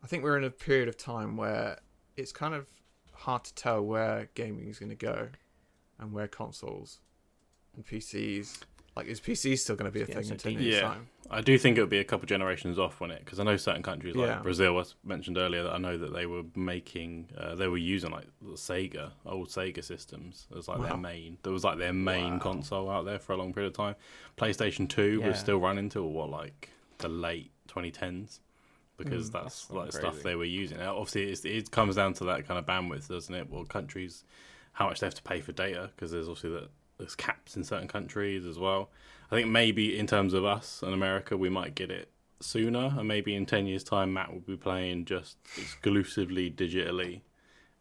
I think we're in a period of time where it's kind of hard to tell where gaming is going to go, and where consoles and PCs. Like, is PC still going to be a thing in ten years'
Yeah,
time?
I do think it would be a couple generations off when it because I know certain countries like
Yeah.
Brazil. I s- mentioned earlier that I know that they were making uh, they were using like the Sega old Sega systems as like
Wow.
their main. There was like their main console out there for a long period of time. PlayStation Two
Yeah.
was still running till what like the late 2010s because that's, like stuff they were using. Now, obviously, it's, it comes down to that kind of bandwidth, doesn't it? Well, countries how much they have to pay for data because there's obviously that there's caps in certain countries as well. I think maybe in terms of us and America, we might get it sooner, and maybe in ten years' time, Matt will be playing just exclusively digitally,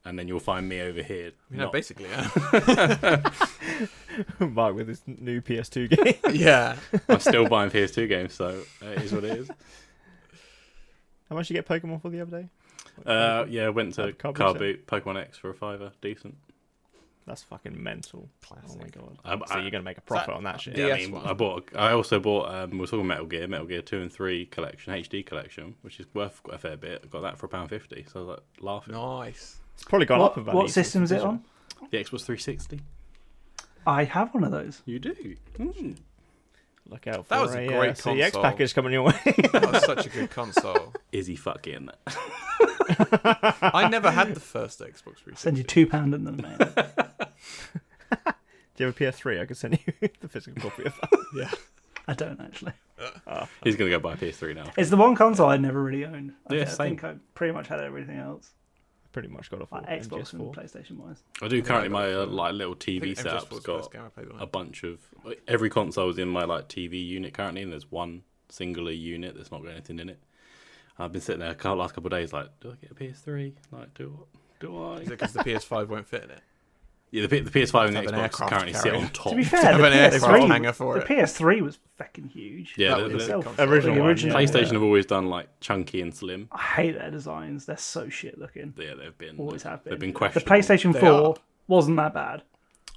and then you'll find me over here.
You know,
not-
basically, yeah.
Mark with his new PS2 game.
yeah.
I'm still buying PS2 games, so uh, it is what it is.
How much you get Pokemon for the other day?
Uh, yeah, I went to
At Car Boot
Car
Sale?
Boot Pokemon X for a fiver, decent.
That's fucking mental. Oh my god.
Um,
so
I- uh,
you're gonna make a profit on that shit.
Yeah.
Yeah, I
DS
mean,
one.
I bought. I also bought. Um, we're talking Metal Gear, Metal Gear Two and Three collection, HD collection, which is worth a fair bit. I got that for a pound fifty, so I was like laughing.
Nice.
It's probably gone up in
What,
value.
what
since
system is it
original.
on?
The Xbox Three Sixty.
I have one of those.
You do. Mm.
Look out for
That was a
uh,
great
CX
console.
package coming your way.
That was such a good console.
Is he fucking?
I never had the first Xbox 360.
Send you two pound in them, mate.
Do you have a PS3? I could send you the physical copy of that.
I don't actually.
He's gonna go buy a PS3 now.
It's the one console I never really owned. I,
Yeah,
thi- I
same.
think I pretty much had everything else,
Pretty much got off all
like Xbox and
PS4.
PlayStation wise.
I do currently my uh, like little TV
I think MGS4
setup's
was the
got
first game I played on
a
it.
bunch of every console is in my like TV unit currently, and there's one singular unit that's not got anything in it. I've been sitting there the last couple of days like, do I get a PS3? Like, do do I?
Is it because the PS5 won't fit in it?
Yeah, the, P- the PS5 and the
Have an
Xbox
aircraft
currently sit
carrier.
on top.
Oh,
To be fair, the
an aircraft
PS3,
hanger for
the
it.
PS3 was fucking huge.
That
yeah, the-
was
the-
itself.
Console.
Original
The
one,
original.
yeah.
PlayStation have always done like chunky and slim.
I hate their designs. They're so shit looking.
Yeah, they've been
Always have been.
They've been
The
questioned.
PlayStation
They
4
are.
wasn't that bad.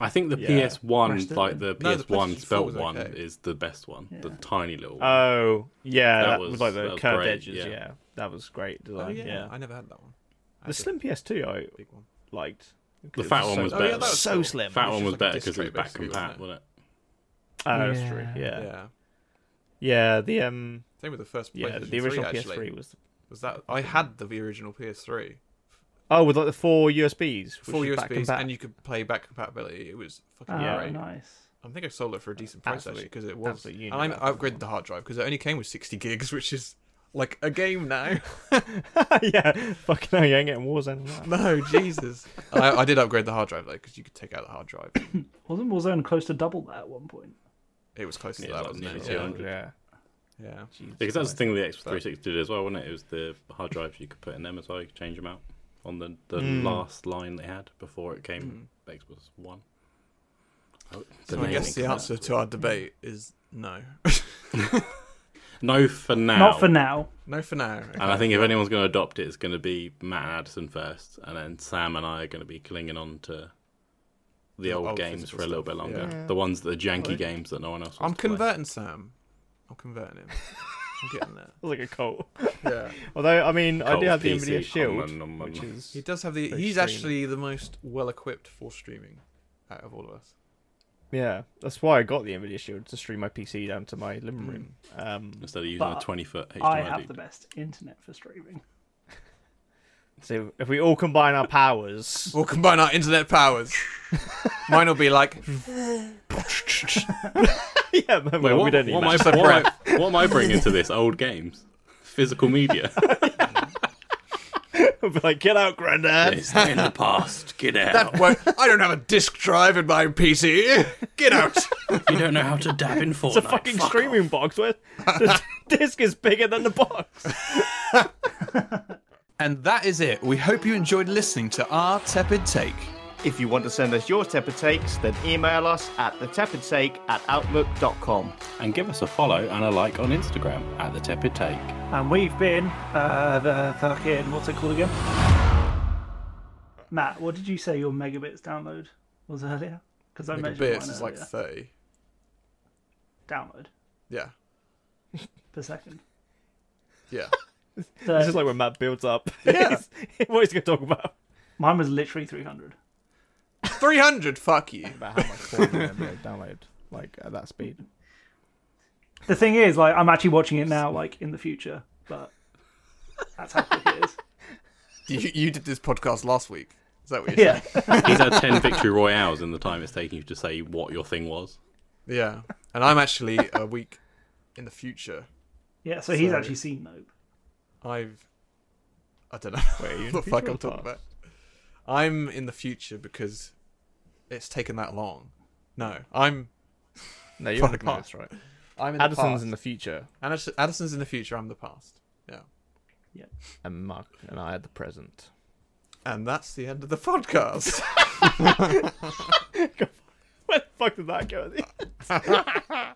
I think the
Yeah.
PS1,
Crashed it.
like the
No, the
PS1
PlayStation 4
spelt
was
one,
okay. Uh,
is the best one. The tiny little one.
Oh yeah,
That
that,
was-
was like
that
the
was
curved
great,
edges.
yeah.
Yeah. that was great
Oh,
design. yeah,
Oh, I never had that one.
the slim PS2 I
Big one.
liked.
the
because it
fat one
so-
was
Oh, yeah,
better.
that was
so
cool.
slim.
fat one
just
was
like a
better
disc
because it was
tray,
back
basically, wasn't
compat,
it?
wasn't it?
Oh, that's true.
Yeah.
Yeah. yeah,
Yeah.
The um,
Same with the first PlayStation
yeah, the original
3, actually.
PS3 was. The...
was that I had the original PS3,
Oh, with like the four USBs, which
four
was back
USBs,
compat.
and you could play back compatibility. It was fucking
Oh,
Yeah.
great.
nice.
I think I sold it for a decent price actually
Absolute-
because it was.
absolute
And
union
I
back then,
upgraded the hard drive because it only came with 60 gigs, which is like a game now.
yeah, fucking hell, you ain't getting Warzone. on that.
no, Jesus. I, I did upgrade the hard drive though because you could take out the hard drive.
Wasn't Warzone close to double that at one point?
It was close to
Yeah,
that,
like
wasn't
nearly
it? Yeah.
200.
Yeah.
yeah.
Because that's the thing the X360 did as well, wasn't it? It was the hard drives you could put in them as well. You could change them out on the, the last line they had before it came Xbox One. Oh,
So I guess the
naming.
answer to our debate is no.
No for now.
Not for now.
no for now.
And I think if anyone's going to adopt it, it's going to be Matt and Addison first, and then Sam and I are going to be clinging on to the old,
old
games
physical
for a little
stuff,
bit longer.
yeah.
The ones that are janky games that no one else. Wants
I'm
to play.
converting Sam. I'm converting him. I'm getting there.
It was like a cult.
Yeah.
Although, I mean, I
Cult
do have the
PC.
NVIDIA Shield,
Nom, nom, nom,
which
nom.
is
He does have the.
For
he's
streaming.
actually the most well equipped for streaming out of all of us.
yeah. That's why I got the NVIDIA Shield to stream my PC down to my living room.
Hmm.
Um,
Instead of using a
But
20 foot HDMI.
I have
loop.
the best internet for streaming.
so if we all combine our powers,
We'll combine our internet powers. Mine will be like.
yeah, man,
Wait,
well,
what,
we don't need
what am
that.
I, what, am I, what am I bringing to this? Old games, physical media.
We'll be like, get out, granddad.
it's in the past. Get out.
That won't, I don't have a disk drive in my PC. Get out.
you don't know how to dab in Fortnite.
It's a fucking streaming box. Where the disc is bigger than the box.
And that is it. We hope you enjoyed listening to our tepid take.
If you want to send us your tepid takes, then email us at thetepidtake at outlook.com.
And give us a follow and a like on Instagram at the Tepid Take.
And we've been uh, the fucking what's it called again? Matt, what did you say your megabits download was earlier? Because I measured
Bits
mine
is like
earlier.
30.
download
Yeah.
per second.
Yeah.
So
This is like when Matt builds up.
Yeah.
what he's gonna talk about?
mine was literally 300.
300. Fuck you.
About how much porn you're gonna download, like at that speed.
The thing is, like, I'm actually watching it now, like in the future, but that's how quick it is.
You, you did this podcast last week. Is that what you're
Yeah,
He's had 10 victory royales in the time it's taking you to say what your thing was.
saying? Yeah. And I'm actually a week in the future.
yeah. So he's
So-
actually seen Nope.
I've. I don't know
are you in the
what the fuck
future
I'm
or
talking
past?
about. I'm in the future because it's taken that long. No, I'm.
No, you're in the
Fuck, Matt.
past, right?
I'm in
Addison's
the past.
in the future,
Addis- Addison's in the future. I'm the past. Yeah.
and Mark and I are the present.
And that's the end of the podcast.
Where the fuck did that go?